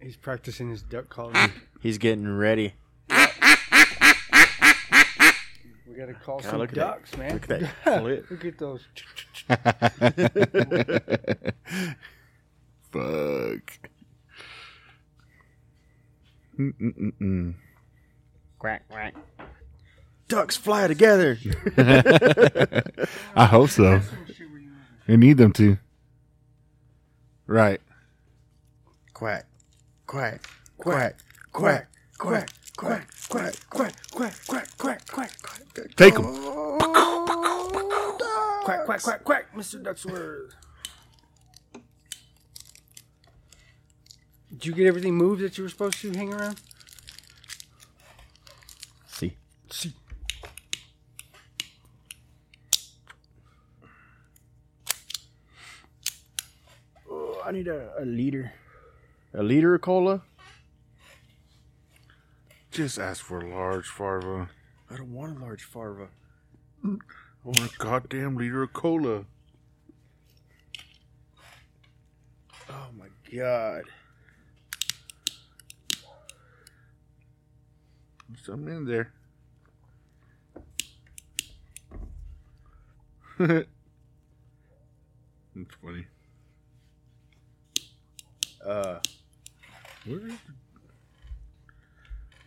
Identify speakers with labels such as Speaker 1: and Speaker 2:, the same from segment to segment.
Speaker 1: He's practicing his duck calling.
Speaker 2: Ah. He's getting ready.
Speaker 1: We gotta call
Speaker 2: God,
Speaker 1: some
Speaker 2: look at that-
Speaker 1: ducks, man.
Speaker 2: look at that clit.
Speaker 1: look at those.
Speaker 3: Fuck. Mm-mm-mm-mm.
Speaker 2: Quack quack. Ducks fly together.
Speaker 3: I hope so. We need them to. Right.
Speaker 2: quack quack quack quack quack quack quack quack quack quack quack quack quack.
Speaker 3: Take them.
Speaker 1: Quack quack quack quack, Mr. Ducksworth. Did you get everything moved that you were supposed to hang around?
Speaker 2: See.
Speaker 1: See.
Speaker 2: Oh, I need a, a liter. A liter of cola?
Speaker 3: Just ask for a large Farva.
Speaker 2: I don't want a large farva.
Speaker 3: I want a goddamn liter of cola.
Speaker 2: Oh my god.
Speaker 3: Something in there. That's funny.
Speaker 2: Uh
Speaker 3: Where is the-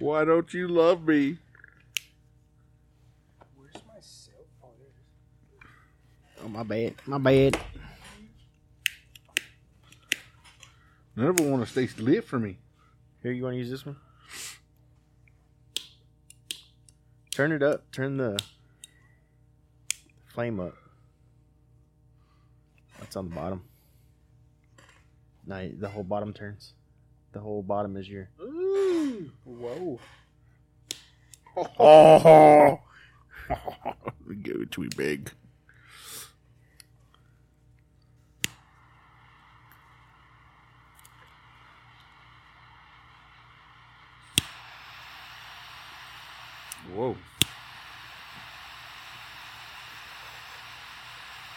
Speaker 3: Why don't you love me?
Speaker 1: Where's my cell? Oh, there it
Speaker 2: oh my bad. My bad.
Speaker 3: Never want to stay lit for me.
Speaker 2: Here you wanna use this one? Turn it up. Turn the flame up. That's on the bottom. Now the whole bottom turns. The whole bottom is your
Speaker 3: Ooh.
Speaker 1: is. Whoa.
Speaker 3: Oh, give it to me big. Whoa.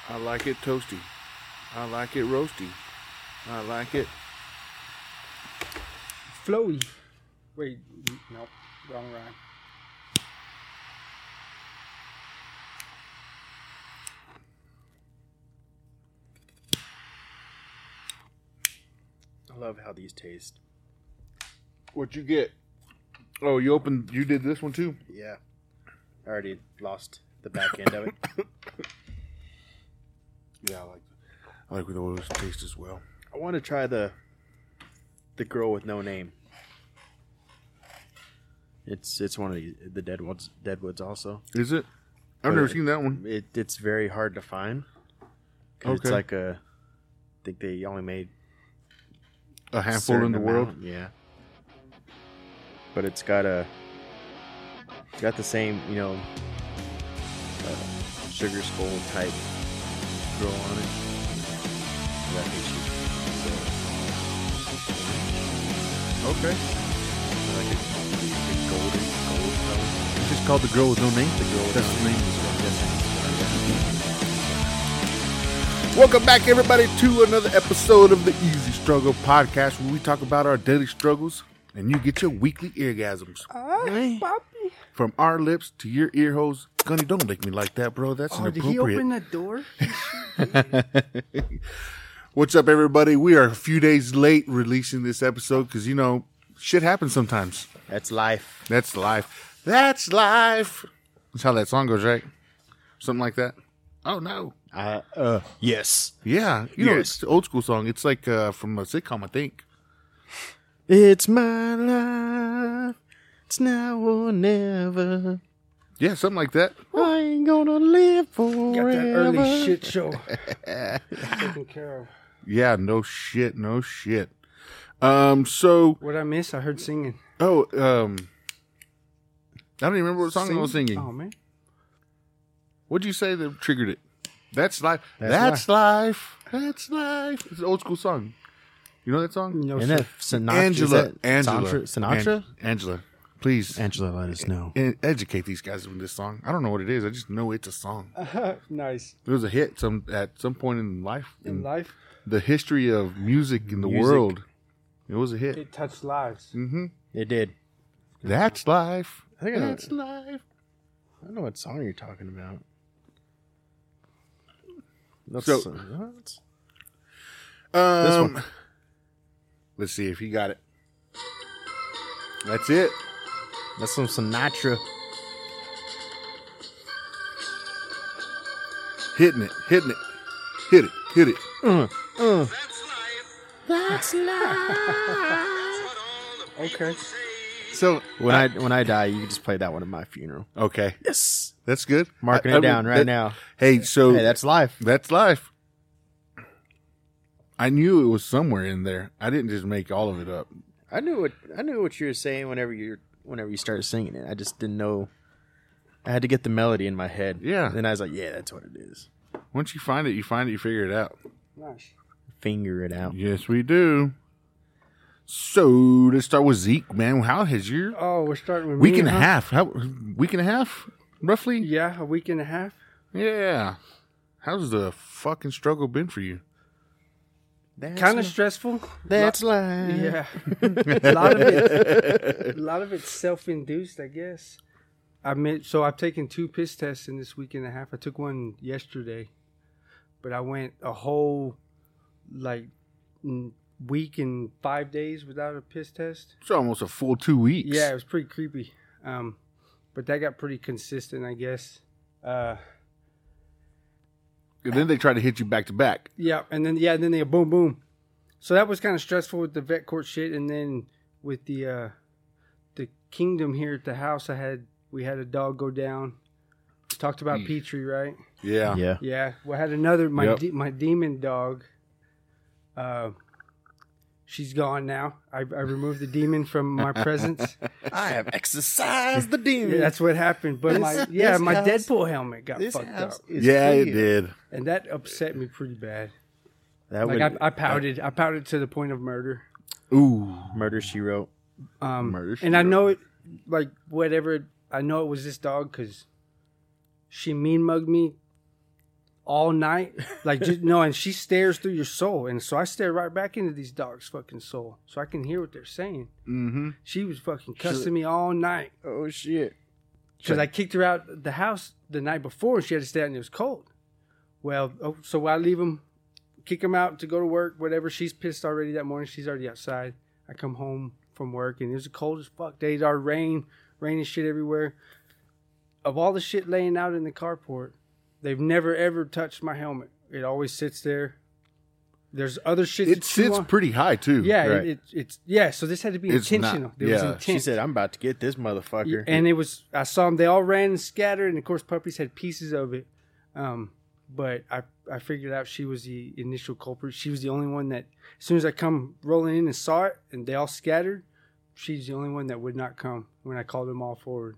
Speaker 3: I like it toasty. I like it roasty. I like it.
Speaker 1: Flowy. Wait, n- nope. Wrong rhyme.
Speaker 2: I love how these taste.
Speaker 3: What you get? Oh, you opened. You did this one too.
Speaker 2: Yeah. I already lost the back end of it.
Speaker 3: Yeah, I like. I like where those taste as well.
Speaker 2: I want to try the the girl with no name. It's it's one of the, the Deadwoods Deadwoods also.
Speaker 3: Is it? I've
Speaker 2: But
Speaker 3: never
Speaker 2: it-
Speaker 3: seen that one.
Speaker 2: It it's very hard to find. 'Cause It's
Speaker 3: Okay.
Speaker 2: like a I think they only made
Speaker 3: A
Speaker 2: a
Speaker 3: handful in
Speaker 2: certain
Speaker 3: the world.
Speaker 2: amount, Yeah. But it's got a it's got the same, you know, uh, sugar skull type girl on it. And I think she's the-
Speaker 3: Okay.
Speaker 2: like a, a golden gold color.
Speaker 3: It's just called the girl with no name.
Speaker 2: The girl with
Speaker 3: That's the name. Welcome back, everybody, to another episode of the Easy Struggle Podcast, where we talk about our daily struggles and you get your weekly orgasms from our lips to your ear holes. Gunny, don't lick me like that, bro. That's
Speaker 1: Oh, did he
Speaker 3: inappropriate.
Speaker 1: open the door?
Speaker 3: What's up, everybody? We are a few days late releasing this episode because you know shit happens sometimes.
Speaker 2: That's life.
Speaker 3: That's life. That's life. That's how that song goes, right? Something like that. Oh no.
Speaker 2: Uh, uh, yes.
Speaker 3: Yeah, you know,
Speaker 2: Yes.
Speaker 3: it's an old school song. It's like uh, from a sitcom, I think.
Speaker 2: It's my life. It's now or never.
Speaker 3: Yeah, something like that.
Speaker 2: I ain't gonna live forever.
Speaker 1: Got that early shit show taken care of.
Speaker 3: Yeah, no shit, no shit. Um, so
Speaker 1: What I miss? I heard singing.
Speaker 3: oh, um, I don't even remember what song I was singing.
Speaker 1: Oh man.
Speaker 3: What'd you say that triggered it? That's life. That's,
Speaker 2: That's
Speaker 3: life. That's life. It's an old school song. You know that song?
Speaker 1: No,
Speaker 2: Isn't
Speaker 1: sir.
Speaker 2: that Sinatra?
Speaker 3: Angela.
Speaker 2: is that
Speaker 3: Angela.
Speaker 2: Sinatra? Sinatra?
Speaker 3: An- Angela. Please
Speaker 2: Angela, let us know.
Speaker 3: and educate these guys on this song. I don't know what it is. I just know it's a song.
Speaker 1: nice.
Speaker 3: It was a hit some at some point in life
Speaker 1: In life,
Speaker 3: the history of music in the
Speaker 2: Music.
Speaker 3: world. It was a hit.
Speaker 1: it touched lives.
Speaker 3: hmm
Speaker 2: It did.
Speaker 3: That's life.
Speaker 2: I think I know-
Speaker 3: That's life.
Speaker 2: I don't know what song you're talking about. That's
Speaker 3: So-
Speaker 2: what?
Speaker 3: Um,
Speaker 2: one.
Speaker 3: Let's see if he got it. That's it.
Speaker 2: That's some Sinatra.
Speaker 3: Hitting it. Hitting it. Hit it. Hit it.
Speaker 2: Uh, uh.
Speaker 4: That's life.
Speaker 2: That's
Speaker 4: That's what all the people
Speaker 1: Okay.
Speaker 4: say.
Speaker 3: So
Speaker 2: when I when I die, you can just play that one at my funeral.
Speaker 3: okay,
Speaker 2: Yes,
Speaker 3: that's good.
Speaker 2: marking
Speaker 3: I- I
Speaker 2: it
Speaker 3: mean,
Speaker 2: down right
Speaker 3: that-
Speaker 2: now.
Speaker 3: Hey, so
Speaker 2: Hey, that's life.
Speaker 3: That's life. I knew it was somewhere in there. I didn't just make all of it up.
Speaker 2: I knew what I knew what you were saying whenever you whenever you started singing it. I just didn't know. I had to get the melody in my head.
Speaker 3: Yeah.
Speaker 2: and I was like, yeah, that's what it is.
Speaker 3: Once you find it, you find it, you figure it out.
Speaker 1: Nice.
Speaker 2: Finger it out.
Speaker 3: Yes, we do. So let's start with Zeke, man. How has your
Speaker 1: Oh, we're starting with
Speaker 3: week
Speaker 1: me,
Speaker 3: and a
Speaker 1: huh?
Speaker 3: half? How week and a half, roughly?
Speaker 1: Yeah, a week and a half.
Speaker 3: Yeah. How's the fucking struggle been for you?
Speaker 2: That's
Speaker 1: Kind
Speaker 2: li-
Speaker 1: of stressful.
Speaker 2: That's life.
Speaker 1: Yeah, a lot of it, a lot of it's self-induced, I guess. I mean, so I've taken two piss tests in this week and a half. I took one yesterday, but I went a whole like n- week and five days without a piss test.
Speaker 3: It's almost a full two weeks.
Speaker 1: Yeah, it was pretty creepy. Um, but that got pretty consistent, I guess. Uh,
Speaker 3: And then they try to hit you back to back.
Speaker 1: Yeah, and then yeah, and then they boom boom. So that was kind of stressful with the vet court shit, and then with the uh the kingdom here at the house, I had we had a dog go down. We talked about
Speaker 3: Eesh.
Speaker 1: Petrie, right?
Speaker 3: Yeah.
Speaker 2: yeah.
Speaker 1: Yeah, well, I had another my
Speaker 3: Yep.
Speaker 1: de- my demon dog. Uh, she's gone now. I, I removed the demon from my presence.
Speaker 2: I have exercised the
Speaker 1: Yeah,
Speaker 2: demon.
Speaker 1: that's what happened. But
Speaker 2: This-
Speaker 1: my yeah,
Speaker 2: this
Speaker 1: my
Speaker 2: house-
Speaker 1: Deadpool helmet got
Speaker 2: this
Speaker 1: fucked
Speaker 2: house
Speaker 1: up,
Speaker 2: is
Speaker 3: yeah, it
Speaker 2: clear.
Speaker 3: did.
Speaker 1: and that upset me pretty bad.
Speaker 2: That
Speaker 1: Like
Speaker 2: would
Speaker 1: I, I pouted, I pouted to the point of murder.
Speaker 3: Ooh.
Speaker 2: murder she wrote.
Speaker 1: Um,
Speaker 3: Murder, she
Speaker 1: and I
Speaker 3: wrote.
Speaker 1: know it, like whatever. I know it was this dog because she mean mugged me all night. Like just, no, and she stares through your soul, and so I stare right back into these dogs' fucking soul, so I can hear what they're saying.
Speaker 3: Mm-hmm.
Speaker 1: She was fucking cussing me all night
Speaker 2: Oh shit.
Speaker 1: because I kicked her out the house the night before, and she had to stay out, and it was cold. Well, oh, so I leave him, kick him out to go to work, whatever. She's pissed already that morning. She's already outside. I come home from work, and it was a cold as fuck day. Our rain, rain and shit everywhere. Of all the shit laying out in the carport, they've never ever touched my helmet. It always sits there. There's other shit.
Speaker 3: It
Speaker 1: to chew
Speaker 3: sits
Speaker 1: on.
Speaker 3: pretty high too.
Speaker 1: Yeah,
Speaker 2: right.
Speaker 1: it, it, it's yeah. So this had to be
Speaker 3: It's not-
Speaker 1: intentional. there was
Speaker 3: yeah.
Speaker 1: intent.
Speaker 2: She said, "I'm about to get this motherfucker."
Speaker 1: Yeah, and it was I saw them. They all ran and scattered, and of course, puppies had pieces of it. Um, but I I figured out she was the initial culprit. She was the only one that, as soon as I come rolling in and saw it, and they all scattered, she's the only one that would not come when I called them all forward.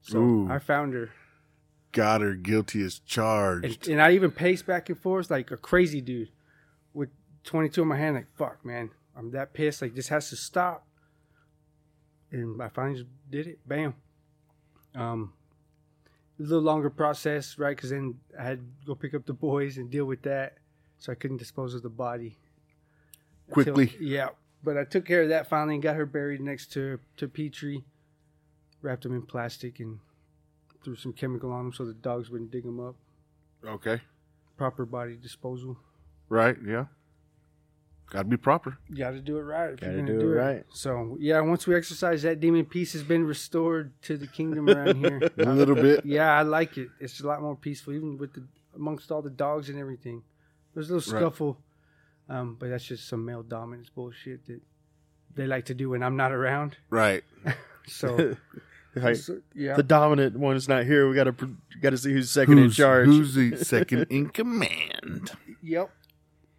Speaker 1: So
Speaker 3: Ooh.
Speaker 1: I found her,
Speaker 3: Got her guilty as
Speaker 1: and,
Speaker 3: charged.
Speaker 1: and I even paced back and forth like a crazy dude, with 22 in my hand. Like fuck, man, I'm that pissed. Like this has to stop. And I finally just did it. Bam. Um, a little longer process, right? Because then I had to go pick up the boys and deal with that, so I couldn't dispose of the body until-
Speaker 3: Quickly.
Speaker 1: yeah, but I took care of that finally and got her buried next to to Petrie, wrapped them in plastic and threw some chemical on them so the dogs wouldn't dig them up.
Speaker 3: Okay.
Speaker 1: Proper body disposal.
Speaker 3: Right. Yeah. Got to be proper.
Speaker 1: You got to do it right. If
Speaker 2: Gotta
Speaker 1: you're gonna
Speaker 2: do it right.
Speaker 1: So yeah, once we exercise that demon peace has been restored to the kingdom around here.
Speaker 3: A little bit.
Speaker 1: Yeah, I like it. It's a lot more peaceful, even with the amongst all the dogs and everything. There's a little
Speaker 3: Right.
Speaker 1: scuffle, um, but that's just some male dominance bullshit that they like to do when I'm not around.
Speaker 3: Right.
Speaker 1: So,
Speaker 2: Like,
Speaker 1: so- yeah,
Speaker 2: the dominant one is not here. We gotta pr- gotta see who's second in charge.
Speaker 3: Who's the second in command?
Speaker 1: yep.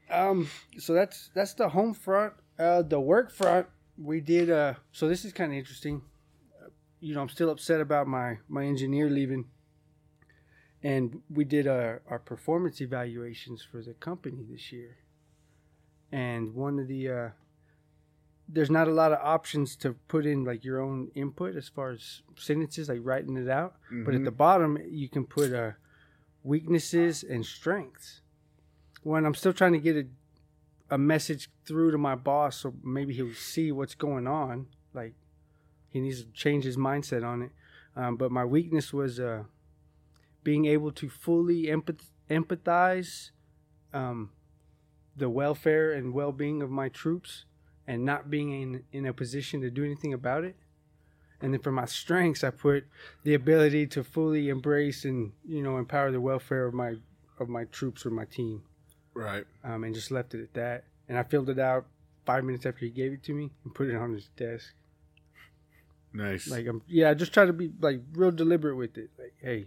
Speaker 1: Um, so that's that's the home front. Uh, the work front, we did. Uh, so this is kind of interesting. Uh, You know, I'm still upset about my my engineer leaving. And we did our, our performance evaluations for the company this year. And one of the uh, there's not a lot of options to put in like your own input as far as sentences, like writing it out. But at the bottom, you can put uh, weaknesses and strengths. When I'm still trying to get a, a message through to my boss, so maybe he'll see what's going on. Like he needs to change his mindset on it. Um, but my weakness was uh, being able to fully empath- empathize um, the welfare and well-being of my troops and not being in, in a position to do anything about it. And then for my strengths, I put the ability to fully embrace and you know empower the welfare of my of my troops or my team,
Speaker 3: Right.
Speaker 1: um, and just left it at that. And I filled it out five minutes after he gave it to me and put it on his desk.
Speaker 3: Nice.
Speaker 1: Like I'm, yeah, I just try to be like real deliberate with it. Like, hey,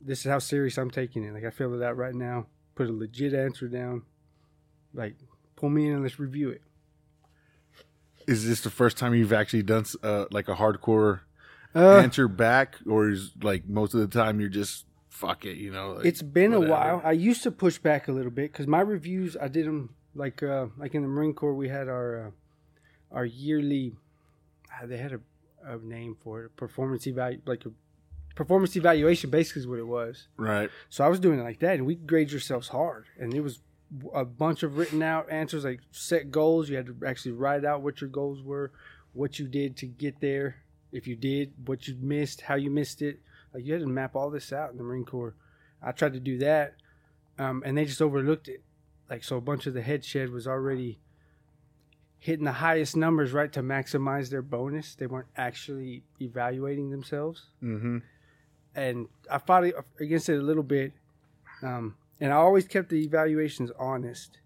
Speaker 1: this is how serious I'm taking it. Like I filled it out right now. Put a legit answer down. Like, pull me in and let's review it.
Speaker 3: is this the first time you've actually done uh, like a hardcore
Speaker 1: Uh,
Speaker 3: answer back, or is like most of the time you're just fuck it, you know? like,
Speaker 1: it's been
Speaker 3: whatever.
Speaker 1: a while. I used to push back a little bit because my reviews, I did them like uh, like in the Marine Corps. We had our uh, our yearly. ah, They had a, a name for it, performance evalu like a performance evaluation. Basically, is what it was.
Speaker 3: Right.
Speaker 1: So I was doing it like that, and we grade yourselves hard, and it was a bunch of written out answers, like set goals. You had to actually write out what your goals were, what you did to get there, if you did, what you missed, how you missed it. Like you had to map all this out in the Marine Corps. I tried to do that, um, and they just overlooked it. Like so, a bunch of the head shed was already hitting the highest numbers, right, to maximize their bonus. They weren't actually evaluating themselves
Speaker 3: Mm-hmm.
Speaker 1: and I fought against it a little bit. Um, and I always kept the evaluations honest.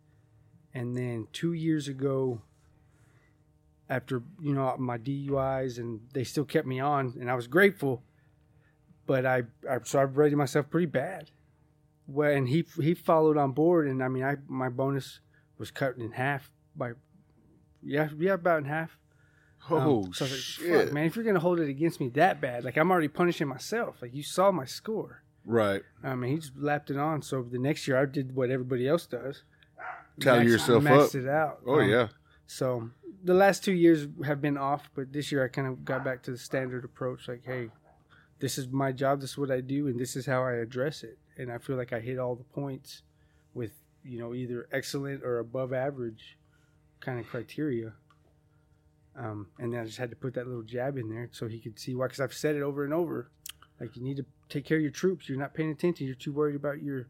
Speaker 1: And then two years ago, after you know my DUIs, and they still kept me on, and I was grateful. But I, I so I rated myself pretty bad. Well, and he he followed on board, and I mean, I my bonus was cut in half by, yeah, yeah, about in half. Um,
Speaker 3: Oh
Speaker 1: so I was like,
Speaker 3: shit!
Speaker 1: Fuck, man, if you're gonna hold it against me that bad, like I'm already punishing myself. Like you saw my score.
Speaker 3: Right.
Speaker 1: I mean, he just lapped it on. So the next year, I did what everybody else does.
Speaker 3: Tally
Speaker 1: Maxed-
Speaker 3: yourself
Speaker 1: maxed
Speaker 3: up.
Speaker 1: it out.
Speaker 3: Oh
Speaker 1: Um,
Speaker 3: yeah.
Speaker 1: So the last two years have been off, but this year I kind of got back to the standard approach. Like, hey, this is my job. This is what I do, and this is how I address it. And I feel like I hit all the points with you know either excellent or above average kind of criteria. Um, and then I just had to put that little jab in there so he could see why. Because I've said it over and over, like you need to take care of your troops. You're not paying attention. You're too worried about your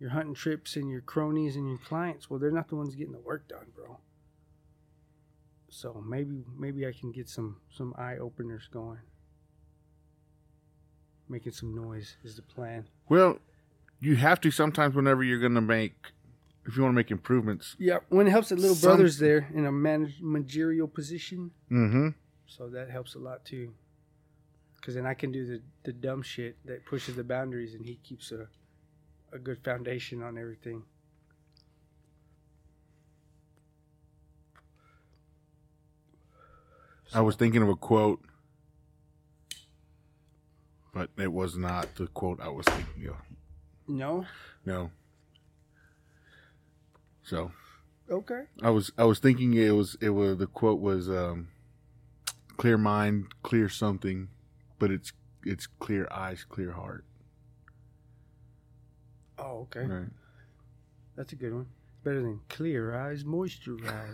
Speaker 1: your hunting trips and your cronies and your clients. Well, they're not the ones getting the work done, bro. So maybe maybe I can get some some eye openers going. Making some noise is the plan.
Speaker 3: Well, you have to sometimes whenever you're gonna make, if you want to make improvements.
Speaker 1: Yeah, when it helps that little
Speaker 3: Some-
Speaker 1: brother's there in a manage- managerial position,
Speaker 3: Mm-hmm.
Speaker 1: so that helps a lot too. Because then I can do the, the dumb shit that pushes the boundaries, and he keeps a a good foundation on everything.
Speaker 3: I was thinking of a quote, but it was not the quote I was thinking of.
Speaker 1: No,
Speaker 3: No. So
Speaker 1: okay,
Speaker 3: I was I was thinking it was it was the quote was um, clear mind clear something, but it's it's clear eyes clear heart.
Speaker 1: oh okay,
Speaker 3: Right.
Speaker 1: that's a good one. Better than clear eyes, moisturize.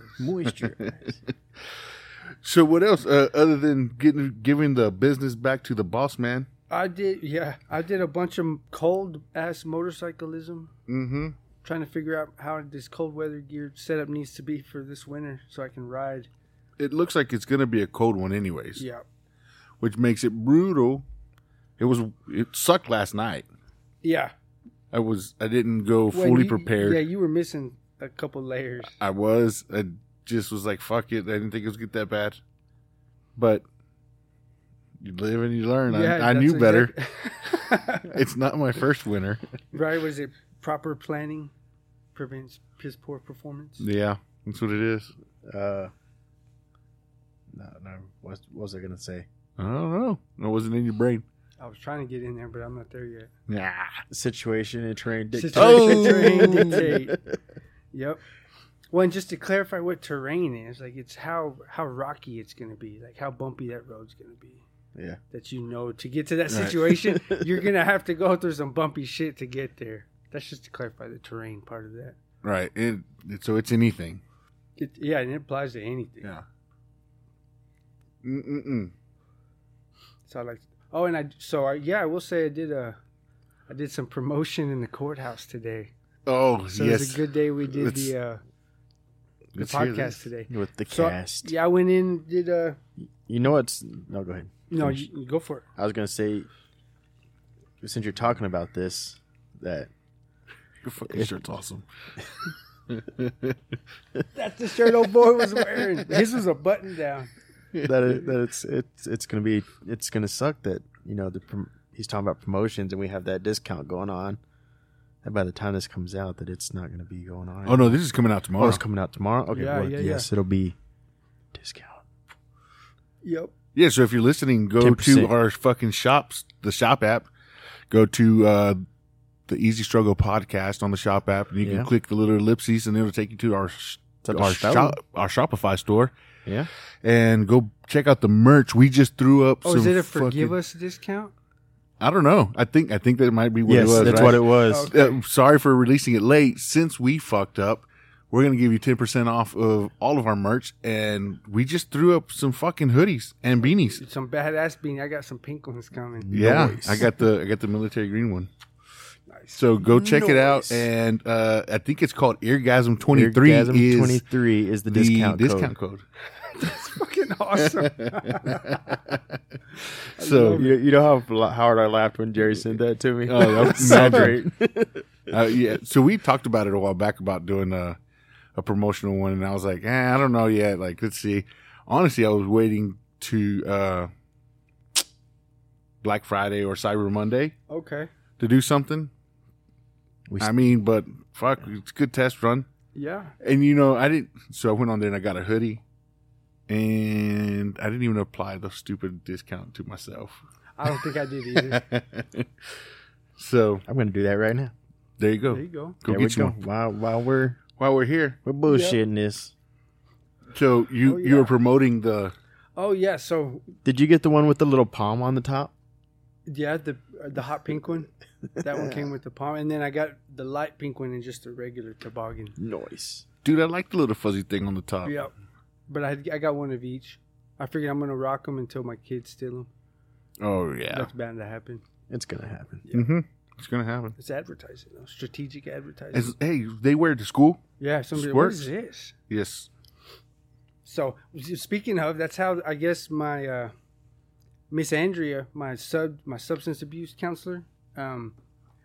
Speaker 3: So what else uh, other than getting giving the business back to the boss man?
Speaker 1: I did, yeah. I did a bunch of cold ass motorcyclism,
Speaker 3: Mm-hmm.
Speaker 1: trying to figure out how this cold weather gear setup needs to be for this winter so I can ride.
Speaker 3: It looks like it's gonna be a cold one anyways,
Speaker 1: Yeah.
Speaker 3: which makes it brutal. It was it sucked last night.
Speaker 1: Yeah.
Speaker 3: I was I didn't go
Speaker 1: When
Speaker 3: fully
Speaker 1: you-
Speaker 3: prepared.
Speaker 1: Yeah, you were missing a couple layers.
Speaker 3: I was. I just was like, fuck it. I didn't think it was get that bad. But you live and you learn.
Speaker 1: yeah,
Speaker 3: I, I knew
Speaker 1: that's
Speaker 3: better.
Speaker 1: exact-
Speaker 3: It's not my first winner.
Speaker 1: right? Was it proper planning prevents piss poor performance?
Speaker 3: yeah, that's what it is.
Speaker 2: Uh, no, no. What, what was I gonna say?
Speaker 3: I don't know. It wasn't in your brain.
Speaker 1: I was trying to get in there, but I'm not there yet.
Speaker 3: Nah.
Speaker 2: Situation and terrain dictate.
Speaker 1: Situation
Speaker 3: Oh!
Speaker 1: terrain dictate. Yep. Well, and just to clarify what terrain is, like it's how how rocky it's going to be, like how bumpy that road's going to be.
Speaker 2: Yeah.
Speaker 1: That you know to get to that
Speaker 3: Right.
Speaker 1: situation, you're going to have to go through some bumpy shit to get there. That's just to clarify the terrain part of that.
Speaker 3: Right. It, it- so it's anything.
Speaker 1: It, yeah, and it applies to anything.
Speaker 3: Yeah. Mm-mm-mm.
Speaker 1: So I like. Oh, and I so I, yeah, I will say I did a, I did some promotion in the courthouse today.
Speaker 3: Oh,
Speaker 1: So it was
Speaker 3: yes.
Speaker 1: a good day. We did
Speaker 3: Let's-
Speaker 1: the uh, the
Speaker 3: Let's hear
Speaker 1: podcast
Speaker 3: this.
Speaker 1: today.
Speaker 2: With the
Speaker 1: So
Speaker 2: cast.
Speaker 1: yeah, I went in did uh
Speaker 2: You know what's. No, go ahead.
Speaker 1: no
Speaker 2: Finish.
Speaker 1: you, you go for it.
Speaker 2: I was going to say, since you're talking about this, that.
Speaker 3: Your fucking shirt's awesome.
Speaker 1: That's the shirt old boy was wearing. His was a button down.
Speaker 2: that it, that it's it's it's gonna be it's gonna suck that you know the prom- he's talking about promotions and we have that discount going on, and by the time this comes out, that it's not gonna be going on.
Speaker 3: Oh, no, this is coming out
Speaker 2: Oh,
Speaker 3: tomorrow.
Speaker 2: it's coming out tomorrow. Okay,
Speaker 1: Yeah,
Speaker 2: well,
Speaker 1: yeah,
Speaker 2: yes, it'll be discount.
Speaker 1: Yep.
Speaker 3: yeah, so if you're listening, go
Speaker 2: 10%.
Speaker 3: to our fucking shops, the shop app. Go to uh, the Easy Struggle podcast on the shop app, and you
Speaker 2: Yeah.
Speaker 3: can click the little ellipses, and it'll take you to our sh-
Speaker 2: To the
Speaker 3: our,
Speaker 2: store.
Speaker 3: shop, our Shopify store,
Speaker 2: Yeah,
Speaker 3: and go check out the merch. We just threw up.
Speaker 1: Oh,
Speaker 3: some
Speaker 1: is it a
Speaker 3: fucking-
Speaker 1: forgive us discount?
Speaker 3: I don't know. I think I think that might be what
Speaker 2: yes,
Speaker 3: it was.
Speaker 2: that's
Speaker 3: right?
Speaker 2: what it was.
Speaker 1: Oh,
Speaker 3: Uh, sorry for releasing it late. Since we fucked up, we're gonna give you ten percent off of all of our merch, and we just threw up some fucking hoodies and beanies.
Speaker 1: Some badass beanie. I got some pink ones coming.
Speaker 3: Yeah,
Speaker 2: Nice.
Speaker 3: I got the I got the military green one.
Speaker 1: Nice.
Speaker 3: So go check it out,
Speaker 2: Nice.
Speaker 3: and uh, I think it's called Eargasm Twenty Three.
Speaker 2: Orgasm
Speaker 3: Is
Speaker 2: 23 is the,
Speaker 3: the
Speaker 2: discount,
Speaker 3: discount
Speaker 2: code.
Speaker 3: code.
Speaker 1: That's fucking awesome.
Speaker 3: So
Speaker 2: You, you know how bl- hard I laughed when Jerry sent that to me.
Speaker 3: Oh, that's
Speaker 2: so
Speaker 3: magic.
Speaker 2: great.
Speaker 3: uh, yeah, so we talked about it a while back about doing a, a promotional one, and I was like, eh, I don't know yet. Like, let's see. Honestly, I was waiting to uh, Black Friday or Cyber Monday
Speaker 1: okay.
Speaker 3: to do something.
Speaker 2: We
Speaker 3: I mean, but fuck, it's a good test run.
Speaker 1: Yeah.
Speaker 3: And you know, I didn't. So I went on there and I got a hoodie, and I didn't even apply the stupid discount to myself.
Speaker 1: I don't think I did either.
Speaker 3: so
Speaker 2: I'm gonna do that right now.
Speaker 3: there you go.
Speaker 1: There you go.
Speaker 3: Go
Speaker 2: There we
Speaker 3: get you
Speaker 2: go.
Speaker 3: one
Speaker 2: While while we're
Speaker 3: while we're here.
Speaker 2: we're bullshitting this.
Speaker 3: So you
Speaker 1: Oh,
Speaker 3: you were
Speaker 1: yeah.
Speaker 3: promoting the
Speaker 1: Oh yeah. So
Speaker 2: Did you get the one with the little palm on the top?
Speaker 1: yeah, the uh, the hot pink one. That one came with the palm, and then I got the light pink one and just a regular toboggan.
Speaker 2: Noise.
Speaker 3: dude. I like the little fuzzy thing on the top.
Speaker 1: Yep. But I I got one of each. I figured I'm gonna rock them until my kids steal them.
Speaker 3: Oh yeah.
Speaker 1: That's bound to happen.
Speaker 2: It's gonna happen.
Speaker 3: Mm-hmm. It's gonna happen.
Speaker 1: It's advertising, though. strategic advertising.
Speaker 3: It's, hey, they wear it to school.
Speaker 1: yeah, somebody. What
Speaker 3: sports?
Speaker 1: is this?
Speaker 3: Yes.
Speaker 1: So speaking of, that's how I guess my uh, Miss Andrea, my sub, my substance abuse counselor. Um,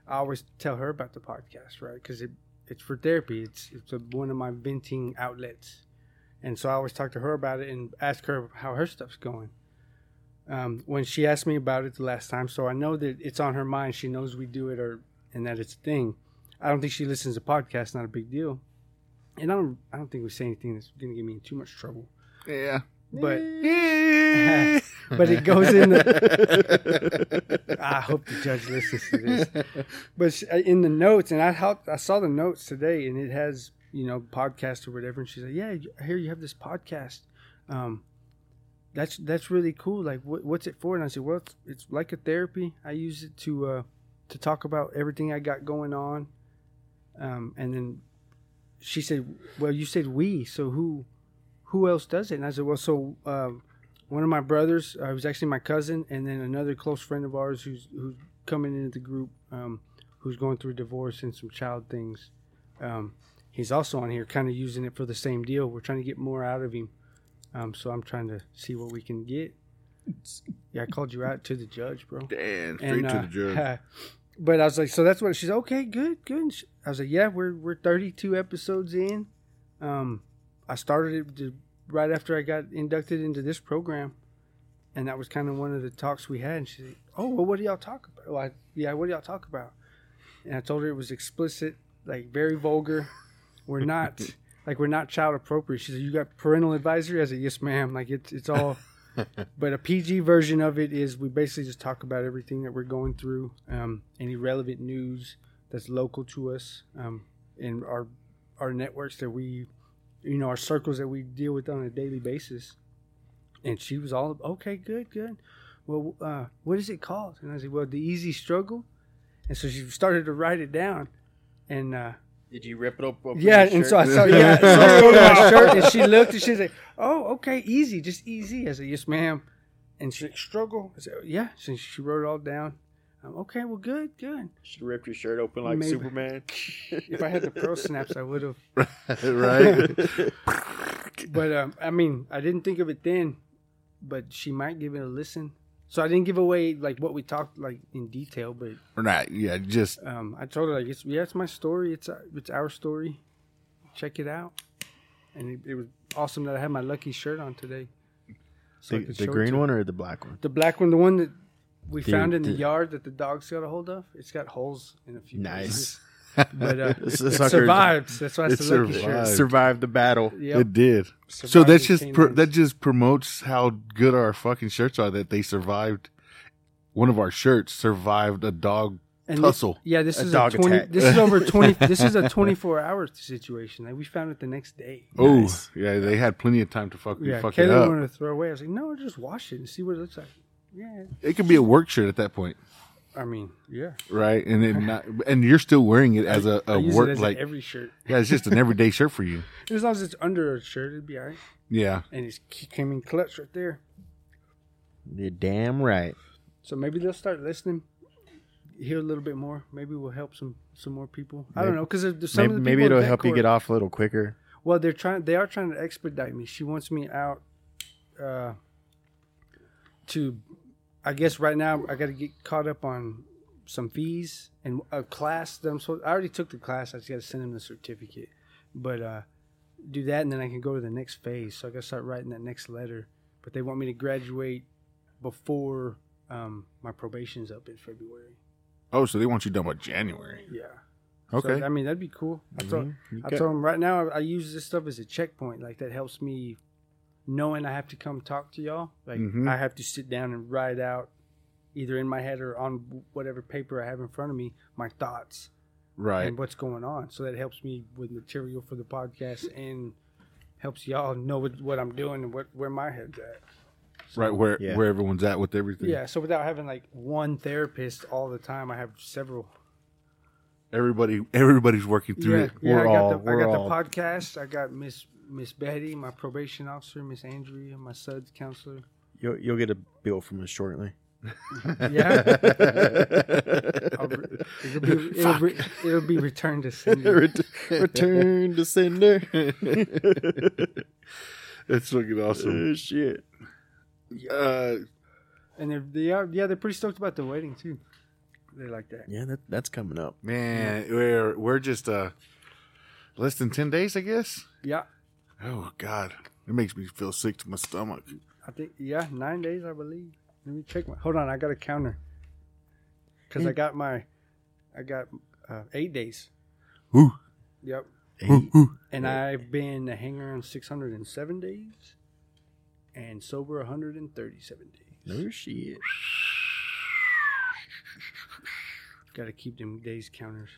Speaker 1: I always tell her about the podcast, right? Because it it's for therapy. It's it's a, one of my venting outlets, and so I always talk to her about it and ask her how her stuff's going. Um, when she asked me about it the last time, so I know that it's on her mind. She knows we do it, or and that it's a thing. I don't think she listens to podcasts. Not a big deal, and I don't. I don't think we say anything that's going to get me in too much trouble
Speaker 3: Yeah.
Speaker 1: but
Speaker 3: Yeah.
Speaker 1: but it goes in the. I hope the judge listens to this. But she, in the notes, and I helped, I saw the notes today, and it has you know podcast or whatever, and she's like, "Yeah, I hear you have this podcast. Um, that's that's really cool. Like, what, what's it for?" And I said, "Well, it's, it's like a therapy. I use it to uh, to talk about everything I got going on." Um, and then she said, "Well, you said we, so who?" Who else does it? And I said, well, so um, one of my brothers uh, who's actually my cousin and then another close friend of ours who's who's coming into the group um, who's going through a divorce and some child things um, he's also on here kind of using it for the same deal we're trying to get more out of him um, so i'm trying to see what we can get yeah i called you out to the judge bro
Speaker 3: Damn. Straight to the judge.
Speaker 1: uh, but I was like, so that's what she's okay, good, good. And she- I was like, yeah, we're we're 32 episodes in. Um, I started it to, right after I got inducted into this program, and that was kind of one of the talks we had. And she's like, oh, well, what do y'all talk about? Well, I, yeah, what do y'all talk about? And I told her it was explicit, like very vulgar. We're not like we're not child appropriate. She said, you got parental advisory. I said, yes, ma'am. Like it's it's all but a PG version of it is we basically just talk about everything that we're going through, um, any relevant news that's local to us, um, and our our networks that we you know, our circles that we deal with on a daily basis. And she was all, okay, good, good. Well, uh, what is it called? And I said, well, the easy struggle. And so she started to write it down. And, uh,
Speaker 2: Did you rip it up? up in
Speaker 1: yeah,
Speaker 2: your
Speaker 1: and so
Speaker 2: shirt?
Speaker 1: I saw yeah, so I showed her my shirt, and she looked and she's like, "Oh, okay, easy, just easy." I said, "Yes, ma'am," and she like, struggle. I said, "Yeah," so she wrote it all down. I'm, okay, well, good, good.
Speaker 2: Should have ripped your shirt open like
Speaker 1: Maybe.
Speaker 2: Superman.
Speaker 1: If I had the pearl snaps, I would have.
Speaker 3: right?
Speaker 1: But um, I mean, I didn't think of it then, but she might give it a listen. So I didn't give away like what we talked like in detail, but
Speaker 3: or not? Yeah, just
Speaker 1: um, I told her like, it's, "Yeah, it's my story. It's uh, it's our story. Check it out." And it, it was awesome that I had my lucky shirt on today. So I
Speaker 2: the
Speaker 1: could
Speaker 2: the
Speaker 1: show it
Speaker 2: green
Speaker 1: to her.
Speaker 2: one or the black one?
Speaker 1: The black one, the one that we
Speaker 2: Dude,
Speaker 1: found in the
Speaker 2: dude.
Speaker 1: yard that the dogs got a hold of, it's got holes in a few.
Speaker 2: Nice.
Speaker 1: places. but uh,
Speaker 2: This-
Speaker 1: it
Speaker 2: this sucker-
Speaker 1: survived. That's why
Speaker 3: it
Speaker 1: it's the lucky
Speaker 3: survived.
Speaker 1: shirt.
Speaker 2: Survived the battle.
Speaker 1: Yep.
Speaker 3: it did. So
Speaker 1: Survived
Speaker 3: that's
Speaker 1: the
Speaker 3: just
Speaker 1: canines.
Speaker 3: pr- that just promotes how good our fucking shirts are. That they survived. One of our shirts survived a dog
Speaker 1: And thi-
Speaker 3: tussle.
Speaker 1: yeah, this
Speaker 2: A
Speaker 1: is
Speaker 2: dog
Speaker 1: a twenty.
Speaker 2: attack.
Speaker 1: This is over twenty. this is a twenty-four hour situation. Like we found it the next day.
Speaker 3: Oh,
Speaker 2: Nice.
Speaker 3: yeah, they had plenty of time to fuck,
Speaker 1: Yeah,
Speaker 3: fuck it
Speaker 1: Kayla
Speaker 3: up.
Speaker 1: wanted to throw away. I was like, no, just wash it and see what it looks like. Yeah,
Speaker 3: It could be a work shirt at that point,
Speaker 1: I mean, yeah.
Speaker 3: right? And then not, and you're still wearing it as a,
Speaker 1: I
Speaker 3: a
Speaker 1: use
Speaker 3: work
Speaker 1: it as
Speaker 3: like
Speaker 1: like every shirt.
Speaker 3: yeah, it's just an everyday shirt for you.
Speaker 1: As long as it's under a shirt, it'd be all right.
Speaker 3: Yeah,
Speaker 1: And it's he came in clutch right there.
Speaker 2: You're damn right.
Speaker 1: So maybe they'll start listening, hear a little bit more. Maybe we'll help some some more people. I don't
Speaker 2: Maybe-
Speaker 1: know because some
Speaker 2: Maybe,
Speaker 1: of the
Speaker 2: maybe
Speaker 1: people
Speaker 2: it'll
Speaker 1: in
Speaker 2: help you
Speaker 1: Vetcorp-
Speaker 2: get off a little quicker.
Speaker 1: Well, they're trying. They are trying to expedite me. She wants me out. Uh, to, I guess right now I got to get caught up on some fees and a class that I'm supposed. I already took the class. I just got to send them the certificate. But uh, do that and then I can go to the next phase. So I got to start writing that next letter. But they want me to graduate before um, my probation's up in February.
Speaker 3: Oh, so they want you done by January.
Speaker 1: Yeah.
Speaker 3: Okay. Mm-hmm.
Speaker 1: So, I mean, that'd be cool. I told,
Speaker 2: You
Speaker 1: I
Speaker 2: got-
Speaker 1: told him right now I, I use this stuff as a checkpoint. Like that helps me knowing I have to come talk to y'all. Like
Speaker 3: Mhm.
Speaker 1: I have to sit down and write out either in my head or on whatever paper I have in front of me my thoughts
Speaker 3: Right.
Speaker 1: and what's going on. So that helps me with material for the podcast and helps y'all know what, what I'm doing and what where my head's at.
Speaker 3: Right where
Speaker 2: Yeah.
Speaker 3: where everyone's at with everything.
Speaker 1: Yeah. So without having like one therapist all the time, I have several.
Speaker 3: Everybody everybody's working through
Speaker 1: Yeah,
Speaker 3: it.
Speaker 1: yeah, I
Speaker 2: We're
Speaker 1: got
Speaker 2: all-
Speaker 1: the I
Speaker 2: we're
Speaker 1: got the
Speaker 2: all-
Speaker 1: podcast. I got Miss Miss Betty, my probation officer, Miss Andrea, my suds counselor.
Speaker 2: You'll, you'll get a bill from us shortly.
Speaker 1: Yeah, I'll re- it'll be it'll, re- it'll be returned to sender.
Speaker 2: Ret- Return to sender.
Speaker 3: That's fucking awesome.
Speaker 2: Oh, shit.
Speaker 3: Uh,
Speaker 1: And they're, they are yeah they're pretty stoked about the wedding too. They like that.
Speaker 2: Yeah, that, that's coming up.
Speaker 3: man, we're we're just uh less than ten days, I guess.
Speaker 1: Yeah,
Speaker 3: Oh God. It makes me feel sick to my stomach.
Speaker 1: I think yeah nine days I believe. Let me check my. Hold on, I got a counter. Cause I got my, I got uh, eight days.
Speaker 3: Ooh,
Speaker 1: Yep,
Speaker 3: ooh, ooh.
Speaker 1: and I've been a hanger on six hundred and seven days, and sober one hundred and thirty-seven days.
Speaker 2: No shit.
Speaker 1: Got to keep them days counters.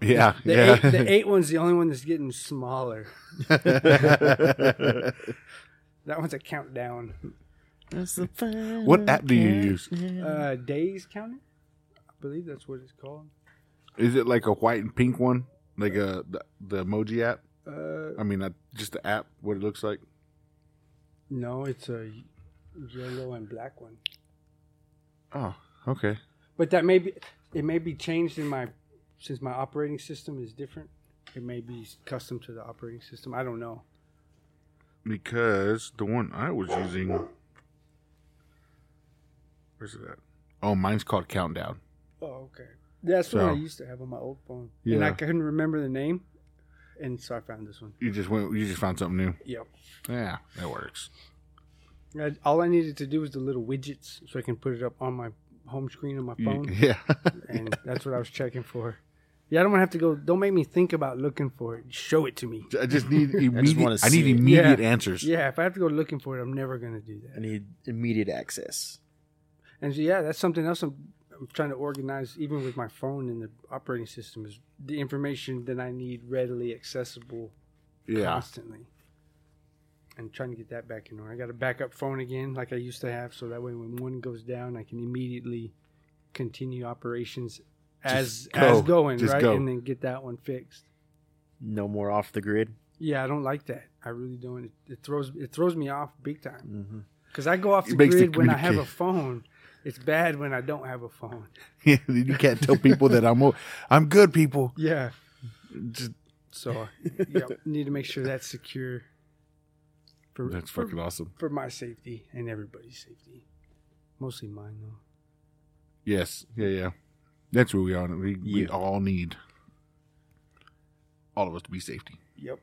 Speaker 3: Yeah,
Speaker 1: The,
Speaker 3: yeah.
Speaker 1: eight, the eight one's the only one that's getting smaller. That one's a countdown.
Speaker 2: That's the final
Speaker 3: What app do you use?
Speaker 2: countdown.
Speaker 1: Uh, days counter? I believe that's what it's called.
Speaker 3: Is it like a white and pink one? Like a the, the emoji app?
Speaker 1: Uh,
Speaker 3: I mean, not just the app. What it looks like?
Speaker 1: no, it's a yellow and black one.
Speaker 3: Oh, okay.
Speaker 1: But that may be it may be changed in my since my operating system is different. It may be custom to the operating system. I don't know.
Speaker 3: Because the one I was using, where's it at? Oh, mine's called Countdown.
Speaker 1: Oh, okay. That's what I
Speaker 3: So-
Speaker 1: used to have on my old phone, and I
Speaker 3: Yeah.
Speaker 1: couldn't remember the name, and so I found this one.
Speaker 3: You just went. You just found something new.
Speaker 1: Yep.
Speaker 3: Yeah, that works.
Speaker 1: I, all I needed to do was the little widgets, so I can put it up on my home screen on my
Speaker 3: You-
Speaker 1: phone.
Speaker 3: yeah.
Speaker 1: and that's what I was checking for. Yeah, I don't want to have to go. Don't make me think about looking for it. Show it to me.
Speaker 3: I just need
Speaker 2: wanna
Speaker 3: immediate. I,
Speaker 2: see
Speaker 3: need
Speaker 2: it.
Speaker 3: immediate
Speaker 1: Yeah.
Speaker 3: answers.
Speaker 1: Yeah, if I have to go looking for it, I'm never gonna do that.
Speaker 2: I need immediate access.
Speaker 1: And so, yeah, that's something else I'm, I'm trying to organize, even with my phone and the operating system, is the information that I need readily accessible
Speaker 3: Yeah.
Speaker 1: constantly. and trying to get that back in order. I got a backup phone again, like I used to have, so that way when one goes down, I can immediately continue operations as
Speaker 3: Just
Speaker 1: as
Speaker 3: go.
Speaker 1: going
Speaker 3: Just
Speaker 1: right,
Speaker 3: go.
Speaker 1: and then get that one fixed.
Speaker 2: No more off the grid.
Speaker 1: Yeah, I don't like that. I really don't. It, it throws it throws me off big time
Speaker 2: Mm-hmm.
Speaker 1: because I go off
Speaker 3: It
Speaker 1: the
Speaker 3: makes the
Speaker 1: grid when I have a
Speaker 3: communica-
Speaker 1: phone. It's bad when I don't have a phone.
Speaker 3: you can't tell people that I'm o- I'm good people.
Speaker 1: Yeah,
Speaker 3: Just,
Speaker 1: so yeah, need to make sure that's secure. For,
Speaker 3: that's
Speaker 1: for-
Speaker 3: fucking awesome.
Speaker 1: for my safety and everybody's safety. Mostly mine though.
Speaker 3: Yes. Yeah, yeah. That's where we are. We, we
Speaker 2: Yeah.
Speaker 3: all need all of us to be safety.
Speaker 1: Yep.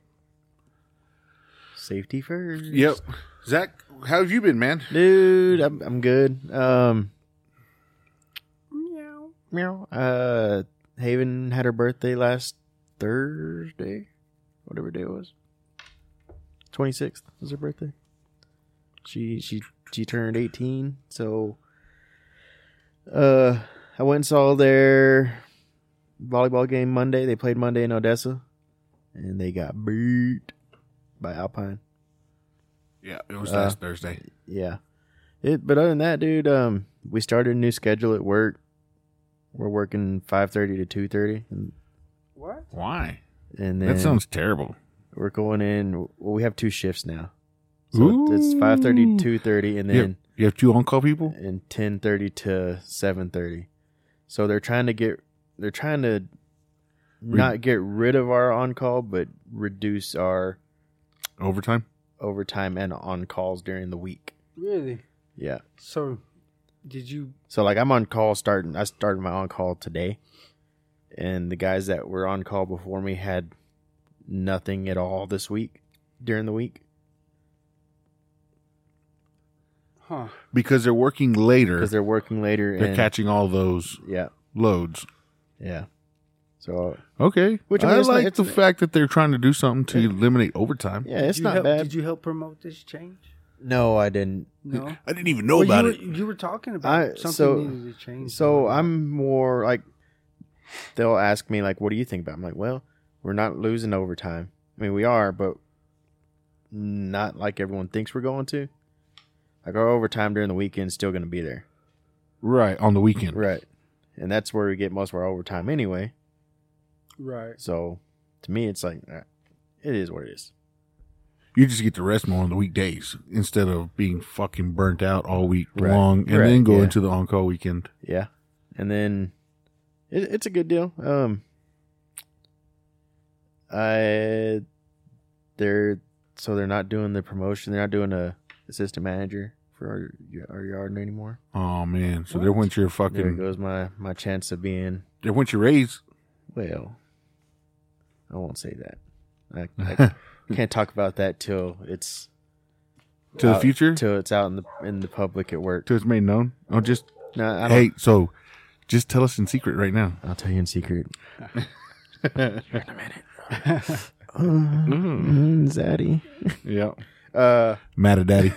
Speaker 2: Safety first.
Speaker 3: Yep. Zach, how have you been, man?
Speaker 2: Dude, I'm I'm good. Um
Speaker 1: Meow.
Speaker 2: meow. Uh Haven had her birthday last Thursday. Whatever day it was. Twenty sixth was her birthday. She she she turned eighteen, so uh I went and saw their volleyball game Monday. They played Monday in Odessa and they got beat by Alpine.
Speaker 3: Yeah, it was
Speaker 2: Uh,
Speaker 3: last Thursday.
Speaker 2: Yeah. It but other than that, dude, um we started a new schedule at work. We're working 5:30 to 2:30 and
Speaker 1: What?
Speaker 3: Why?
Speaker 2: and then
Speaker 3: That sounds terrible.
Speaker 2: we're going in well, we have two shifts now. So it's it's 5:30 to 2:30 and
Speaker 3: Yep.
Speaker 2: then
Speaker 3: You have two on call people?
Speaker 2: and 10:30 to 7:30. So they're trying to get they're trying to not get rid of our on-call but reduce our
Speaker 3: Overtime?
Speaker 2: overtime and on-calls during the week.
Speaker 1: Really?
Speaker 2: Yeah.
Speaker 1: So, did you?
Speaker 2: So like I'm on call starting I started my on call today and the guys that were on call before me had nothing at all this week during the week
Speaker 1: Huh?
Speaker 3: Because they're working later.
Speaker 2: because
Speaker 3: They're,
Speaker 2: they're working later and
Speaker 3: catching all those
Speaker 2: yeah,
Speaker 3: loads.
Speaker 2: yeah. So
Speaker 3: Okay.
Speaker 2: Which, I
Speaker 3: I,
Speaker 2: mean, it's not-
Speaker 3: like
Speaker 2: it's-
Speaker 3: the fact that they're trying to do something to eliminate overtime.
Speaker 2: yeah, it's
Speaker 1: you
Speaker 2: not
Speaker 1: help,
Speaker 2: bad.
Speaker 1: Did you help promote this change?
Speaker 2: no, I didn't.
Speaker 1: No.
Speaker 3: I didn't even know
Speaker 1: Well,
Speaker 3: about
Speaker 1: you
Speaker 3: it.
Speaker 1: Were, you were talking about
Speaker 2: I-
Speaker 1: something
Speaker 2: so-
Speaker 1: needed to change.
Speaker 2: So I'm more like they'll ask me like what do you think about? it? I'm like, well, we're not losing overtime. I mean, we are, but not like everyone thinks we're going to. Like our overtime during the weekend's still going to be there.
Speaker 3: Right, on the weekend.
Speaker 2: Right. And that's where we get most of our overtime anyway.
Speaker 1: right.
Speaker 2: So to me, it's like, eh, it is what it is.
Speaker 3: You just get to rest more on the weekdays instead of being fucking burnt out all week
Speaker 2: Right.
Speaker 3: long and
Speaker 2: Right,
Speaker 3: then go
Speaker 2: yeah.
Speaker 3: into the on call weekend.
Speaker 2: Yeah. And then it, it's a good deal. Um, I, they're, so they're not doing the promotion. They're not doing a assistant manager for our, y- our yard anymore.
Speaker 3: Oh man! So there went your
Speaker 2: There
Speaker 3: fucking
Speaker 2: goes my, my chance of being,
Speaker 3: there went your raise.
Speaker 2: well, I won't say that. I, I can't talk about that till it's
Speaker 3: to the
Speaker 2: out-
Speaker 3: future
Speaker 2: till it's out in the in the public at work.
Speaker 3: till it's made known. Oh, just
Speaker 2: No, I don't.
Speaker 3: hey, so just tell us in secret right now.
Speaker 2: I'll tell you in secret.
Speaker 3: Mm.
Speaker 2: Mm, Zaddy.
Speaker 3: Yeah,
Speaker 2: Uh,
Speaker 3: mad at daddy.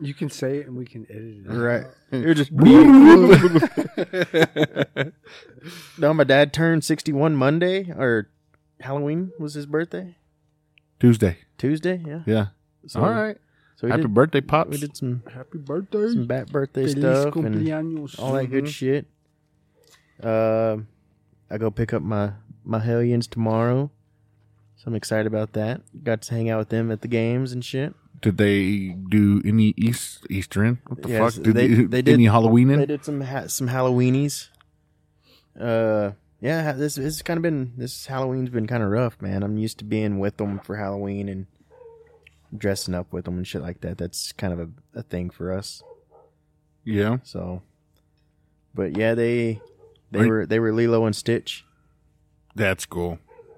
Speaker 1: You can say it, and we can edit it.
Speaker 2: right. You're just. no, my dad turned 61 Monday or Halloween was his birthday.
Speaker 3: Tuesday.
Speaker 2: Tuesday, yeah.
Speaker 3: Yeah.
Speaker 2: So,
Speaker 3: All right.
Speaker 2: So we
Speaker 3: Happy
Speaker 2: did,
Speaker 3: birthday, pops.
Speaker 2: we did some
Speaker 1: Happy birthday.
Speaker 2: some bat birthday
Speaker 1: Feliz
Speaker 2: stuff and
Speaker 1: cumpleaños. Mm-hmm.
Speaker 2: all that good shit. Um, I go pick up my my hellions tomorrow, so I'm excited about that. Got to hang out with them at the games and shit.
Speaker 3: Did they do any East Eastern? What the
Speaker 2: Yes,
Speaker 3: fuck? Did
Speaker 2: they-
Speaker 3: they,
Speaker 2: they did-
Speaker 3: any Halloween in?
Speaker 2: They did some ha- some Halloweenies. Uh, yeah, ha- this it's kind of been this Halloween's been kind of rough, man. I'm used to being with them for Halloween and dressing up with them and shit like that. That's kind of a, a thing for us.
Speaker 3: Yeah.
Speaker 2: So, but yeah, they they
Speaker 3: Are you-
Speaker 2: were they were Lilo and Stitch.
Speaker 3: That's cool.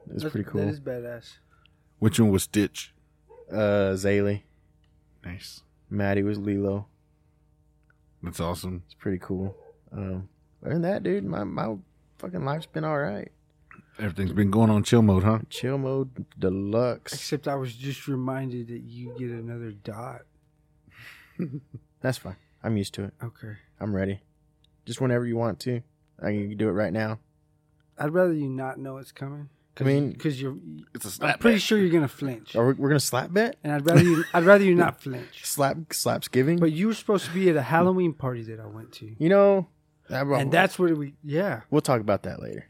Speaker 2: It was
Speaker 1: That's-
Speaker 2: pretty cool.
Speaker 1: That is badass.
Speaker 3: Which one was Stitch?
Speaker 2: uh Zaylee.
Speaker 3: Nice.
Speaker 2: Maddie was Lilo.
Speaker 3: That's awesome.
Speaker 2: It's pretty cool. Um other than that, dude, my, my fucking life's been alright.
Speaker 3: Everything's been going on chill mode, huh?
Speaker 2: Chill mode deluxe.
Speaker 1: Except I was just reminded that you get another dot.
Speaker 2: That's fine. I'm used to it.
Speaker 1: Okay.
Speaker 2: I'm ready. Just whenever you want to. I can do it right now.
Speaker 1: I'd rather you not know it's coming.
Speaker 2: I mean,
Speaker 1: because you're.
Speaker 3: It's a
Speaker 1: I'm
Speaker 3: snap.
Speaker 1: pretty sure you're gonna flinch,
Speaker 2: are we, we're gonna slap bet?
Speaker 1: and I'd rather you. I'd rather you not flinch.
Speaker 2: Slap slaps giving.
Speaker 1: But you were supposed to be at a Halloween party that I went to,
Speaker 2: you know,
Speaker 1: and that's where we. Yeah,
Speaker 2: we'll talk about that later.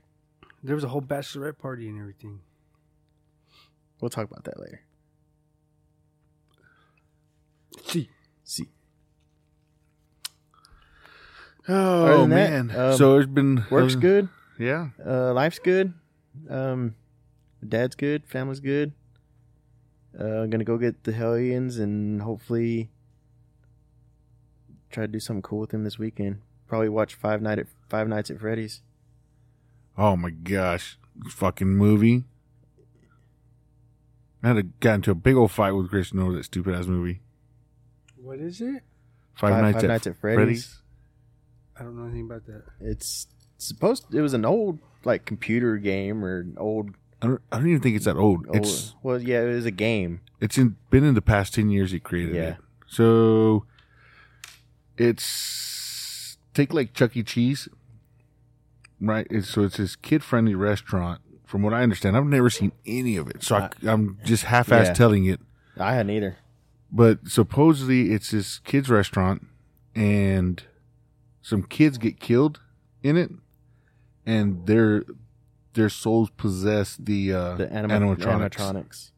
Speaker 1: there was a whole bachelorette party and everything.
Speaker 2: We'll talk about that later.
Speaker 1: See,
Speaker 2: See,
Speaker 3: Oh
Speaker 2: than that,
Speaker 3: man.
Speaker 2: um,
Speaker 3: so it's been
Speaker 2: works
Speaker 3: uh,
Speaker 2: good.
Speaker 3: Yeah.
Speaker 2: Uh, life's good. Um, dad's good. Family's good. Uh, I'm gonna go get the Hellions and hopefully try to do something cool with them this weekend. Probably watch Five Night at Five Nights at Freddy's.
Speaker 3: Oh my gosh, fucking movie. I had a, got into a big old fight with Christian over that stupid ass movie.
Speaker 1: what is it?
Speaker 3: Five,
Speaker 2: Five-
Speaker 3: Nights,
Speaker 2: Five
Speaker 3: at
Speaker 2: Nights at Freddy's.
Speaker 3: Freddy's.
Speaker 1: I don't know anything about that.
Speaker 2: It's supposed it was an old like computer game or an old,
Speaker 3: I don't, I don't even think it's that old.
Speaker 2: old
Speaker 3: It's
Speaker 2: well yeah it was a game.
Speaker 3: it's in, been in the past ten years he created
Speaker 2: Yeah.
Speaker 3: it. So it's take like Chuck E. Cheese, right? It's, so it's this kid friendly restaurant. From what I understand, I've never seen any of it, so I, am just half ass
Speaker 2: yeah.
Speaker 3: telling it.
Speaker 2: I hadn't either.
Speaker 3: but supposedly it's this kids restaurant and some kids get killed in it and their their souls possess the uh
Speaker 2: The anima-
Speaker 3: animatronics.
Speaker 2: animatronics.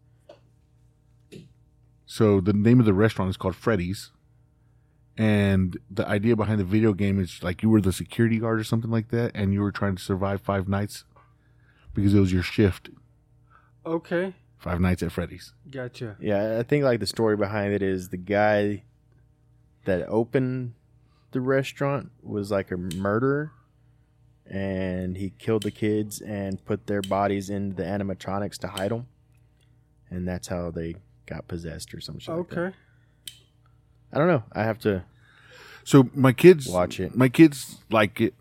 Speaker 3: so the name of the restaurant is called freddy's and the idea behind the video game is like you were the security guard or something like that and you were trying to survive five nights because it was your shift
Speaker 1: Okay,
Speaker 3: five nights at freddy's
Speaker 1: gotcha.
Speaker 2: Yeah, I think like the story behind it is the guy that opened the restaurant was like a murderer and he killed the kids and put their bodies in the animatronics to hide them. And that's how they got possessed or some shit. like that.
Speaker 1: Okay,
Speaker 2: I don't know. I have to
Speaker 3: So my kids
Speaker 2: Watch it.
Speaker 3: My kids like it.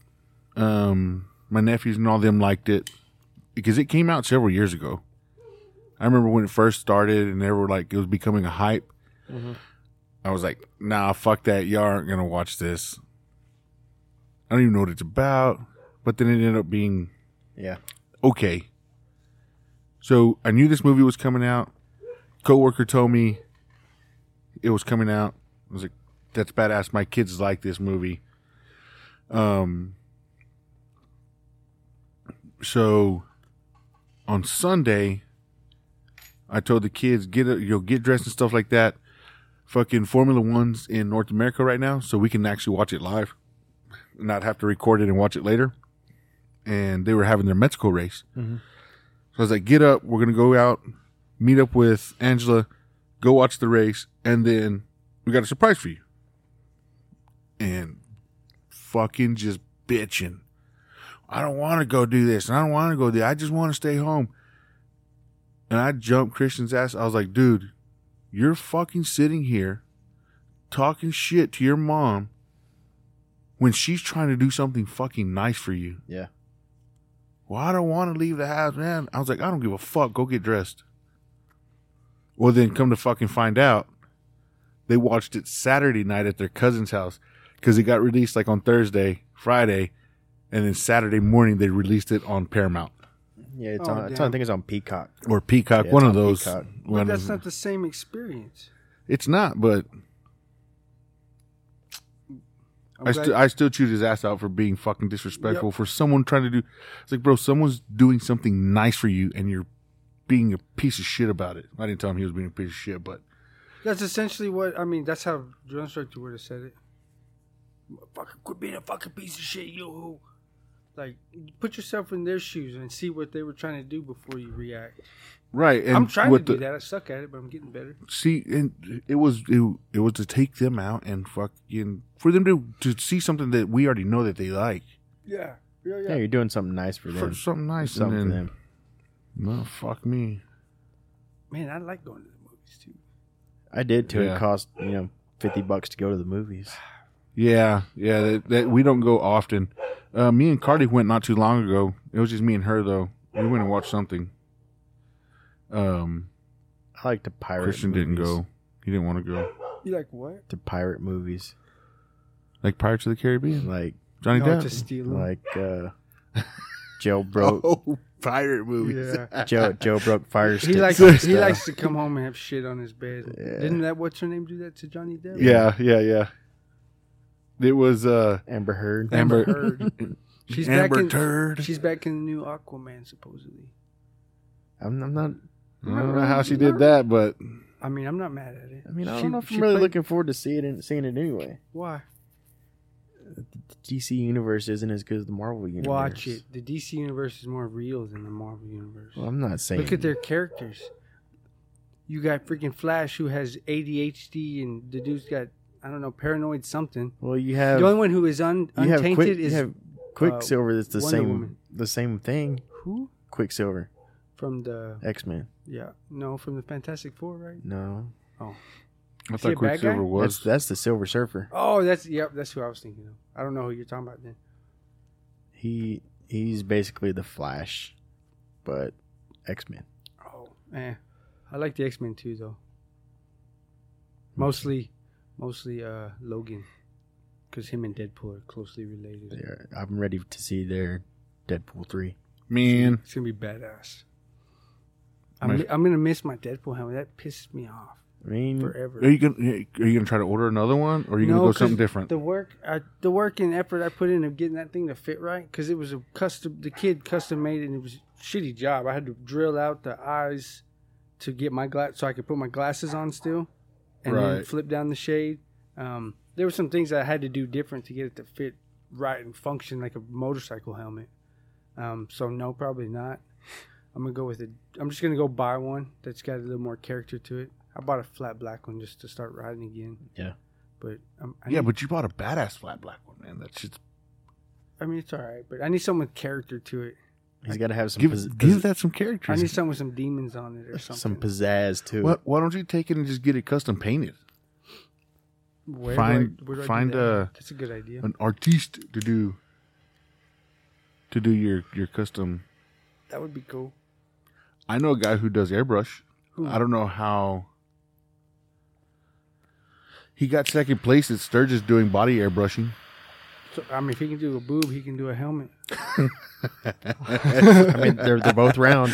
Speaker 3: Um, my nephews and all them liked it because it came out several years ago. I remember when it first started, and they were like, it was becoming a hype. I was like, nah, fuck that. Y'all aren't gonna watch this. I don't even know what it's about. But then it ended up being
Speaker 2: yeah.
Speaker 3: okay. So I knew this movie was coming out. Coworker told me it was coming out. I was like, "That's badass." My kids like this movie. Um. So, on Sunday, I told the kids get a, you know get dressed and stuff like that. Fucking Formula One's in North America right now, so we can actually watch it live, and not have to record it and watch it later and they were having their Mexico race. So I was like, get up, we're gonna go out, meet up with Angela, go watch the race, and then we got a surprise for you. And fucking just bitching. I don't want to go do this, and I don't want to go there. I just want to stay home. And I jumped Christian's ass. I was like, dude, you're fucking sitting here talking shit to your mom when she's trying to do something fucking nice for you.
Speaker 2: Yeah.
Speaker 3: Well, I don't want to leave the house, man. I was like, I don't give a fuck. Go get dressed. Well, then come to fucking find out, they watched it Saturday night at their cousin's house because it got released like on Thursday, Friday, and then Saturday morning they released it on Paramount
Speaker 2: Yeah, it's
Speaker 1: Oh,
Speaker 2: on, it's
Speaker 1: damn.
Speaker 2: on I think it's on Peacock.
Speaker 3: or Peacock,
Speaker 2: Yeah, it's
Speaker 3: one of
Speaker 2: on
Speaker 3: those.
Speaker 2: Peacock.
Speaker 1: but
Speaker 3: One
Speaker 1: that's
Speaker 3: of,
Speaker 1: not the same experience.
Speaker 3: it's not, but
Speaker 1: I'm
Speaker 3: I,
Speaker 1: glad-
Speaker 3: st- I still chewed his ass out for being fucking disrespectful for someone trying to do. It's like, bro, someone's doing something nice for you, and you're being a piece of shit about it. I didn't tell him he was being a piece of shit, but
Speaker 1: That's essentially what I mean. That's how drill instructor would have said it. Fucking quit being a fucking piece of shit, yo. Like, put yourself in their shoes and see what they were trying to do before you react.
Speaker 3: right. And
Speaker 1: I'm trying to
Speaker 3: with
Speaker 1: do
Speaker 3: the-
Speaker 1: that. I suck at it, but I'm getting better.
Speaker 3: see and it was it, it was to take them out and fucking for them to to see something that we already know that they like
Speaker 1: Yeah, yeah,
Speaker 2: Yeah, you're doing something nice for them.
Speaker 3: for something nice
Speaker 2: something for
Speaker 3: and then
Speaker 2: them.
Speaker 3: no fuck me
Speaker 1: Man, I like going to the movies too.
Speaker 2: I did too.
Speaker 3: Yeah.
Speaker 2: It cost, you know, 50 bucks to go to the movies.
Speaker 3: yeah yeah that, that we don't go often uh me and cardi went not too long ago it was just me and her though we went and watched something um
Speaker 2: I like to pirate
Speaker 3: christian didn't
Speaker 2: movies.
Speaker 3: go he didn't want to go
Speaker 1: You like what?
Speaker 2: To pirate movies.
Speaker 3: like pirates of the caribbean
Speaker 2: Like
Speaker 3: johnny
Speaker 1: No,
Speaker 3: depp
Speaker 1: to steal 'em.
Speaker 2: like uh jailbroke
Speaker 3: oh pirate movies.
Speaker 1: Yeah.
Speaker 2: Joe Joe broke fire
Speaker 1: He
Speaker 2: sticks.
Speaker 1: likes
Speaker 2: and
Speaker 1: he
Speaker 2: stuff.
Speaker 1: likes to come home and have shit on his bed.
Speaker 2: Yeah.
Speaker 1: Didn't that what's her name do that to Johnny Depp?
Speaker 3: Yeah, yeah, yeah. It was uh
Speaker 2: Amber Heard.
Speaker 1: Amber
Speaker 3: Amber-
Speaker 1: Heard. She's
Speaker 3: Amber
Speaker 1: back in
Speaker 3: Turd.
Speaker 1: she's back in the new Aquaman supposedly.
Speaker 2: I'm, I'm not.
Speaker 3: I don't know how she did that, but
Speaker 1: I mean, I'm not mad at it.
Speaker 2: I mean, I
Speaker 1: She-
Speaker 2: don't know if
Speaker 1: she
Speaker 2: I'm really
Speaker 1: played-
Speaker 2: looking forward to seeing it. Seeing it anyway.
Speaker 1: Why?
Speaker 2: The DC universe isn't as good as the Marvel universe.
Speaker 1: Watch it. The DC universe is more real than the Marvel universe.
Speaker 2: Well, I'm not saying.
Speaker 1: Look at their characters. You got freaking Flash who has ADHD, and the dude's got I don't know paranoid something.
Speaker 2: Well, you have
Speaker 1: the only one who is un,
Speaker 2: you have
Speaker 1: untainted is
Speaker 2: quick,
Speaker 1: uh,
Speaker 2: you have Quicksilver. that's the
Speaker 1: Wonder
Speaker 2: same
Speaker 1: Woman.
Speaker 2: the same thing.
Speaker 1: who
Speaker 2: Quicksilver,
Speaker 1: from the
Speaker 2: X Men.
Speaker 1: yeah no from the Fantastic Four, right?
Speaker 2: No,
Speaker 3: I
Speaker 1: he a
Speaker 3: thought
Speaker 1: bad guy?
Speaker 3: Quicksilver
Speaker 2: that's
Speaker 3: was.
Speaker 2: that's the Silver Surfer.
Speaker 1: Oh, that's yep, that's who I was thinking of. I don't know who you're talking about then.
Speaker 2: He he's basically the Flash, but X Men.
Speaker 1: Oh, eh. I like the X Men too, though. Mostly, mostly uh Logan, because him and Deadpool are closely related.
Speaker 2: I'm ready to see their Deadpool three.
Speaker 3: Man,
Speaker 1: It's gonna be badass. I'm,
Speaker 3: Nice.
Speaker 1: I'm gonna miss my Deadpool helmet. That pisses me off
Speaker 2: I mean,
Speaker 1: forever.
Speaker 3: are you gonna are you gonna try to order another one, or are you gonna
Speaker 1: No,
Speaker 3: go
Speaker 1: 'cause
Speaker 3: something different?
Speaker 1: The work, I, the work and effort I put into getting that thing to fit right, because it was a custom. The kid custom made it, and it was a shitty job. I had to drill out the eyes to get my glass, so I could put my glasses on still, and then
Speaker 3: Right.
Speaker 1: flip down the shade. Um, there were some things that I had to do different to get it to fit right and function like a motorcycle helmet. Um, so no, probably not. I'm gonna go with it. I'm just gonna go buy one that's got a little more character to it. I bought a flat black one just to start riding again.
Speaker 2: Yeah.
Speaker 1: But um, I
Speaker 3: yeah,
Speaker 1: need-
Speaker 3: but you bought a badass flat black one, man. That shit's
Speaker 1: I mean, it's all right, but I need someone with character to it.
Speaker 2: he's got to have some
Speaker 3: give
Speaker 2: pizz-
Speaker 3: give that some
Speaker 1: I need
Speaker 3: characters.
Speaker 1: someone with some demons on it or something.
Speaker 2: some pizzazz too.
Speaker 3: Why, why don't you take it and just get it custom painted?
Speaker 1: Where
Speaker 3: find-
Speaker 1: do I, where do I do
Speaker 3: find
Speaker 1: that?
Speaker 3: a-
Speaker 1: That's a good idea.
Speaker 3: An artiste to do to do your your custom.
Speaker 1: That would be cool.
Speaker 3: I know a guy who does airbrush.
Speaker 1: Who?
Speaker 3: I don't know how. He got second place at Sturgis doing body airbrushing.
Speaker 1: So, I mean, if he can do a boob, he can do a helmet.
Speaker 2: I mean, they're they're both round.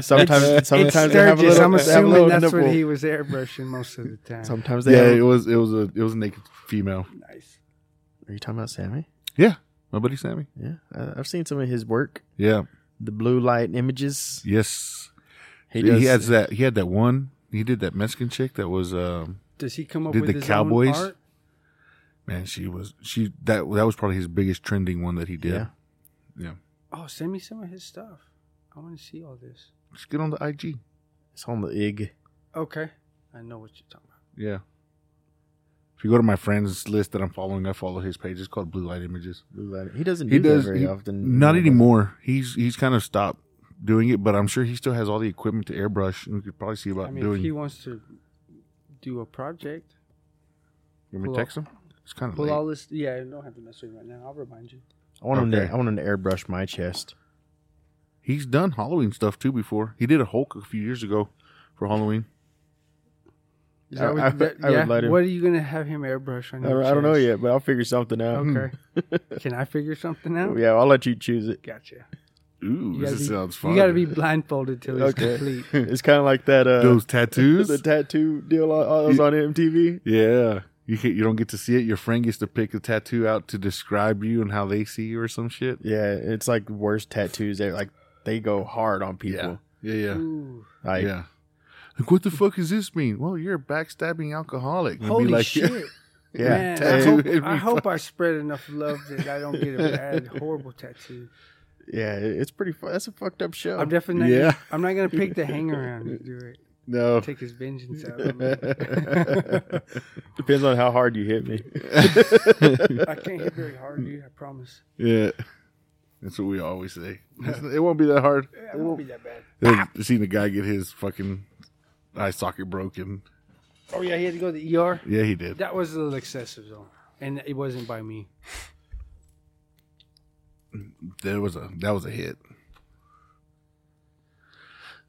Speaker 2: Sometimes sometimes
Speaker 1: It's
Speaker 2: they have
Speaker 1: Sturgis. I'm
Speaker 2: a little. they have a
Speaker 1: assuming
Speaker 2: little
Speaker 1: that's
Speaker 2: nipple.
Speaker 1: what he was airbrushing most of the time.
Speaker 2: Sometimes they.
Speaker 3: Yeah,
Speaker 2: have,
Speaker 3: it was it was a it was a naked female.
Speaker 1: nice.
Speaker 2: Are you talking about Sammy?
Speaker 3: Yeah, my buddy Sammy.
Speaker 2: Yeah, I, I've seen some of his work.
Speaker 3: Yeah,
Speaker 2: The blue light images.
Speaker 3: yes.
Speaker 2: He,
Speaker 3: He,
Speaker 2: does,
Speaker 3: has that. He had that one. He did that Mexican chick that was. um
Speaker 1: Does he come up
Speaker 3: Did
Speaker 1: with
Speaker 3: the
Speaker 1: his
Speaker 3: Cowboys?
Speaker 1: own art?
Speaker 3: Man, she was she that that was probably his biggest trending one that he did.
Speaker 2: Yeah.
Speaker 1: Oh, send me some of his stuff. I want to see all this.
Speaker 3: Just get on the IG.
Speaker 2: It's on the ig.
Speaker 1: Okay, I know what you're talking about.
Speaker 3: Yeah. If you go to my friends list that I'm following, I follow his page. It's called Blue Light Images.
Speaker 2: Blue light. He doesn't do
Speaker 3: He does
Speaker 2: that very
Speaker 3: he-
Speaker 2: often.
Speaker 3: Not
Speaker 2: He doesn't.
Speaker 3: anymore. He's he's kind of stopped doing it, but I'm sure he still has all the equipment to airbrush, and we could probably see about
Speaker 1: I mean,
Speaker 3: doing.
Speaker 1: if he wants to do a project,
Speaker 3: you want me
Speaker 1: pull
Speaker 3: to text him? It's kind of
Speaker 1: pull
Speaker 3: late.
Speaker 1: all this. Yeah, I don't have to mess with him right now. I'll remind you.
Speaker 2: I want him
Speaker 3: Okay.
Speaker 2: to. I want him to airbrush my chest.
Speaker 3: He's done Halloween stuff too before. He did a Hulk a few years ago for Halloween.
Speaker 1: Is
Speaker 2: I-
Speaker 1: that what-
Speaker 2: I would-
Speaker 1: that-
Speaker 2: I would
Speaker 1: yeah?
Speaker 2: let him.
Speaker 1: What are you gonna have him airbrush on?
Speaker 2: I
Speaker 1: your
Speaker 2: don't, I don't know
Speaker 1: chest?
Speaker 2: yet, but I'll figure something out.
Speaker 1: Okay. Can I figure something out?
Speaker 2: Yeah, I'll let you choose it.
Speaker 1: Gotcha.
Speaker 3: Ooh,
Speaker 1: gotta
Speaker 3: this
Speaker 1: be-
Speaker 3: sounds fun.
Speaker 1: You got to be blindfolded till it's
Speaker 2: Okay.
Speaker 1: complete.
Speaker 2: It's kind of like that. Uh,
Speaker 3: those tattoos.
Speaker 2: the tattoo deal on, on- was on MTV.
Speaker 3: yeah, you can, you don't get to see it. Your friend gets to pick a tattoo out to describe you and how they see you or some shit.
Speaker 2: Yeah, it's like worst tattoos. They like they go hard on people.
Speaker 3: Yeah, yeah,
Speaker 1: Ooh,
Speaker 2: Like
Speaker 3: yeah. Like, what the fuck does this mean? Well, you're a backstabbing alcoholic. It'd be
Speaker 1: holy
Speaker 3: like-
Speaker 1: shit!
Speaker 2: yeah,
Speaker 1: Man, I
Speaker 3: tattoo
Speaker 1: hope,
Speaker 3: would be
Speaker 1: I, hope I spread enough love that I don't get a bad, horrible tattoo.
Speaker 2: yeah, it- it's pretty. Fu- that's a fucked up show.
Speaker 1: I'm definitely. Not,
Speaker 3: Yeah.
Speaker 1: I'm not gonna pick the hang around to do it.
Speaker 3: No.
Speaker 1: Take his vengeance out. on me.
Speaker 2: Depends on how hard you hit me.
Speaker 1: I can't hit very hard, dude. I promise.
Speaker 3: yeah. That's what we always say. It won't be that hard.
Speaker 1: Yeah, it won't be that bad.
Speaker 3: I've seen the guy get his fucking eye socket broken.
Speaker 1: Oh yeah, he had to go to the ER.
Speaker 3: Yeah, he did.
Speaker 1: That was a little excessive though, and it wasn't by me.
Speaker 3: That was a that was a hit.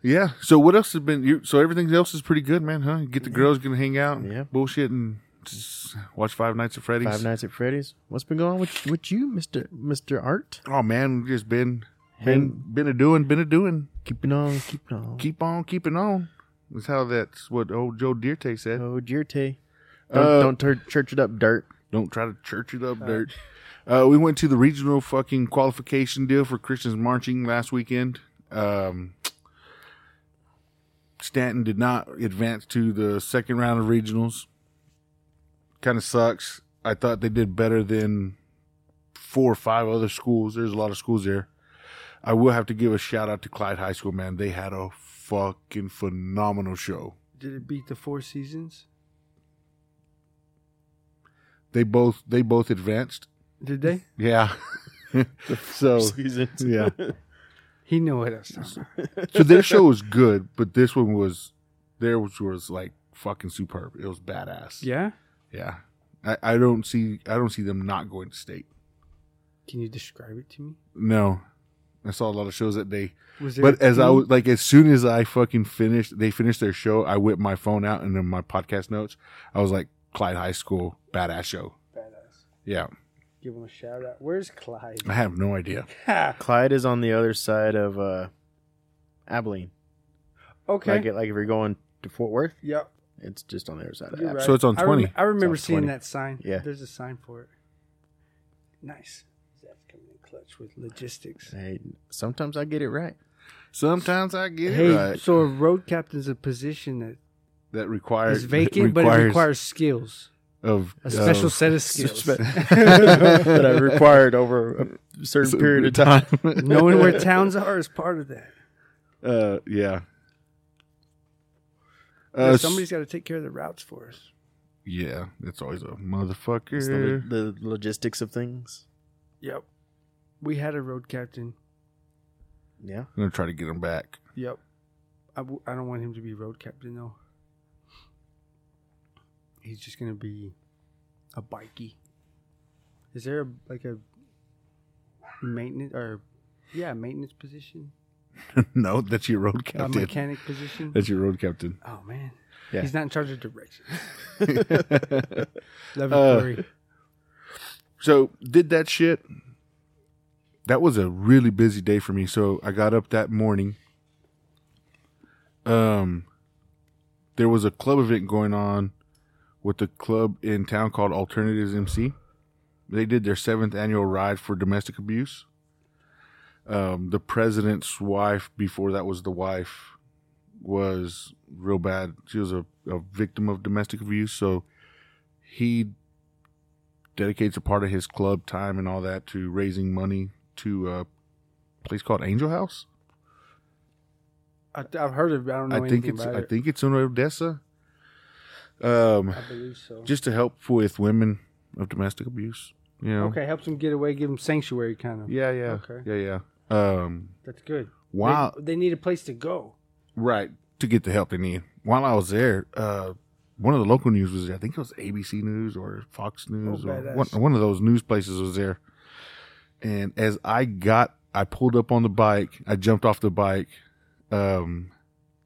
Speaker 3: Yeah. So what else has been you? So everything else is pretty good, man. Huh? You get the girls, gonna hang out,
Speaker 2: Yeah.
Speaker 3: bullshit, and just watch Five Nights at Freddy's.
Speaker 2: Five Nights at Freddy's. What's been going on with with you, Mister Mister Art?
Speaker 3: Oh man, we've just been Been been a doing, been a doing.
Speaker 2: Keeping on, keeping on.
Speaker 3: Keep on keeping on. That's how that's what old Joe Dierte said.
Speaker 2: Oh, Jirte. Don't,
Speaker 3: Uh,
Speaker 2: don't tur- church it up, dirt.
Speaker 3: Don't try to church it up, dirt. Uh, we went to the regional fucking qualification deal for Christians marching last weekend. Um, Stanton did not advance to the second round of regionals. Kind of sucks. I thought they did better than four or five other schools. There's a lot of schools there. I will have to give a shout out to Clyde High School, man. They had a fucking phenomenal show.
Speaker 1: Did it beat the Four Seasons?
Speaker 3: They both they both advanced.
Speaker 1: Did they?
Speaker 3: Yeah. so
Speaker 2: Seasons.
Speaker 3: oh, yeah.
Speaker 1: He knew what I was talking about.
Speaker 3: so their show was good, but this one was there was, was like fucking superb. It was badass.
Speaker 1: Yeah?
Speaker 3: yeah. I, I don't see I don't see them not going to state.
Speaker 1: Can you describe it to me?
Speaker 3: No, I saw a lot of shows that day.
Speaker 1: Was
Speaker 3: But
Speaker 1: a
Speaker 3: as I
Speaker 1: team?
Speaker 3: was like, as soon as I fucking finished, they finished their show. I whipped my phone out and then my podcast notes. I was like, Clyde High School badass show.
Speaker 1: Badass.
Speaker 3: Yeah,
Speaker 1: Give him a shout out. Where's Clyde?
Speaker 3: I have no idea.
Speaker 1: Ha!
Speaker 2: Clyde is on the other side of uh, Abilene.
Speaker 1: okay.
Speaker 2: Like, it, like if you're going to Fort Worth,
Speaker 1: Yep.
Speaker 2: it's just on the other side of
Speaker 1: You're
Speaker 2: Abilene.
Speaker 1: right.
Speaker 3: So it's on
Speaker 1: I rem-
Speaker 3: twenty.
Speaker 1: I remember
Speaker 2: It's on
Speaker 1: seeing
Speaker 2: 20.
Speaker 1: that sign.
Speaker 2: Yeah.
Speaker 1: There's a sign for it. Nice. Zach's coming in clutch with logistics.
Speaker 2: Hey, sometimes I get it right.
Speaker 3: Sometimes I get
Speaker 1: Hey,
Speaker 3: it right.
Speaker 1: so a road captain's a position that
Speaker 3: That requires
Speaker 1: is vacant, but it requires skills.
Speaker 3: of
Speaker 1: A special
Speaker 3: of-
Speaker 1: set of skills.
Speaker 2: that I required over a certain period of time.
Speaker 1: Knowing where towns are is part of that.
Speaker 3: Uh, yeah.
Speaker 1: Yeah,
Speaker 3: Uh, s-
Speaker 1: somebody's got to take care of the routes for us.
Speaker 3: yeah, it's always a
Speaker 2: It's the,
Speaker 3: motherfucker.
Speaker 2: the logistics of things.
Speaker 1: Yep. We had a road captain.
Speaker 2: Yeah.
Speaker 3: I'm gonna try to get him back.
Speaker 1: Yep. I, w- I don't want him to be road captain though. He's just gonna be a bikey. Is there a, like a maintenance or yeah maintenance position,
Speaker 3: no, that's your road
Speaker 1: a
Speaker 3: captain.
Speaker 1: mechanic position?
Speaker 3: That's your road captain.
Speaker 1: Oh man,
Speaker 2: Yeah.
Speaker 1: he's not in charge of direction.
Speaker 3: Uh,
Speaker 1: Love
Speaker 3: so did that shit. That was a really busy day for me. So I got up that morning. Um, there was a club event going on with a club in town called Alternatives MC. They did their seventh annual ride for domestic abuse. Um, the president's wife, before that was the wife, was real bad. She was a, a victim of domestic abuse. So he dedicates a part of his club time and all that to raising money to uh, a place called Angel House.
Speaker 1: I, I've heard of. it, I don't know
Speaker 3: I think
Speaker 1: anything
Speaker 3: it's
Speaker 1: about
Speaker 3: I
Speaker 1: it.
Speaker 3: think it's in Odessa. Um,
Speaker 1: I believe so.
Speaker 3: just to help with women of domestic abuse. You know.
Speaker 1: okay, helps him get away, give him sanctuary, kind of.
Speaker 3: Yeah, yeah,
Speaker 1: Okay.
Speaker 3: yeah, yeah. Um,
Speaker 1: That's good.
Speaker 3: while
Speaker 1: They, they need a place to go.
Speaker 3: right to get the help they need. While I was there, uh, one of the local news was there. I think it was ABC News or Fox News or
Speaker 1: badass.
Speaker 3: one, one of those news places was there. And as I got, I pulled up on the bike. I jumped off the bike. Um,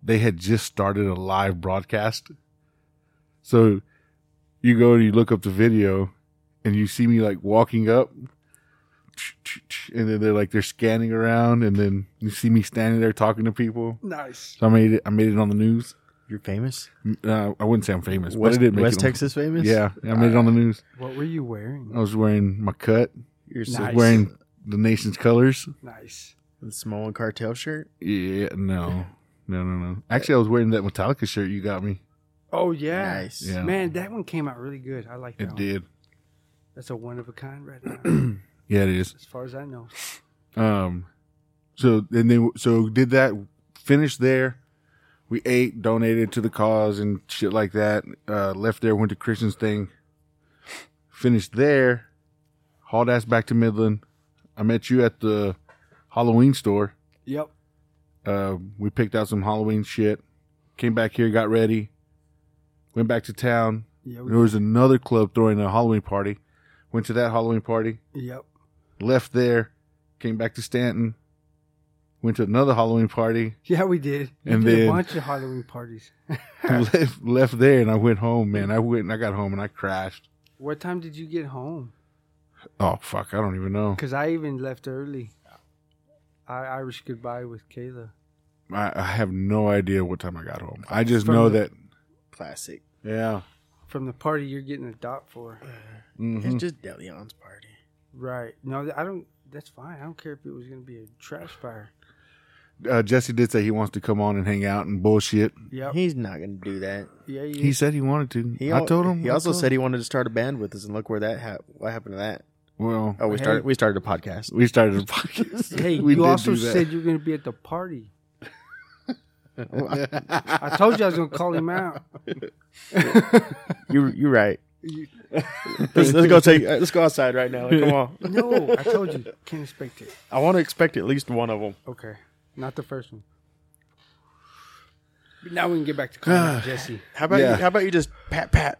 Speaker 3: they had just started a live broadcast. So you go and you look up the video and you see me like walking up and then they're like, they're scanning around and then you see me standing there talking to people.
Speaker 1: Nice.
Speaker 3: So I made it. I made it on the news.
Speaker 2: You're famous?
Speaker 3: M- Uh, I wouldn't say I'm famous, but I
Speaker 2: West,
Speaker 3: did make
Speaker 2: West
Speaker 3: it. on-
Speaker 2: Texas famous? Ah.
Speaker 3: Yeah, I made it on the news.
Speaker 1: What were you wearing?
Speaker 3: I was wearing my cut.
Speaker 2: You're
Speaker 3: I was
Speaker 2: so
Speaker 1: Nice.
Speaker 3: Wearing the nation's colors.
Speaker 1: Nice.
Speaker 2: the Samoan cartel shirt?
Speaker 3: Yeah, no, no, no, no. Actually, I was wearing that Metallica shirt you got me.
Speaker 1: Oh yeah.
Speaker 2: Nice.
Speaker 3: Yeah.
Speaker 1: Man, that one came out really good. I like that
Speaker 3: It
Speaker 1: one.
Speaker 3: did.
Speaker 1: That's a one of a kind right now,
Speaker 3: Yeah, it is.
Speaker 1: as far as I know.
Speaker 3: Um, so then they so did that. Finished there. We ate, donated to the cause and shit like that. Uh, left there, went to Christian's thing. Finished there, hauled ass back to Midland. I met you at the Halloween store.
Speaker 1: Yep.
Speaker 3: Uh, we picked out some Halloween shit. Came back here, got ready. Went back to town.
Speaker 1: Yeah.
Speaker 3: There was another club throwing a Halloween party. Went to that Halloween party
Speaker 1: yep.
Speaker 3: left there, came back to Stanton, went to another Halloween party,
Speaker 1: Yeah, we did. We
Speaker 3: And
Speaker 1: did
Speaker 3: then-
Speaker 1: a bunch of Halloween parties.
Speaker 3: left, left there, and I went home. Man, I went and I got home and I crashed.
Speaker 1: What time did you get home?
Speaker 3: Oh fuck, I don't even know.
Speaker 1: Because I even left early. I Irish goodbye with Kayla.
Speaker 3: I, I have no idea what time I got home. I just
Speaker 1: From
Speaker 3: know
Speaker 1: the-
Speaker 3: that.
Speaker 2: Classic.
Speaker 3: Yeah.
Speaker 1: From the party you're getting a dot for.
Speaker 3: hmm
Speaker 2: It's just Deleon's party.
Speaker 1: Right. No, I don't. That's fine. I don't care if it was going to be a trash fire.
Speaker 3: Uh, Jesse did say he wants to come on and hang out and bullshit.
Speaker 1: Yep.
Speaker 2: He's not gonna do that.
Speaker 1: Yeah, yeah.
Speaker 3: He said he wanted to.
Speaker 2: He
Speaker 3: I
Speaker 2: al-
Speaker 3: told him.
Speaker 2: He
Speaker 3: I
Speaker 2: also
Speaker 3: told
Speaker 2: said
Speaker 3: him.
Speaker 2: he wanted to start a band with us, and look where that ha- what happened to that.
Speaker 3: Well,
Speaker 2: Oh, we
Speaker 1: Hey.
Speaker 2: started. We started a podcast.
Speaker 3: we started a podcast.
Speaker 1: Hey,
Speaker 3: we
Speaker 1: you
Speaker 3: did
Speaker 1: also
Speaker 3: do that.
Speaker 1: said you're going to be at the party. I told you I was going to call him out.
Speaker 2: You you're right. let's, let's go take. uh, Let's go outside right now. Like, come on.
Speaker 1: No, I told you. Can't expect it.
Speaker 2: I want to expect at least one of them.
Speaker 1: Okay. Not the first one. But now we can get back to calling Jesse.
Speaker 2: How about
Speaker 3: Yeah.
Speaker 2: you, how about you just pat pat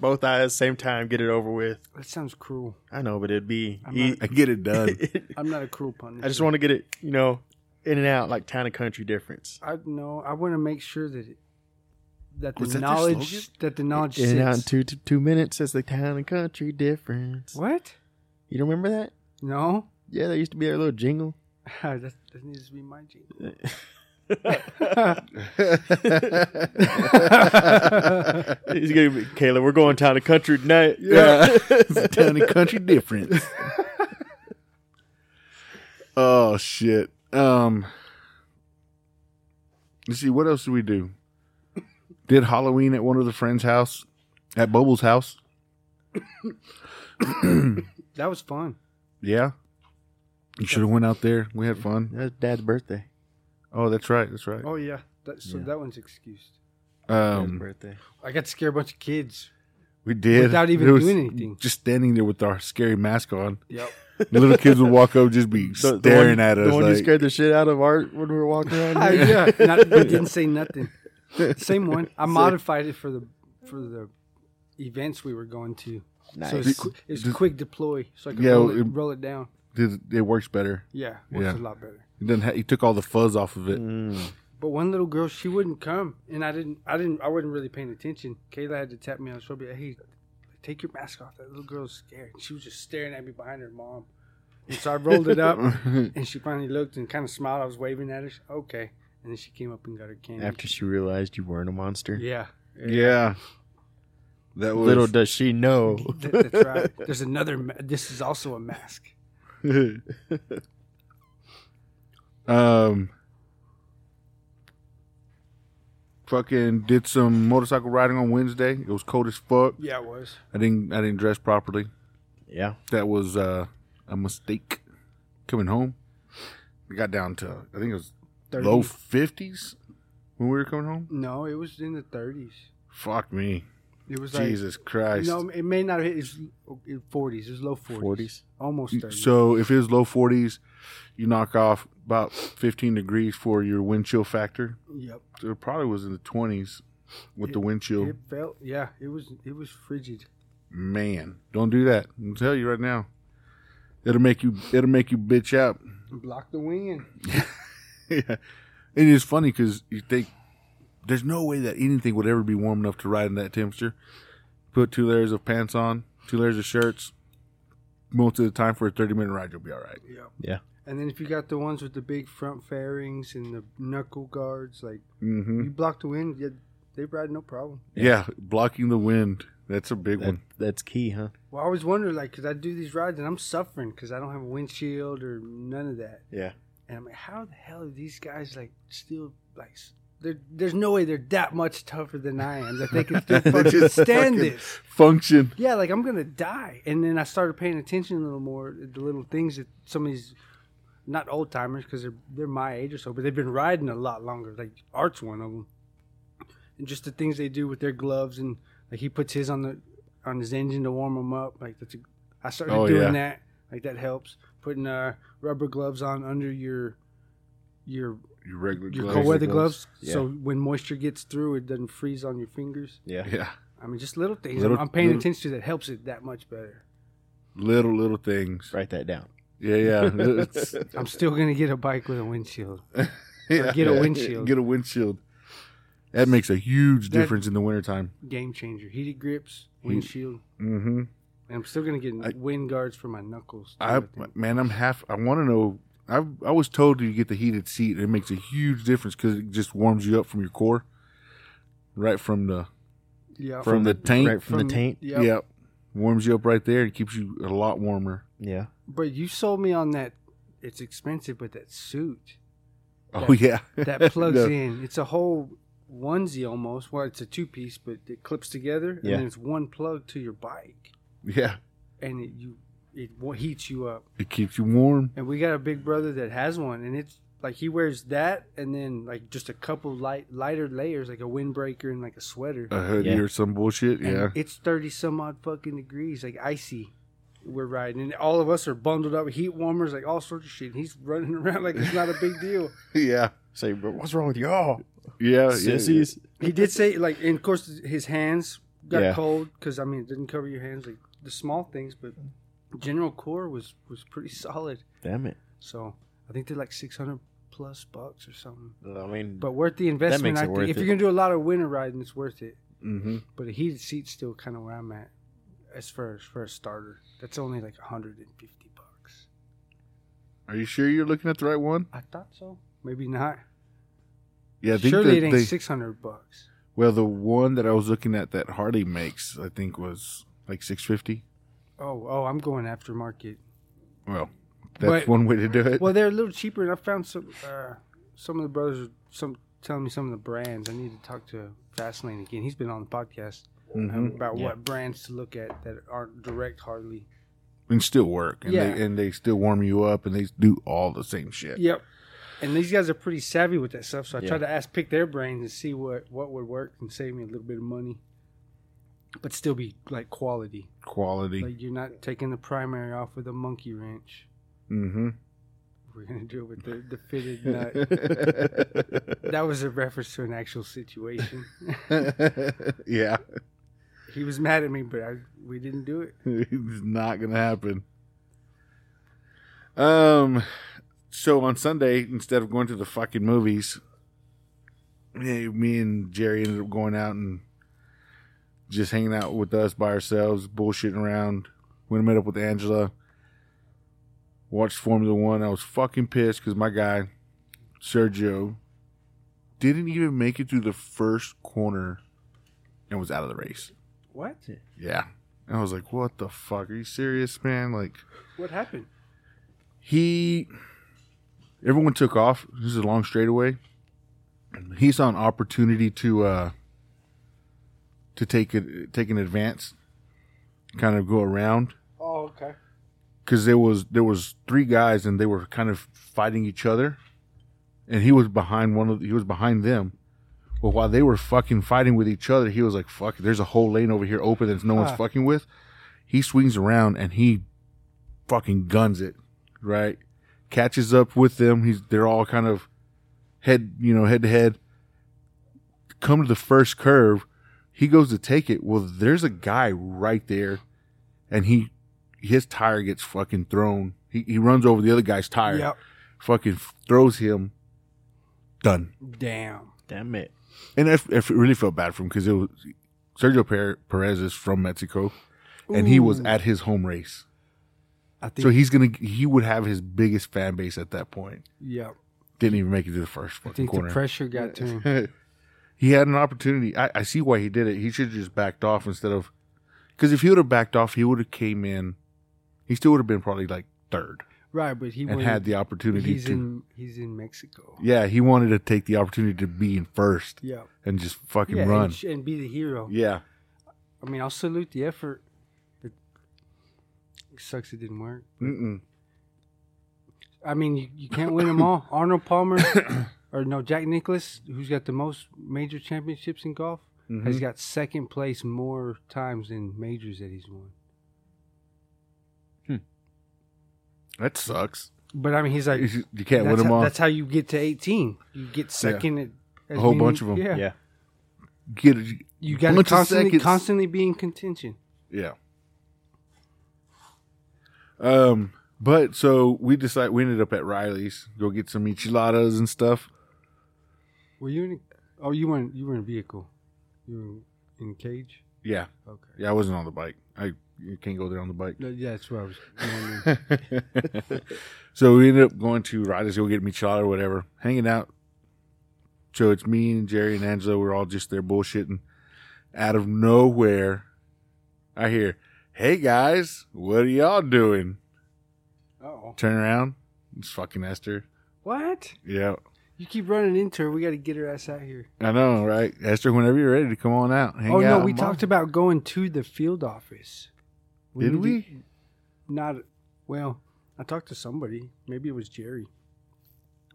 Speaker 2: both eyes same time, get it over with.
Speaker 1: That sounds cruel.
Speaker 2: I know, but it'd be.
Speaker 1: I'm
Speaker 2: e-
Speaker 3: I get it done.
Speaker 1: I'm not a cruel pun.
Speaker 2: I just want to get it. You know, in and out like town and country difference.
Speaker 1: I no. I want to make sure that it, that the
Speaker 3: Was that their
Speaker 1: knowledge
Speaker 3: slogan?
Speaker 1: that the knowledge
Speaker 2: In and out in
Speaker 1: sits.
Speaker 2: two, two two minutes is the town and country difference.
Speaker 1: What?
Speaker 2: You don't remember that?
Speaker 1: No.
Speaker 2: Yeah, that used to be our little jingle.
Speaker 1: that, that needs to be my jingle.
Speaker 2: He's gonna be Kayla. We're going town and country tonight.
Speaker 3: Yeah. it's a town and country difference. oh shit. Um Let's see, what else did we do? Did Halloween at one of the friends' house at Bubble's house.
Speaker 1: That was fun.
Speaker 3: Yeah. You should have went out there. We had fun.
Speaker 2: That's Dad's birthday.
Speaker 3: Oh, that's right. That's right.
Speaker 1: Oh yeah. That, so that one's excused.
Speaker 2: Dad's
Speaker 3: Um,
Speaker 2: birthday.
Speaker 1: I got to scare a bunch of kids.
Speaker 3: we did
Speaker 1: Without even
Speaker 3: There was-
Speaker 1: doing anything.
Speaker 3: Just standing there with our scary mask on.
Speaker 1: Yep.
Speaker 3: The little kids would walk over, just be staring
Speaker 2: one,
Speaker 3: at us.
Speaker 2: The one you
Speaker 3: like,
Speaker 2: scared the shit out of Art when we were walking around.
Speaker 1: I,
Speaker 2: here.
Speaker 1: Uh, yeah. Not, they didn't say nothing. Same one. I modified it for the for the events we were going to. So
Speaker 2: nice.
Speaker 1: it's, qu- it's quick deploy, so I can
Speaker 3: Yeah,
Speaker 1: roll, it,
Speaker 3: it-
Speaker 1: roll it down.
Speaker 3: Dude, it works better.
Speaker 1: Yeah, works
Speaker 3: Yeah.
Speaker 1: a lot better.
Speaker 3: It doesn't ha- he took all the fuzz off of it.
Speaker 2: Mm.
Speaker 1: But one little girl, she wouldn't come, and I didn't, I didn't, I wasn't really paying attention. Kayla had to tap me on the shoulder, be like, "Hey, take your mask off. That little girl's scared." She was just staring at me behind her mom, and so I rolled it up, and she finally looked and kind of smiled. I was waving at her, She- okay, and then she came up and got her candy.
Speaker 2: After she realized you weren't a monster,
Speaker 1: yeah,
Speaker 3: Yeah. That was
Speaker 2: little does she know.
Speaker 1: that, that's right. There's another. Ma- this is also a mask.
Speaker 3: um fucking did some motorcycle riding on Wednesday. It was cold as fuck.
Speaker 1: Yeah, it was.
Speaker 3: I didn't I didn't dress properly.
Speaker 2: yeah,
Speaker 3: That was uh, a mistake. Coming home. We got down to I think it was
Speaker 1: 30.
Speaker 3: low fifties when we were coming home.
Speaker 1: No, it was in the 30s.
Speaker 3: Fuck me.
Speaker 1: It was like
Speaker 3: Jesus Christ.
Speaker 1: No, it may not. It was in forties. It was low forties,
Speaker 2: forties.
Speaker 1: almost thirty.
Speaker 3: Mm, So if it was low forties, you knock off about fifteen degrees for your wind chill factor.
Speaker 1: yep,
Speaker 3: So it probably was in the twenties with the wind chill.
Speaker 1: it felt. Yeah, it was. It was frigid.
Speaker 3: Man, don't do that. I'm tell you right now, it'll make you it'll make you bitch out.
Speaker 1: Block the wind.
Speaker 3: yeah. It is funny because you think there's no way that anything would ever be warm enough to ride in that temperature. Put two layers of pants on, two layers of shirts. Most of the time for a thirty minute ride, you'll be all right.
Speaker 1: Yeah.
Speaker 2: Yeah.
Speaker 1: And then if you got the ones with the big front fairings and the knuckle guards, like
Speaker 3: Mm-hmm.
Speaker 1: you block the wind, yeah, they ride no problem.
Speaker 3: Yeah. blocking the wind. That's a big
Speaker 2: That,
Speaker 3: one.
Speaker 2: that's key, huh?
Speaker 1: Well, I always wonder, like, because I do these rides and I'm suffering because I don't have a windshield or none of that,
Speaker 2: Yeah.
Speaker 1: and I'm like, how the hell are these guys like still like? s- there- There's no way they're that much tougher than I am that they can still fucking
Speaker 3: Just
Speaker 1: stand
Speaker 3: fucking-
Speaker 1: this.
Speaker 3: Function.
Speaker 1: yeah, like I'm gonna die. And then I started paying attention a little more to the little things that some of these, not old timers because they're they're my age or so, but they've been riding a lot longer. Like Art's one of them, and just the things they do with their gloves and like he puts his on the on his engine to warm them up. Like that's a, I started
Speaker 3: Oh,
Speaker 1: doing
Speaker 3: yeah.
Speaker 1: that. Like that helps. Putting uh, rubber gloves on under your your
Speaker 3: Your regular
Speaker 1: your
Speaker 3: gloves.
Speaker 1: cold weather gloves,
Speaker 2: gloves.
Speaker 1: so when moisture gets through, it doesn't freeze on your fingers.
Speaker 2: Yeah.
Speaker 3: Yeah.
Speaker 1: I mean, just little things.
Speaker 3: Little-
Speaker 1: I'm, I'm paying
Speaker 3: little-
Speaker 1: attention to that helps it that much better.
Speaker 3: Little little things.
Speaker 2: Write that down.
Speaker 3: Yeah, yeah. It's-
Speaker 1: I'm still gonna get a bike with a windshield.
Speaker 3: yeah.
Speaker 1: get a windshield.
Speaker 3: Get a windshield. That makes a huge
Speaker 1: That-
Speaker 3: difference in the wintertime.
Speaker 1: Game changer. Heated grips, windshield,
Speaker 3: Mm-hmm.
Speaker 1: and I'm still gonna get
Speaker 3: I-
Speaker 1: wind guards for my knuckles. too,
Speaker 3: I
Speaker 1: think.
Speaker 3: man, I'm half I wanna know I've, I was told you get the heated seat, and it makes a huge difference because it just warms you up from your core, right from the
Speaker 1: Yeah.
Speaker 3: from the taint.
Speaker 2: right from, the taint.
Speaker 1: Yeah.
Speaker 3: Yep. warms you up right there and keeps you a lot warmer.
Speaker 2: Yeah.
Speaker 1: But you sold me on that. It's expensive, but that suit
Speaker 3: Oh yeah,
Speaker 1: that plugs
Speaker 3: No.
Speaker 1: in. It's a whole onesie almost. Well, it's a two piece, but it clips together, and
Speaker 2: Yeah.
Speaker 1: then it's one plug to your bike,
Speaker 3: Yeah,
Speaker 1: and it you it wa- heats you up.
Speaker 3: it keeps you warm.
Speaker 1: And we got a big brother that has one, and it's like he wears that, and then like just a couple light lighter layers, like a windbreaker and like a sweater.
Speaker 3: A hoodie
Speaker 2: Yeah.
Speaker 3: or some bullshit.
Speaker 1: And
Speaker 3: Uh, Yeah,
Speaker 1: It's 30 some odd fucking degrees, like icy. We're riding, and all of us are bundled up, with heat warmers, like all sorts of shit. And he's running around like it's not a big deal.
Speaker 3: yeah,
Speaker 2: Say, but what's wrong with y'all, Uh,
Speaker 3: yeah, yeah,
Speaker 2: sissies?
Speaker 1: He did say, like, and of course, his hands got
Speaker 2: Yeah.
Speaker 1: cold because I mean, it didn't cover your hands, like the small things, but general core was was pretty solid.
Speaker 2: Damn it.
Speaker 1: So I think they're like 600 plus bucks or something,
Speaker 2: I mean,
Speaker 1: but worth the investment.
Speaker 2: makes
Speaker 1: I
Speaker 2: it
Speaker 1: think
Speaker 2: worth
Speaker 1: if
Speaker 2: it.
Speaker 1: you're gonna do a lot of winter riding, it's worth it.
Speaker 3: Mm-hmm.
Speaker 1: But a heated seat's still kind of where I'm at as for as for a starter. That's only like 150 bucks.
Speaker 3: Are you sure you're looking at the right one?
Speaker 1: I thought so. Maybe not.
Speaker 3: Yeah, I think
Speaker 1: Surely
Speaker 3: that
Speaker 1: it ain't
Speaker 3: they-
Speaker 1: 600 bucks.
Speaker 3: Well, the one that I was looking at that Harley makes, I think, was like six fifty.
Speaker 1: Oh, oh, I'm going aftermarket.
Speaker 3: Well, that's
Speaker 1: But-
Speaker 3: one way to do it.
Speaker 1: Well, they're a little cheaper, and I found some uh, some of the brothers are some telling me some of the brands. I need to talk to Fastlane again. He's been on the podcast um,
Speaker 3: Mhm.
Speaker 1: about
Speaker 2: Yeah.
Speaker 1: what brands to look at that aren't direct Harley.
Speaker 3: and still work, and
Speaker 1: Yeah.
Speaker 3: they and they still warm you up, and they do all the same shit.
Speaker 1: Yep. And these guys are pretty savvy with that stuff, so I
Speaker 2: Yeah.
Speaker 1: tried to ask pick their brains and see what what would work and save me a little bit of money, but still be like quality.
Speaker 3: Quality.
Speaker 1: Like you're not taking the primary off with a monkey wrench.
Speaker 3: mm-hmm.
Speaker 1: We're gonna do it with the, the fitted nut. that was a reference to an actual situation.
Speaker 3: yeah,
Speaker 1: he was mad at me, but I, we didn't do it.
Speaker 3: it's not gonna happen. Um, so on Sunday, instead of going to the fucking movies, eh, me and Jerry ended up going out and just hanging out with us by ourselves, bullshitting around. Went and met up with Angela. Watched Formula One. I was fucking pissed because my guy Sergio didn't even make it through the first corner and was out of the race.
Speaker 1: What?
Speaker 3: Yeah. And I was like, what the fuck? Are you serious, man? Like,
Speaker 1: What happened?
Speaker 3: he. Everyone took off. This is a long straightaway. He saw an opportunity to uh, to take it take an advance, kind of go around
Speaker 1: Oh, okay.
Speaker 3: because there was there was three guys and they were kind of fighting each other, and he was behind one of he was behind them. Well, while they were fucking fighting with each other, he was like, "Fuck, there's a whole lane over here open that no one's
Speaker 1: Huh.
Speaker 3: fucking with." He swings around and he fucking guns it, right? Catches up with them. He's they're all kind of head you know head to head. Come to the first curve, he goes to take it. Well, there's a guy right there, and he his tire gets fucking thrown. He, he runs over the other guy's tire,
Speaker 1: Yep.
Speaker 3: fucking throws him. Done.
Speaker 1: Damn.
Speaker 2: damn it.
Speaker 3: And I, f- I f- really felt bad for him because it was Sergio Per- Perez is from Mexico, and he was
Speaker 1: Ooh.
Speaker 3: at his home race,
Speaker 1: I think.
Speaker 3: so he's gonna he would have his biggest fan base at that point.
Speaker 1: yep.
Speaker 3: Didn't even make it to the first
Speaker 1: I
Speaker 3: fucking
Speaker 1: think
Speaker 3: corner.
Speaker 1: the pressure got to him.
Speaker 3: he had an opportunity. I, I see why he did it. He should have just backed off instead of because if he would have backed off, he would have came in. He still would have been probably like third
Speaker 1: Right, but he
Speaker 3: and
Speaker 1: went-
Speaker 3: had the opportunity
Speaker 1: He's
Speaker 3: to.
Speaker 1: in. He's in Mexico.
Speaker 3: yeah, he wanted to take the opportunity to be in first
Speaker 1: Yep.
Speaker 3: and just fucking
Speaker 1: Yeah.
Speaker 3: run.
Speaker 1: And, sh- and be the hero.
Speaker 3: yeah,
Speaker 1: I mean, I'll salute the effort. It sucks it didn't work.
Speaker 3: Mm-mm.
Speaker 1: I mean, you, you can't win them all. Arnold Palmer, or no, Jack Nicklaus, who's got the most major championships in golf,
Speaker 3: Mm-hmm.
Speaker 1: has got second place more times than majors that he's won.
Speaker 3: Mm-hmm. that sucks.
Speaker 1: But I mean, he's like,
Speaker 3: You you can't win
Speaker 1: that's
Speaker 3: them
Speaker 1: how,
Speaker 3: all.
Speaker 1: That's how you get to 18. You get second at as
Speaker 3: A whole
Speaker 1: many-
Speaker 3: bunch of 'em.
Speaker 1: Yeah.
Speaker 2: Yeah.
Speaker 3: Get a
Speaker 1: You got to
Speaker 3: bunch of
Speaker 1: constantly,
Speaker 3: seconds.
Speaker 1: constantly be in contention.
Speaker 3: Yeah. Um, but so we decided we ended up at Riley's, go get some enchiladas and stuff.
Speaker 1: Were you in? A, oh, you were in, you were in a vehicle. You were in, in a cage.
Speaker 3: Yeah.
Speaker 1: Okay.
Speaker 3: Yeah, I wasn't on the bike. I you can't go there on the bike.
Speaker 1: No, yeah, that's what I was.
Speaker 3: so we ended up going to Riders go get Michelada or whatever, hanging out. So it's me and Jerry and Angelo. We're all just there bullshitting. Out of nowhere, I hear, "Hey guys, what are y'all doing?"
Speaker 1: Oh,
Speaker 3: Turn around. It's fucking Esther.
Speaker 1: what?
Speaker 3: Yeah,
Speaker 1: You keep running into her. We got to get her ass out here.
Speaker 3: I know, right? Esther, whenever you're ready to come on out, hang
Speaker 1: oh
Speaker 3: out.
Speaker 1: no, we
Speaker 3: I'm
Speaker 1: talked
Speaker 3: on.
Speaker 1: about going to the field office.
Speaker 3: Did
Speaker 1: need to-
Speaker 3: we?
Speaker 1: not well. I talked to somebody. Maybe it was Jerry.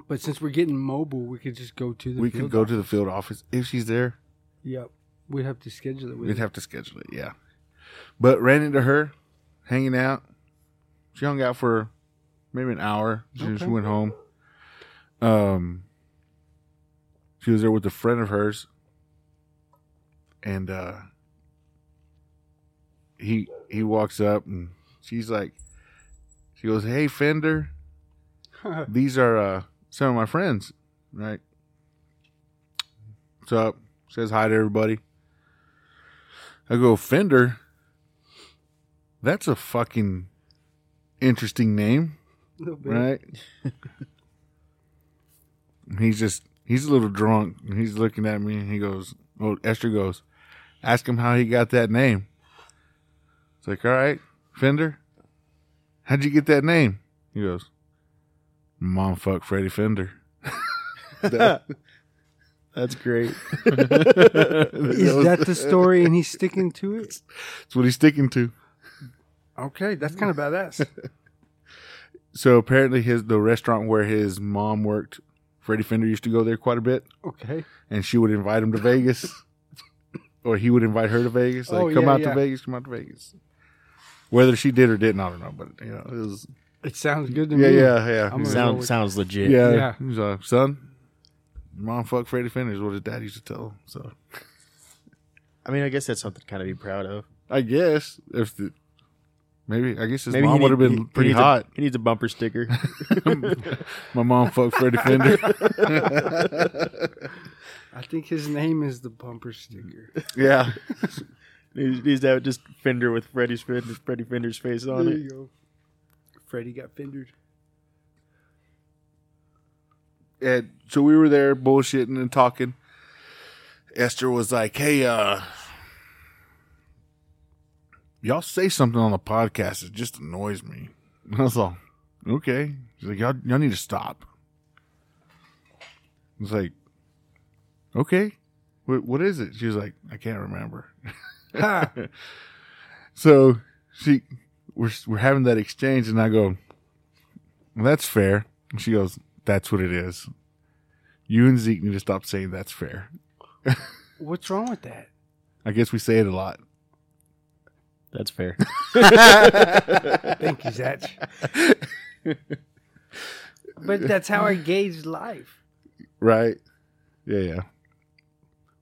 Speaker 1: But since we're getting mobile, we could just go to the.
Speaker 3: We
Speaker 1: field
Speaker 3: could go to the field office if she's there.
Speaker 1: Yep. We'd have to schedule it. With
Speaker 3: We'd have to schedule it, yeah. But ran into her, hanging out. She hung out for maybe an hour. She just
Speaker 1: Okay.
Speaker 3: went home. Um, she was there with a friend of hers, and uh, he he walks up and she's like, she goes, "Hey, Fender." these are uh, some of my friends, right? What's up? Says hi to everybody. I go, Fender. That's a fucking interesting name,
Speaker 1: little bit.
Speaker 3: right? he's just, he's a little drunk. and He's looking at me and he goes, Well, Esther goes, ask him how he got that name. It's like, All right, Fender, how'd you get that name? He goes, Mom fuck Freddie Fender.
Speaker 2: That's great.
Speaker 1: Is that the story? And he's sticking to it.
Speaker 3: That's what he's sticking to.
Speaker 1: Okay, that's kind of badass.
Speaker 3: So apparently, his the restaurant where his mom worked, Freddie Fender used to go there quite a bit,
Speaker 1: Okay.
Speaker 3: and she would invite him to Vegas, or he would invite her to Vegas. Like,
Speaker 1: Oh,
Speaker 3: come
Speaker 1: yeah,
Speaker 3: out
Speaker 1: yeah.
Speaker 3: to Vegas, come out to Vegas. Whether she did or didn't, I don't know, but you know, it was
Speaker 1: It sounds good to
Speaker 3: yeah,
Speaker 1: me.
Speaker 3: yeah, yeah.
Speaker 1: I'm gonna go
Speaker 2: Sound,
Speaker 1: with-
Speaker 2: sounds legit.
Speaker 3: yeah,
Speaker 1: Yeah.
Speaker 3: He was like, son, your mom fucked Freddie Fender is what his dad used to tell him. So
Speaker 2: I mean, I guess that's something to kind of be proud of.
Speaker 3: I guess if the maybe I guess his
Speaker 2: he
Speaker 3: mom would have
Speaker 2: need-
Speaker 3: been
Speaker 2: he- he
Speaker 3: pretty
Speaker 2: needs a-
Speaker 3: hot.
Speaker 2: he needs a bumper sticker.
Speaker 3: My mom fucked Freddie Fender.
Speaker 1: I think his name is the bumper sticker.
Speaker 3: yeah.
Speaker 2: He's, he's that just Fender with Freddie's Fender, Freddie Fender's face on
Speaker 1: there
Speaker 2: it.
Speaker 1: you go. Freddie got fingered.
Speaker 3: and so we were there bullshitting and talking. Esther was like, "Hey, uh, y'all say something on the podcast that just annoys me." And I was like, "Okay." She's like, "Y'all, y'all need to stop." I was like, "Okay, what, what is it?" She was like, "I can't remember."
Speaker 1: Ha!
Speaker 3: So she, we're we're having that exchange, and I go, well, "That's fair." And she goes, "That's what it is." You and Zeke need to stop saying that's fair.
Speaker 1: What's wrong with that?
Speaker 3: I guess we say it a lot.
Speaker 2: That's fair.
Speaker 1: Thank you, Zach. but that's how I gauge life.
Speaker 3: Right? Yeah, yeah.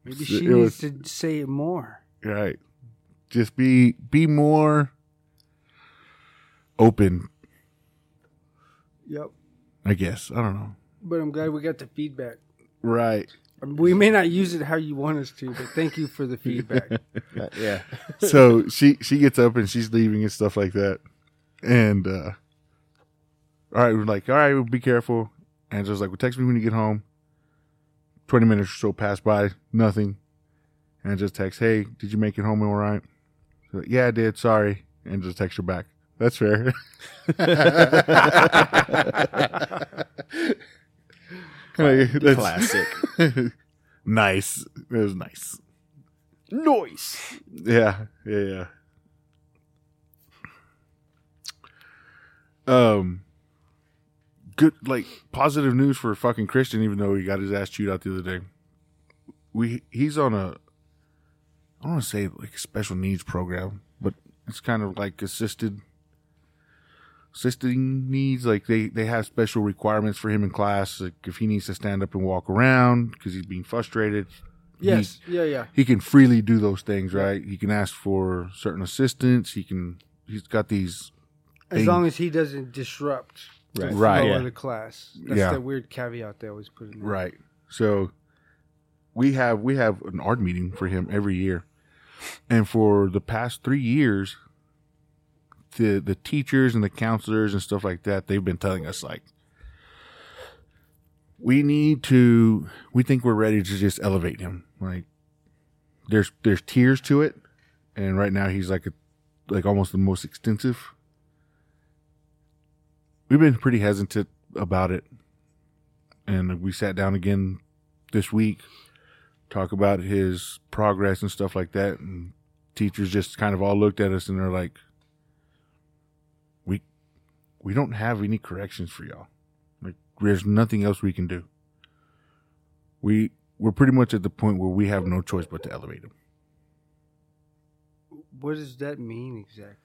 Speaker 1: Maybe
Speaker 3: It
Speaker 1: she
Speaker 3: was-
Speaker 1: needs to say it more.
Speaker 3: Right. Just be be more open,
Speaker 1: Yep.
Speaker 3: I guess. I don't know.
Speaker 1: But I'm glad we got the feedback.
Speaker 3: Right.
Speaker 1: I mean, We may not use it how you want us to, but thank you for the feedback.
Speaker 2: Uh, yeah.
Speaker 3: so she she gets up and she's leaving and stuff like that. And uh all right, we're like, all right, well, be careful. Angela's like, well, text me when you get home. Twenty minutes or so pass by, nothing. And just text, hey, did you make it home all right? She's like, yeah, I did. Sorry. And just text her back. That's fair. Like, that's-
Speaker 2: Classic.
Speaker 3: nice. It was nice.
Speaker 2: Noise.
Speaker 3: Yeah, yeah, yeah. Um, good, like positive news for fucking Christian, even though he got his ass chewed out the other day. We he's on a, I don't want to say like a special needs program, but it's kind of like assisted, assisting needs. Like they they have special requirements for him in class. Like if he needs to stand up and walk around because he's being frustrated, he
Speaker 1: Yes. Yeah, yeah.
Speaker 3: he can freely do those things, right? He can ask for certain assistance. He can. He's got these.
Speaker 1: As
Speaker 3: Thing.
Speaker 1: long as he doesn't disrupt the
Speaker 2: Right.
Speaker 1: flow
Speaker 3: Right,
Speaker 1: of
Speaker 2: yeah.
Speaker 1: the class. That's
Speaker 3: Yeah.
Speaker 1: that weird caveat they always put in there.
Speaker 3: Right. So we have we have an art meeting for him every year, And for the past three years, the the teachers and the counselors and stuff like that, they've been telling us like we need to we think we're ready to just elevate him. Like there's there's tiers to it. And right now he's like a, like almost the most extensive. We've been pretty hesitant about it. And we sat down again this week, talk about his progress and stuff like that. And teachers just kind of all looked at us and they're like, we we don't have any corrections for y'all. Like there's nothing else we can do. We we're pretty much at the point where we have no choice but to elevate him.
Speaker 1: What does that mean exactly?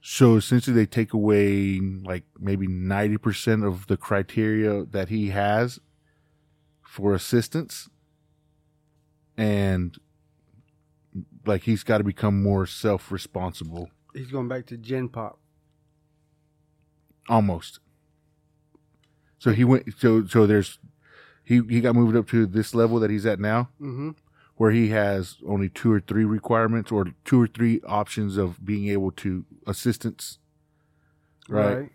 Speaker 3: So essentially they take away like maybe 90% of the criteria that he has for assistance and like he's got to become more self-responsible
Speaker 1: He's going back to Gen Pop.
Speaker 3: almost. So he went. So so there's he he got moved up to this level that he's at now,
Speaker 1: Mm-hmm.
Speaker 3: where he has only two or three requirements or two or three options of being able to assistance. Right.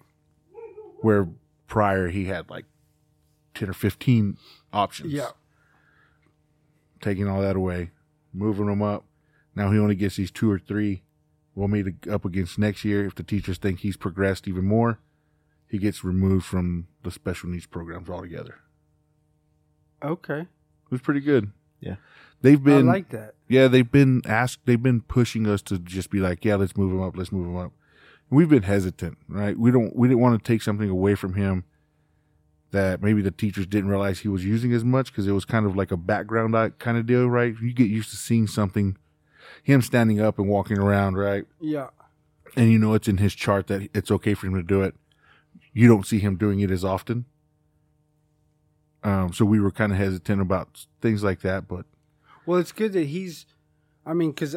Speaker 3: Where prior he had like ten or fifteen options.
Speaker 1: Yeah.
Speaker 3: Taking all that away, moving him up. Now he only gets these two or three. We'll meet up against next year if the teachers think he's progressed even more. He gets removed from the special needs programs altogether.
Speaker 1: Okay.
Speaker 3: It was pretty good.
Speaker 2: Yeah.
Speaker 3: They've been
Speaker 1: I like that.
Speaker 3: yeah, they've been asked they've been pushing us to just be like, yeah, let's move him up, let's move him up. We've been hesitant, right? We don't we didn't want to take something away from him that maybe the teachers didn't realize he was using as much because it was kind of like a background like, kind of deal, right? You get used to seeing something him standing up and walking around, right?
Speaker 1: Yeah.
Speaker 3: And you know it's in his chart that it's okay for him to do it. You don't see him doing it as often. Um, so we were kind of hesitant about things like that, but
Speaker 1: Well, it's good that he's. I mean, because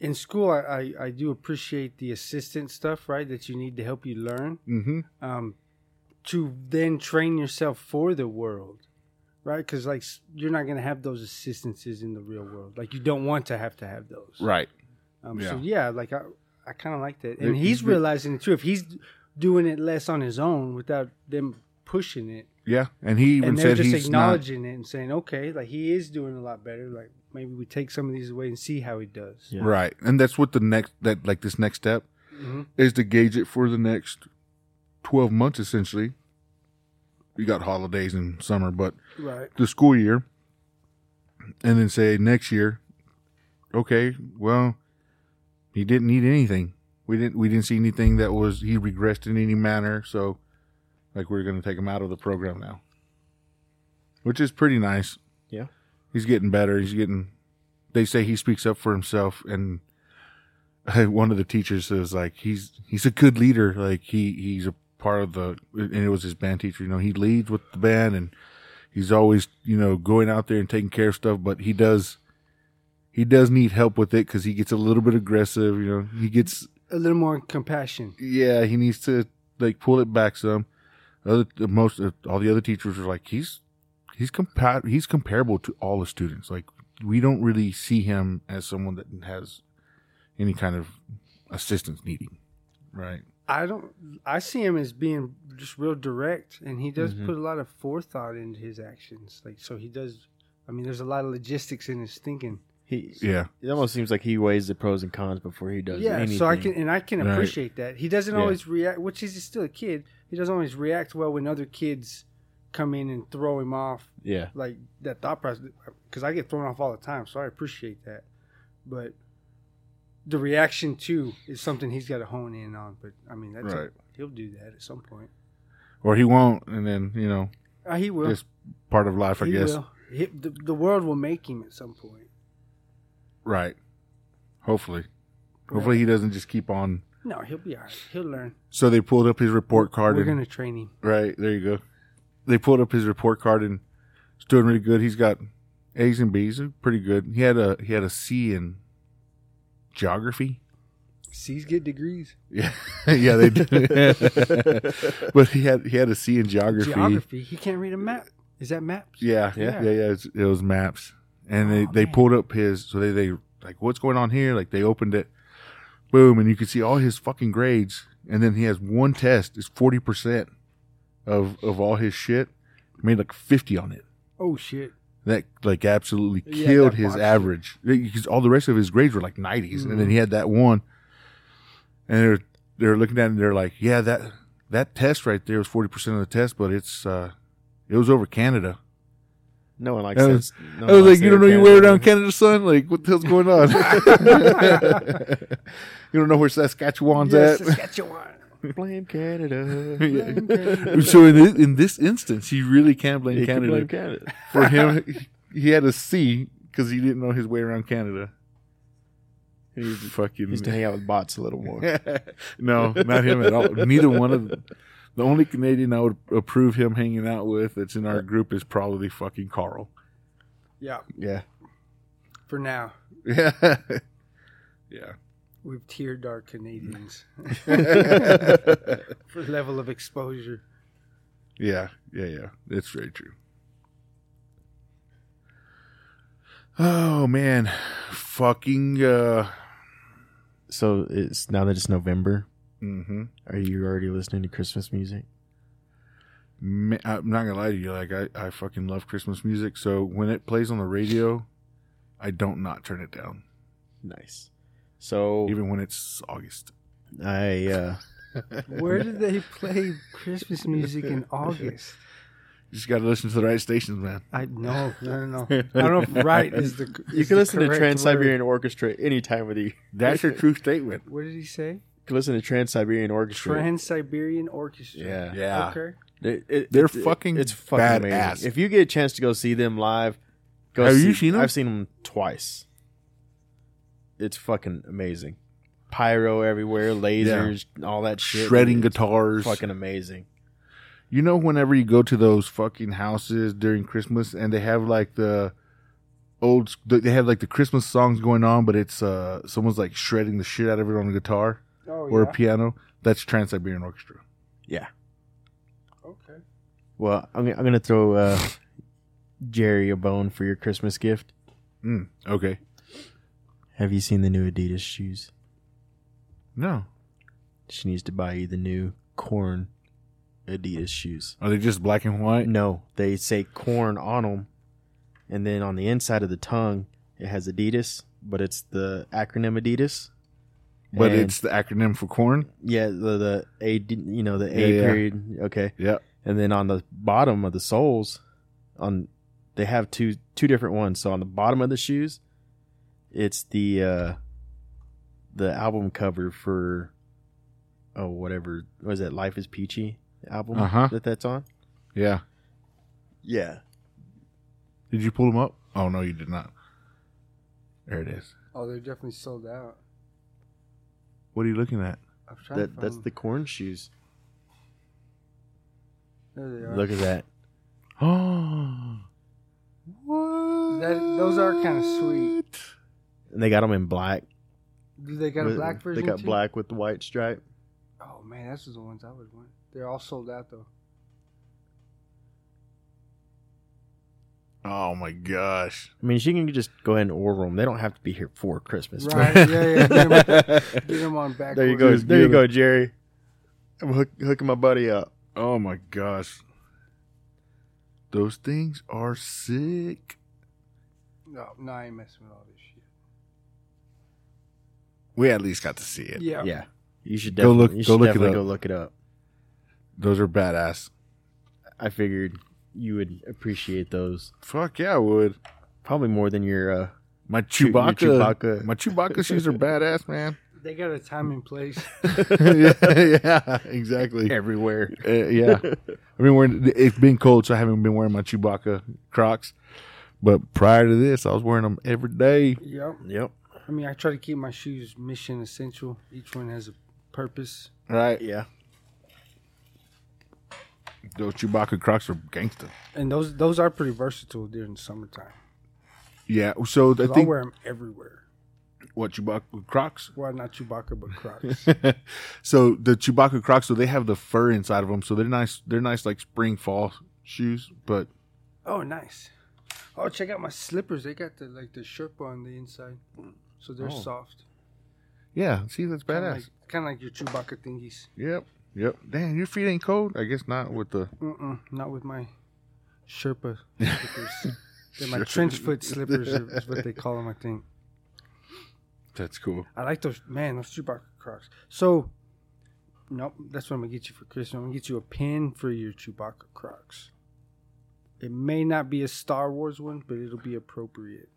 Speaker 1: in school, I, I I do appreciate the assistant stuff, right? That you need to help you learn.
Speaker 3: mm-hmm.
Speaker 1: um, to then train yourself for the world, right? Because like s- you're not gonna have those assistances in the real world. Like you don't want to have to have those.
Speaker 3: right.
Speaker 1: Um, So
Speaker 3: Yeah.
Speaker 1: yeah, like I, I kind of like that,
Speaker 3: There-
Speaker 1: and he's
Speaker 3: he's been-
Speaker 1: realizing it too. If he's doing it less on his own without them pushing it,
Speaker 3: Yeah, and he even
Speaker 1: and they're
Speaker 3: said
Speaker 1: just
Speaker 3: he's not.
Speaker 1: acknowledging it and saying, okay, like he is doing a lot better. Like maybe we take some of these away and see how he does.
Speaker 2: Yeah.
Speaker 3: Right, and that's what the next that like this next step
Speaker 1: Mhm.
Speaker 3: is to gauge it for the next twelve months. Essentially, you got holidays and summer, but
Speaker 1: Right.
Speaker 3: the school year, and then say next year. Okay, well, he didn't need anything. We didn't. We didn't see anything that was he regressed in any manner. So, like, we're going to take him out of the program now, which is pretty nice.
Speaker 2: Yeah.
Speaker 3: he's getting better. He's getting. They say he speaks up for himself, and one of the teachers says like he's he's a good leader. Like he he's a part of the and it was his band teacher. You know, he leads with the band and he's always you know going out there and taking care of stuff but he does he does need help with it because he gets a little bit aggressive you know he gets
Speaker 1: A little more compassion.
Speaker 3: yeah he needs to like pull it back some other most of all the other teachers are like he's he's compa- he's comparable to all the students like we don't really see him as someone that has any kind of assistance needing right
Speaker 1: I don't. I see him as being just real direct, and he does
Speaker 3: Mm-hmm.
Speaker 2: Mhm.
Speaker 1: put a lot of forethought into his actions. Like so, he does. I mean, there's a lot of logistics in his thinking.
Speaker 2: He
Speaker 3: yeah
Speaker 2: it almost seems like he weighs the pros and cons before he does.
Speaker 1: yeah,
Speaker 2: anything.
Speaker 1: so I can and I can
Speaker 3: Right.
Speaker 1: appreciate that. He doesn't
Speaker 2: Yeah.
Speaker 1: always react, which is he's still a kid. He doesn't always react well when other kids come in and throw him off
Speaker 2: Yeah,
Speaker 1: like that thought process. Because I get thrown off all the time, so I appreciate that. But the reaction too is something he's got to hone in on. But I mean, that's
Speaker 3: Right.
Speaker 1: he'll do that at some point.
Speaker 3: or he won't and then you know
Speaker 1: Uh, he will.
Speaker 3: just part of life i
Speaker 1: He
Speaker 3: guess
Speaker 1: will. He- the, the world will make him at some point.
Speaker 3: right hopefully Hopefully he doesn't just keep on.
Speaker 1: No, he'll be all right. He'll learn.
Speaker 3: So they pulled up his report card.
Speaker 1: We're
Speaker 3: And,
Speaker 1: going to train him.
Speaker 3: Right there, you go. They pulled up his report card and it's doing really good. He's got A's and B's, they're pretty good. He had a he had a C in geography.
Speaker 1: C's get degrees.
Speaker 3: Yeah, yeah, they do. but he had he had a C in geography.
Speaker 1: Geography. He can't read a map. Is that maps?
Speaker 3: Yeah,
Speaker 2: Yeah.
Speaker 3: yeah, yeah. it's, it was maps, and they,
Speaker 1: Oh,
Speaker 3: they
Speaker 1: man.
Speaker 3: pulled up his. So they they like what's going on here? Like they opened it, boom, and you can see all his fucking grades. And then he has one test. It's forty percent of of all his shit. Made like fifty on it.
Speaker 1: Oh shit.
Speaker 3: That like absolutely
Speaker 1: Yeah,
Speaker 3: killed
Speaker 1: that
Speaker 3: his
Speaker 1: box.
Speaker 3: average. Because all the rest of his grades were like 90s and
Speaker 1: Mm.
Speaker 3: then he had that one. And they're they're looking at it and they're like, yeah, that that test right there was forty percent of the test, but it's uh it was over Canada.
Speaker 2: No one likes
Speaker 3: I
Speaker 2: that.
Speaker 3: was- I was like, you don't know your way around Canada, son. Like, what the hell's going on? you don't know where Saskatchewan's
Speaker 1: Yes,
Speaker 3: at.
Speaker 1: Saskatchewan.
Speaker 2: Blame Canada.
Speaker 3: Yeah. so in this, in this instance, he really can blame
Speaker 2: You can
Speaker 3: Canada.
Speaker 2: blame Canada.
Speaker 3: For him, he had a C because he didn't know his way around Canada.
Speaker 2: He needs to- he
Speaker 3: Fucking
Speaker 2: needs to hang out with bots a little more.
Speaker 3: no, not him at all. Neither one of them. The only Canadian I would approve him hanging out with that's in our group is probably fucking Carl.
Speaker 1: Yeah,
Speaker 2: Yeah.
Speaker 1: for now.
Speaker 3: Yeah. yeah.
Speaker 1: We've tiered our Canadians
Speaker 3: yeah,
Speaker 1: for level of exposure.
Speaker 3: yeah, yeah. That's very true. Oh man, fucking. uh
Speaker 2: So it's now that it's November.
Speaker 3: mm-hmm.
Speaker 2: Are you already listening to Christmas music?
Speaker 3: Ma- I'm not gonna lie to you. Like I, I fucking love Christmas music. So when it plays on the radio, I don't not turn it down,
Speaker 2: Nice. So
Speaker 3: even when it's August.
Speaker 2: I uh,
Speaker 1: Where did they play Christmas music in August?
Speaker 3: You just gotta listen to the right stations, man.
Speaker 1: I no, no, no, no. I don't know if right is the. Is
Speaker 2: you
Speaker 1: the
Speaker 2: can listen to
Speaker 1: correct
Speaker 2: Trans
Speaker 1: word.
Speaker 2: Siberian Orchestra any time of the year.
Speaker 3: That's your true statement.
Speaker 1: What did he say?
Speaker 2: You can listen to Trans Siberian Orchestra.
Speaker 1: Trans Siberian Orchestra.
Speaker 2: yeah.
Speaker 3: Yeah.
Speaker 1: Okay.
Speaker 2: It- it-
Speaker 3: They're
Speaker 2: it- it-
Speaker 3: fucking
Speaker 2: It's fucking
Speaker 3: badass.
Speaker 2: amazing. If you get a chance to go see them live, go
Speaker 3: Have
Speaker 2: see,
Speaker 3: you seen 'em?
Speaker 2: I've seen them twice. It's fucking amazing. Pyro everywhere, lasers, all that shit.
Speaker 3: Shredding
Speaker 2: It's
Speaker 3: guitars.
Speaker 2: Fucking amazing.
Speaker 3: You know, whenever you go to those fucking houses during Christmas and they have like the old, they have like the Christmas songs going on, but it's uh someone's like shredding the shit out of it on a guitar
Speaker 1: Oh
Speaker 3: or
Speaker 1: yeah.
Speaker 3: a piano. That's Trans Siberian Orchestra.
Speaker 1: okay.
Speaker 2: Well, I'm, gonna- I'm gonna throw uh, Jerry a bone for your Christmas gift.
Speaker 3: Mm, okay.
Speaker 2: Have you seen the new Adidas shoes?
Speaker 3: No.
Speaker 2: She needs to buy you the new corn Adidas shoes.
Speaker 3: Are they just black and white?
Speaker 2: No, they say corn on them, and then on the inside of the tongue it has Adidas, but it's the acronym Adidas.
Speaker 3: But
Speaker 2: And-
Speaker 3: it's the acronym for corn.
Speaker 2: yeah, the the a D- you know the a
Speaker 3: Yeah, yeah.
Speaker 2: period. Okay,
Speaker 3: Yep.
Speaker 2: and then on the bottom of the soles, on they have two two different ones. So on the bottom of the shoes, it's the uh the album cover for oh whatever was that Life Is Peachy album
Speaker 3: Uh-huh.
Speaker 2: that that's on.
Speaker 3: Yeah.
Speaker 2: Yeah,
Speaker 3: Did you pull them up? Oh no, you did not. There it is.
Speaker 1: Oh, they're definitely sold out.
Speaker 3: What are you looking at?
Speaker 1: I'm trying to
Speaker 2: that
Speaker 1: find
Speaker 2: that's
Speaker 1: them.
Speaker 2: the corn shoes.
Speaker 1: There they are.
Speaker 2: Look at that.
Speaker 3: Oh. What?
Speaker 1: That- those are kinda sweet.
Speaker 2: And they got them in black.
Speaker 1: Do they got a
Speaker 2: With-
Speaker 1: black version?
Speaker 2: They got
Speaker 1: too?
Speaker 2: black with the white stripe.
Speaker 1: Oh man, that's the ones I would want. They're all sold out though.
Speaker 3: Oh my gosh.
Speaker 2: I mean, she can just go ahead and order them. They don't have to be here for Christmas.
Speaker 1: Right? yeah, yeah. Get them,
Speaker 2: there
Speaker 1: on back.
Speaker 2: you
Speaker 1: order.
Speaker 2: go.
Speaker 3: Just
Speaker 2: There
Speaker 3: get
Speaker 2: you go, Jerry. I'm hook, hooking my buddy up.
Speaker 3: Oh my gosh. Those things are sick.
Speaker 1: No, no, I ain't messing with all this shit.
Speaker 3: We at least got to see it.
Speaker 1: Yeah.
Speaker 2: Yeah, you should
Speaker 3: Go
Speaker 2: definitely
Speaker 3: look-
Speaker 2: You
Speaker 3: go
Speaker 2: should
Speaker 3: look it
Speaker 2: definitely
Speaker 3: up.
Speaker 2: go look it up.
Speaker 3: Those are badass.
Speaker 2: I figured you would appreciate those
Speaker 3: Fuck yeah, I would.
Speaker 2: probably more than your. uh
Speaker 3: My
Speaker 2: Your
Speaker 3: Chewbacca,
Speaker 2: Chewbacca.
Speaker 3: my Chewbacca shoes are badass, man.
Speaker 1: They got a time and place.
Speaker 3: yeah, yeah, exactly.
Speaker 2: Everywhere.
Speaker 3: Uh, yeah, I mean, wearing it's been cold, so I haven't been wearing my Chewbacca Crocs. But prior to this, I was wearing them every day.
Speaker 1: yep.
Speaker 2: Yep.
Speaker 1: I mean, I try to keep my shoes mission essential. Each one has a purpose.
Speaker 3: Right,
Speaker 2: Yeah.
Speaker 3: those Chewbacca Crocs are gangster.
Speaker 1: And those those are pretty versatile during the summertime.
Speaker 3: Yeah, so I
Speaker 1: 'Cause I
Speaker 3: think
Speaker 1: wear them everywhere.
Speaker 3: what Chewbacca Crocs.
Speaker 1: Well, not Chewbacca, but Crocs.
Speaker 3: so the Chewbacca Crocs, so they have the fur inside of them, so they're nice. They're nice, like spring fall shoes, but
Speaker 1: oh, nice. Oh, check out my slippers. They got the like the Sherpa on the inside, so they're
Speaker 3: Oh.
Speaker 1: soft.
Speaker 3: Yeah, see, that's badass.
Speaker 1: Kind of like your Chewbacca thingies.
Speaker 3: Yep, yep. Damn, your feet ain't cold? I guess not with the.
Speaker 1: Mm-mm, not with my Sherpa slippers. They're my trench foot slippers is what they call them, I think.
Speaker 3: That's cool.
Speaker 1: I like those, man, those Chewbacca Crocs. So, nope, that's what I'm going to get you for Christmas. I'm going to get you a pin for your Chewbacca Crocs. It may not be a Star Wars one, but it'll be appropriate.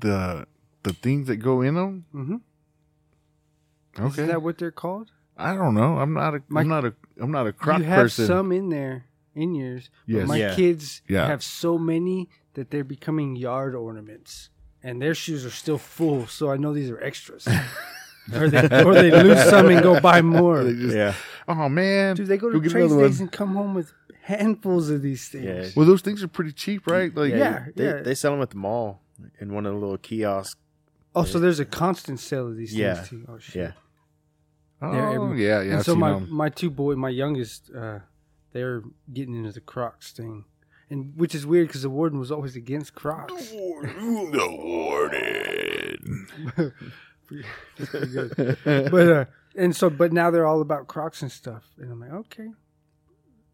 Speaker 3: The the things that go in them.
Speaker 1: Mm-hmm.
Speaker 3: Okay.
Speaker 1: Is that what they're called?
Speaker 3: I don't know. I'm not a.
Speaker 1: My-
Speaker 3: am not a. I'm not a croc
Speaker 1: you have
Speaker 3: person.
Speaker 1: some in there, in yours. but
Speaker 3: Yes.
Speaker 1: My
Speaker 2: Yeah.
Speaker 1: kids
Speaker 3: Yeah.
Speaker 1: have so many that they're becoming yard ornaments, and their shoes are still full. So I know these are extras, or, they, or they lose some and go buy more.
Speaker 3: They just-
Speaker 2: Yeah.
Speaker 3: Oh man.
Speaker 1: Dude, they go to
Speaker 3: Go get
Speaker 1: trade
Speaker 3: another one.
Speaker 1: days and come home with handfuls of these things.
Speaker 3: Well, those things are pretty cheap, right? Like.
Speaker 1: Yeah.
Speaker 2: they,
Speaker 1: yeah.
Speaker 2: they sell them at the mall in one of the little kiosks.
Speaker 1: Oh, so there's a constant sale of these
Speaker 2: Yeah.
Speaker 1: things too. Oh shit.
Speaker 2: Yeah.
Speaker 1: They're
Speaker 3: Oh,
Speaker 1: every-
Speaker 3: yeah, yeah.
Speaker 1: and
Speaker 3: I've
Speaker 1: so
Speaker 3: seen
Speaker 1: my
Speaker 3: 'em.
Speaker 1: my two boy, my youngest, uh, they're getting into the Crocs thing, and which is weird because the warden was always against Crocs.
Speaker 3: the warden.
Speaker 1: That's pretty good. but uh, and so but now they're all about Crocs and stuff, and I'm like, okay.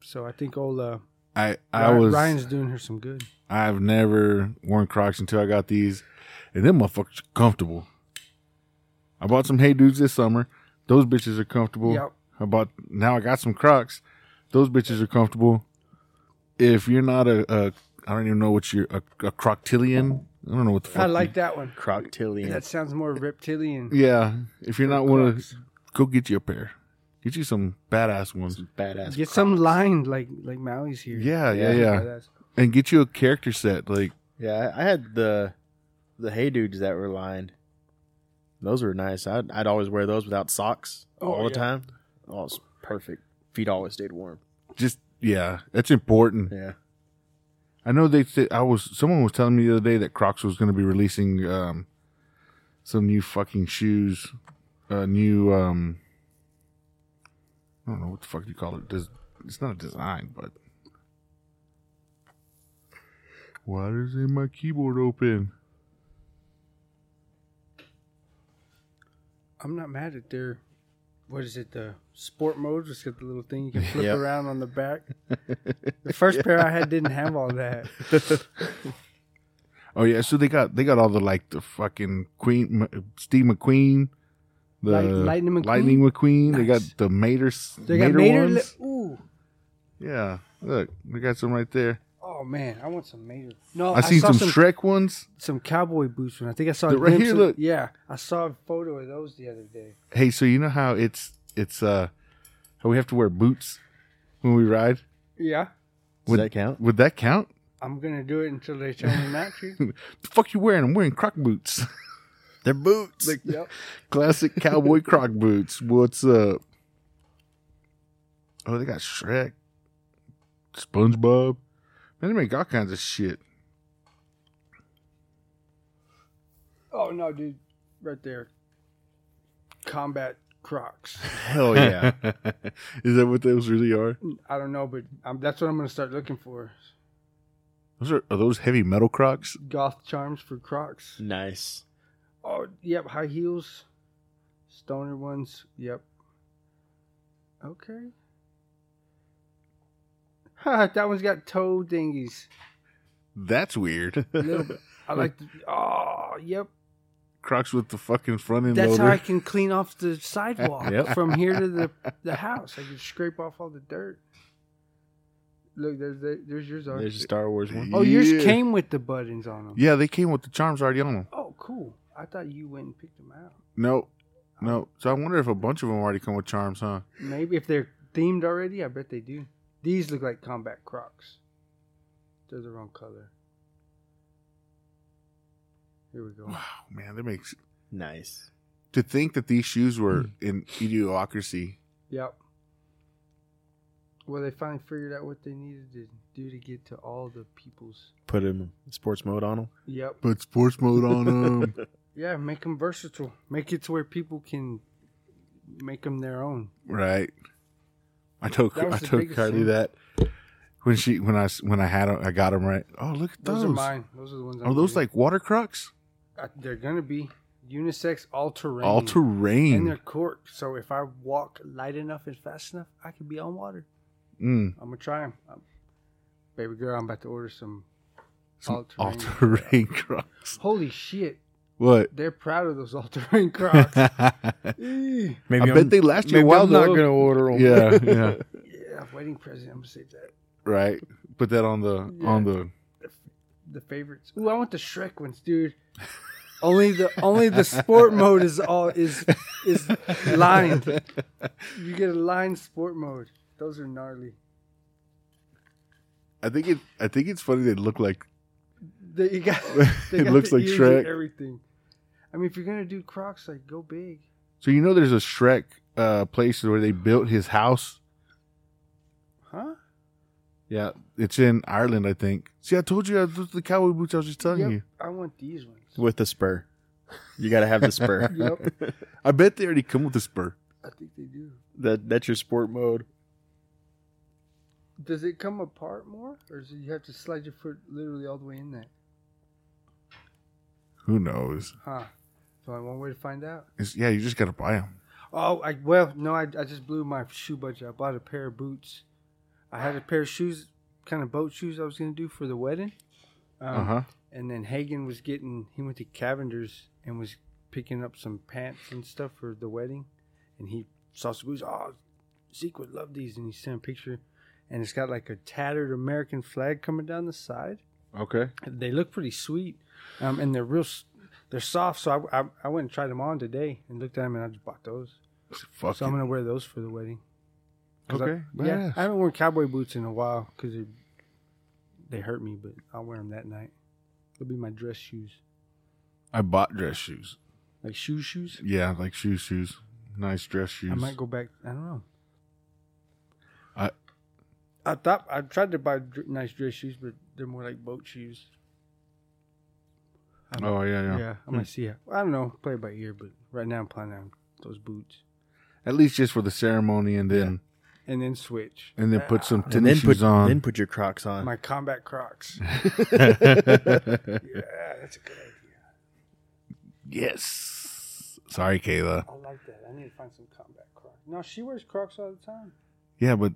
Speaker 1: So I think old uh,
Speaker 3: I I
Speaker 1: Ryan,
Speaker 3: was
Speaker 1: Ryan's doing her some good.
Speaker 3: I've never worn Crocs until I got these, and them motherfuckers are comfortable. I bought some Hey Dudes this summer. Those bitches are comfortable.
Speaker 1: Yep.
Speaker 3: I bought now I got some Crocs. Those bitches are comfortable. If you're not a, a I don't even know what you're a, a Croctilian. I don't know what the fuck.
Speaker 1: I like that one.
Speaker 2: Croctillion.
Speaker 1: That sounds more reptilian.
Speaker 3: Yeah, if you're not one of,
Speaker 1: Crocs.
Speaker 3: go get you a pair. Get you some badass ones.
Speaker 2: Badass.
Speaker 1: Get
Speaker 2: Croc.
Speaker 1: some lined like like Maui's here.
Speaker 3: Yeah,
Speaker 2: Yeah.
Speaker 3: yeah, yeah,
Speaker 1: Badass.
Speaker 3: and get you a character set. Like
Speaker 2: Yeah, I I had the the hey dudes that were lined. Those were nice. I'd, I'd always wear those without socks
Speaker 1: Oh,
Speaker 2: all the
Speaker 1: yeah.
Speaker 2: time. Oh, it's perfect. Feet always stayed warm.
Speaker 3: just yeah, that's important.
Speaker 2: Yeah.
Speaker 3: I know they. Th- I was. Someone was telling me the other day that Crocs was going to be releasing um, some new fucking shoes, a new. Um, I don't know what the fuck you call it. Des- it's not a design, but why is it my keyboard open?
Speaker 1: I'm not mad at their what is it, the sport mode? It's got the little thing you can flip
Speaker 2: Yep.
Speaker 1: around on the back. The first pair I had didn't have all that.
Speaker 3: Oh yeah, so they got they got all the like the fucking Queen M- Steve McQueen, the
Speaker 1: Light- Lightning McQueen?
Speaker 3: Lightning McQueen. They got
Speaker 1: Nice.
Speaker 3: the Mater. s-
Speaker 1: They got
Speaker 3: Mater
Speaker 1: Mater.
Speaker 3: ones.
Speaker 1: Li- Ooh.
Speaker 3: yeah, look, we got some right there.
Speaker 1: Oh man, Oh, I want some Mater. No,
Speaker 3: I seen
Speaker 1: saw
Speaker 3: some Shrek ones.
Speaker 1: some cowboy boots when I think I saw a
Speaker 3: They're right
Speaker 1: glimpse
Speaker 3: here,
Speaker 1: of-
Speaker 3: look.
Speaker 1: Yeah, I saw a photo of those the other day.
Speaker 3: Hey, so you know how it's it's uh how we have to wear boots when we ride?
Speaker 1: Yeah,
Speaker 2: Does
Speaker 3: Would-
Speaker 2: that count?
Speaker 3: Would that count?
Speaker 1: I'm gonna do it until they tell me not to.
Speaker 3: The fuck you wearing? I'm wearing croc boots.
Speaker 2: They're boots.
Speaker 1: yep.
Speaker 3: Classic cowboy croc boots. What's up? Oh, they got Shrek, SpongeBob. Man, they make all kinds of shit.
Speaker 1: Oh no, dude, right there. Combat Crocs.
Speaker 2: Hell yeah.
Speaker 3: Is that what those really are?
Speaker 1: I don't know, but um that's what I'm gonna start looking for.
Speaker 3: Those are, are those heavy metal crocs?
Speaker 1: Goth charms for Crocs.
Speaker 2: nice.
Speaker 1: Oh, yep, high heels, stoner ones. Yep. Okay. Ha, that one's got toe dingies.
Speaker 3: That's weird.
Speaker 1: Little- I like. The, oh, yep.
Speaker 3: crocs with the fucking front end
Speaker 1: That's
Speaker 3: loader.
Speaker 1: how I can clean off the sidewalk
Speaker 3: Yep.
Speaker 1: from here to the, the house. I can scrape off all the dirt. Look, there's there, there's yours. Already.
Speaker 2: There's a Star Wars one.
Speaker 1: oh,
Speaker 3: Yeah.
Speaker 1: yours came with the buttons on them.
Speaker 3: yeah, they came with the charms already on them.
Speaker 1: Oh, cool. I thought you went and picked them out.
Speaker 3: No, no. So I wonder if a bunch of them already come with charms, huh?
Speaker 1: Maybe if they're themed already, I bet they do. These look like combat crocs. They're the wrong color. Here we go.
Speaker 3: Wow, man, that makes Hmm.
Speaker 2: Nice.
Speaker 3: to think that these shoes were in idiocracy.
Speaker 1: Yep. Well, they finally figured out what they needed to do to get to all the people's.
Speaker 2: Put him sports mode on him.
Speaker 1: Yep.
Speaker 3: Put sports mode on them.
Speaker 1: Yeah, make them versatile. Make it to where people can make them their own.
Speaker 3: right. I told
Speaker 1: That was
Speaker 3: I
Speaker 1: the
Speaker 3: told
Speaker 1: biggest
Speaker 3: Kylie
Speaker 1: thing.
Speaker 3: that when she when I s- when I had 'em- I got them right. Oh, look at
Speaker 1: Those,
Speaker 3: those.
Speaker 1: are mine. Those are the ones. I'm
Speaker 3: Are those
Speaker 1: getting.
Speaker 3: like water crocs?
Speaker 1: Uh, they're gonna be unisex all terrain.
Speaker 3: All
Speaker 1: And they're
Speaker 3: terrain.
Speaker 1: cork, so if I walk light enough and fast enough, I could be on water.
Speaker 3: Mm,
Speaker 1: I'm gonna try them. baby girl, I'm about to order some.
Speaker 3: some all
Speaker 1: all-terrain.
Speaker 3: terrain crocs.
Speaker 1: Holy shit!
Speaker 3: What?
Speaker 1: They're proud of those all terrain Crocs. Eee.
Speaker 2: Maybe
Speaker 3: I bet they last you a
Speaker 2: maybe
Speaker 3: while,
Speaker 2: I'm not
Speaker 3: though.
Speaker 2: gonna order them.
Speaker 3: yeah, yeah,
Speaker 1: yeah, wedding present. I'm gonna save that.
Speaker 3: right. Put that on the on the
Speaker 1: The favorites. Ooh, I want the Shrek ones, dude. Only the only the sport mode is all is is lined. You get a lined sport mode. Those are gnarly.
Speaker 3: I think it. I think it's funny they look like.
Speaker 1: They, you got, they
Speaker 3: It
Speaker 1: got
Speaker 3: looks
Speaker 1: the
Speaker 3: like
Speaker 1: ears and
Speaker 3: Shrek.
Speaker 1: Everything. I mean, if you're gonna do Crocs, like go big.
Speaker 3: So you know, there's a Shrek uh, place where they built his house.
Speaker 1: Huh?
Speaker 3: Yeah, it's in Ireland, I think. See, I told you I those are the cowboy boots. I was just telling
Speaker 1: Yep,
Speaker 3: you.
Speaker 1: I want these ones.
Speaker 2: With the spur. You gotta have the spur.
Speaker 1: Yep.
Speaker 3: I bet they already come with a spur.
Speaker 1: I think they do.
Speaker 2: That that's your sport mode.
Speaker 1: Does it come apart more, or do you have to slide your foot literally all the way in there?
Speaker 3: Who knows?
Speaker 1: Huh? So I one way to find out.
Speaker 3: It's, yeah, you just gotta buy them.
Speaker 1: Oh, I well, no, I, I just blew my shoe budget. I bought a pair of boots. I had a pair of shoes, kind of boat shoes, I was gonna do for the wedding. Um,
Speaker 3: Uh huh.
Speaker 1: And then Hagen was getting, he went to Cavender's and was picking up some pants and stuff for the wedding. And he saw some boots. Oh, Zeke would love these. And he sent a picture. And it's got like a tattered American flag coming down the side.
Speaker 3: Okay.
Speaker 1: They look pretty sweet. Um, and they're real, s- they're soft. So I, I, I went and tried them on today and looked at them and I just bought those.
Speaker 3: Fuck
Speaker 1: So I'm going to wear those for the wedding. 'Cause I-
Speaker 3: Okay.
Speaker 1: yeah.
Speaker 3: badass.
Speaker 1: I haven't worn cowboy boots in a while because they, they hurt me, but I'll wear them that night. It'll be my dress shoes.
Speaker 3: I bought dress shoes.
Speaker 1: Like shoe shoes?
Speaker 3: Yeah, like shoes, shoes, nice dress shoes.
Speaker 1: I might go back. I don't know.
Speaker 3: I-
Speaker 1: I thought I tried to buy dr- nice dress shoes, but they're more like boat shoes. I might-
Speaker 3: oh yeah,
Speaker 1: yeah.
Speaker 3: yeah,
Speaker 1: I might see it. I don't know. Play it by ear, but right now I'm planning on those boots,
Speaker 3: At least just for the ceremony, and then
Speaker 1: and then switch
Speaker 3: and then put some tennis
Speaker 2: And then
Speaker 3: shoes
Speaker 2: put
Speaker 3: on.
Speaker 2: then put your Crocs on.
Speaker 1: my combat Crocs. yeah, that's a good idea.
Speaker 3: yes. Sorry, Kayla.
Speaker 1: I like that. I need to find some combat Crocs. No, she wears Crocs all the time.
Speaker 3: Yeah, but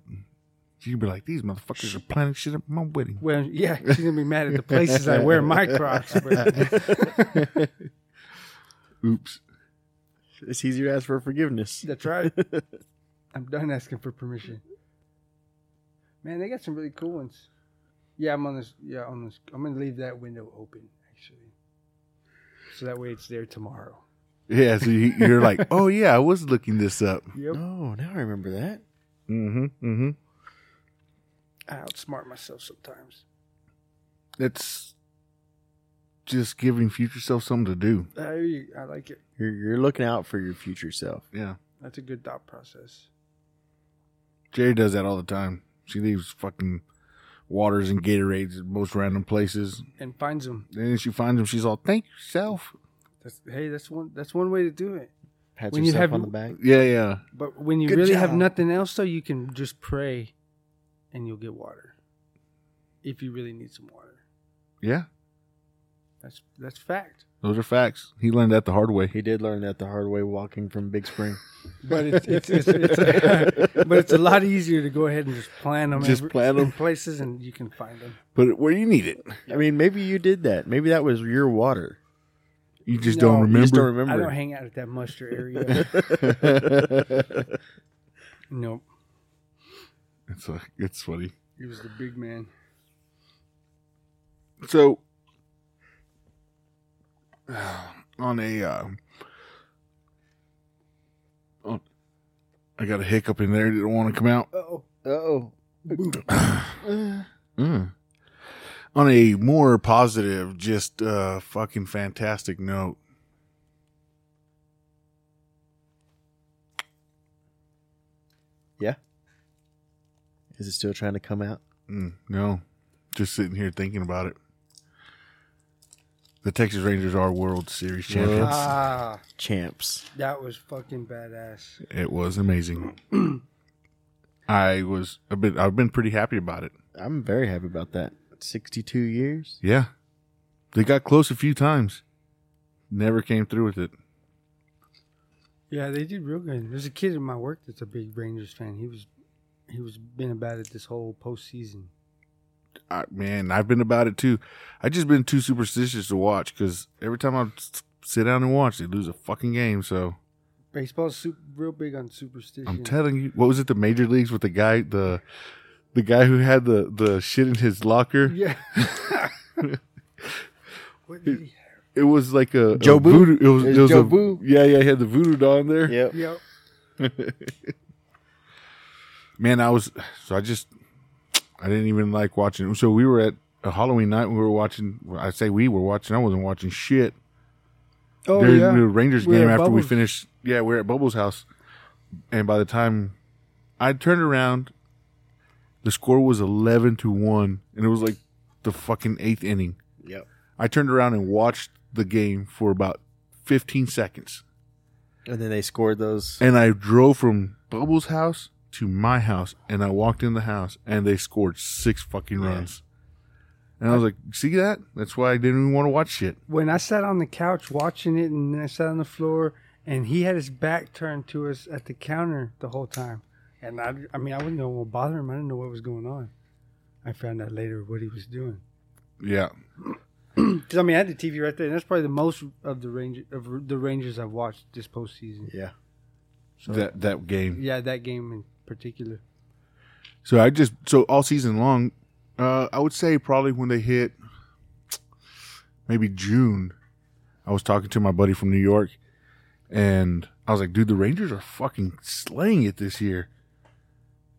Speaker 3: she would be like, these motherfuckers are planning shit up my wedding.
Speaker 1: Well, yeah, she's gonna be mad at the places I wear my Crocs. But
Speaker 3: Oops.
Speaker 2: it's easier to ask for forgiveness.
Speaker 1: That's right. I'm done asking for permission. Man, they got some really cool ones. Yeah, I'm on this. Yeah, on this. I'm gonna leave that window open actually, so that way it's there tomorrow.
Speaker 3: Yeah, so you, you're like, oh yeah, I was looking this up.
Speaker 1: Yep.
Speaker 2: Oh, now I remember that.
Speaker 3: Mm-hmm. Mm-hmm.
Speaker 1: I outsmart myself sometimes.
Speaker 3: That's just giving future self something to do.
Speaker 1: I, hear you. I like it.
Speaker 2: You're you're looking out for your future self.
Speaker 3: Yeah.
Speaker 1: That's a good thought process.
Speaker 3: Jerry does that all the time. She leaves fucking waters and Gatorades at most random places.
Speaker 1: And finds them.
Speaker 3: Then she finds them. She's all, thank yourself.
Speaker 1: That's, hey, that's one. That's one way to do it.
Speaker 2: Pat
Speaker 1: When you
Speaker 2: yourself
Speaker 1: have-
Speaker 2: on the back.
Speaker 3: Yeah, yeah.
Speaker 1: But when you
Speaker 2: Good
Speaker 1: really have
Speaker 2: job.
Speaker 1: nothing else, though, you can just pray, and you'll get water. If you really need some water,
Speaker 3: Yeah.
Speaker 1: that's that's fact.
Speaker 3: Those are facts. He learned that the hard way.
Speaker 2: He did learn that the hard way walking from Big Spring.
Speaker 1: But it's it's, it's, it's but it's a lot easier to go ahead and just plan them.
Speaker 3: Just plan 'em.
Speaker 1: places, and you can find them.
Speaker 3: Put it where you need it.
Speaker 2: I mean, maybe you did that. Maybe that was your water.
Speaker 3: You just
Speaker 1: No,
Speaker 3: don't remember.
Speaker 2: You just don't remember.
Speaker 1: I don't hang out at that muster area. nope,
Speaker 3: it's like, it's funny.
Speaker 1: he was the big man.
Speaker 3: So, on a, uh, on, I got a hiccup in there. It Didn't want to come out.
Speaker 1: Oh,
Speaker 2: oh.
Speaker 3: Mm. On a more positive, just uh, fucking fantastic note.
Speaker 2: Is it still trying to come out?
Speaker 3: Mm, no, just sitting here thinking about it. The Texas Rangers are World Series champions.
Speaker 1: ah,
Speaker 2: Champs.
Speaker 1: that was fucking badass.
Speaker 3: It was amazing. I was I've been I've been pretty happy about it.
Speaker 2: I'm very happy about that. 62 years.
Speaker 3: Yeah. They got close a few times. Never came through with it.
Speaker 1: Yeah, they did real good. There's a kid in my work that's a big Rangers fan. He was he was been about it this whole postseason.
Speaker 3: I, man, I've been about it too. I just been too superstitious to watch because every time I s- sit down and watch, they lose a fucking game. So
Speaker 1: Baseball's super, real big on superstition.
Speaker 3: I'm telling you, what was it? The major leagues with the guy, the the guy who had the the shit in his locker.
Speaker 1: Yeah. what did he
Speaker 3: It was like a
Speaker 2: Joe
Speaker 3: a
Speaker 2: Boo?
Speaker 3: voodoo. It was,
Speaker 2: It was
Speaker 3: it was
Speaker 2: Joe
Speaker 3: a-
Speaker 2: Boo.
Speaker 3: Yeah, yeah, he had the voodoo doll in there.
Speaker 2: Yep.
Speaker 1: Yep.
Speaker 3: Man, I was so I just I didn't even like watching. So we were at a Halloween night. We were watching. I say we were watching. I wasn't watching shit.
Speaker 1: Oh
Speaker 3: during
Speaker 1: yeah.
Speaker 3: the Rangers
Speaker 1: We were
Speaker 3: game
Speaker 1: at
Speaker 3: after we
Speaker 1: Bubbles.
Speaker 3: finished. Yeah, we are at Bubbles' house, and by the time I turned around, the score was eleven to one, and it was like the fucking eighth inning.
Speaker 2: Yep.
Speaker 3: I turned around and watched the game for about fifteen seconds,
Speaker 2: And then they scored those.
Speaker 3: and I drove from Bubbles' house to my house, and I walked in the house, and they scored six fucking
Speaker 2: Yeah.
Speaker 3: runs. And I was like, "See that? That's why I didn't even want to watch shit."
Speaker 1: When I sat on the couch watching it, and I sat on the floor, and he had his back turned to us at the counter the whole time, and I, I mean, I wasn't gonna bother him. I didn't know what was going on. I found out later what he was doing.
Speaker 3: Yeah,
Speaker 1: Because I mean, I had the TV right there, and that's probably the most of the Ranger of the Rangers I've watched this postseason.
Speaker 2: Yeah.
Speaker 3: that that game.
Speaker 1: Yeah, that game in particular.
Speaker 3: So I just so all season long, uh, I would say probably when they hit maybe June, I was talking to my buddy from New York, and I was like, "Dude, the Rangers are fucking slaying it this year,"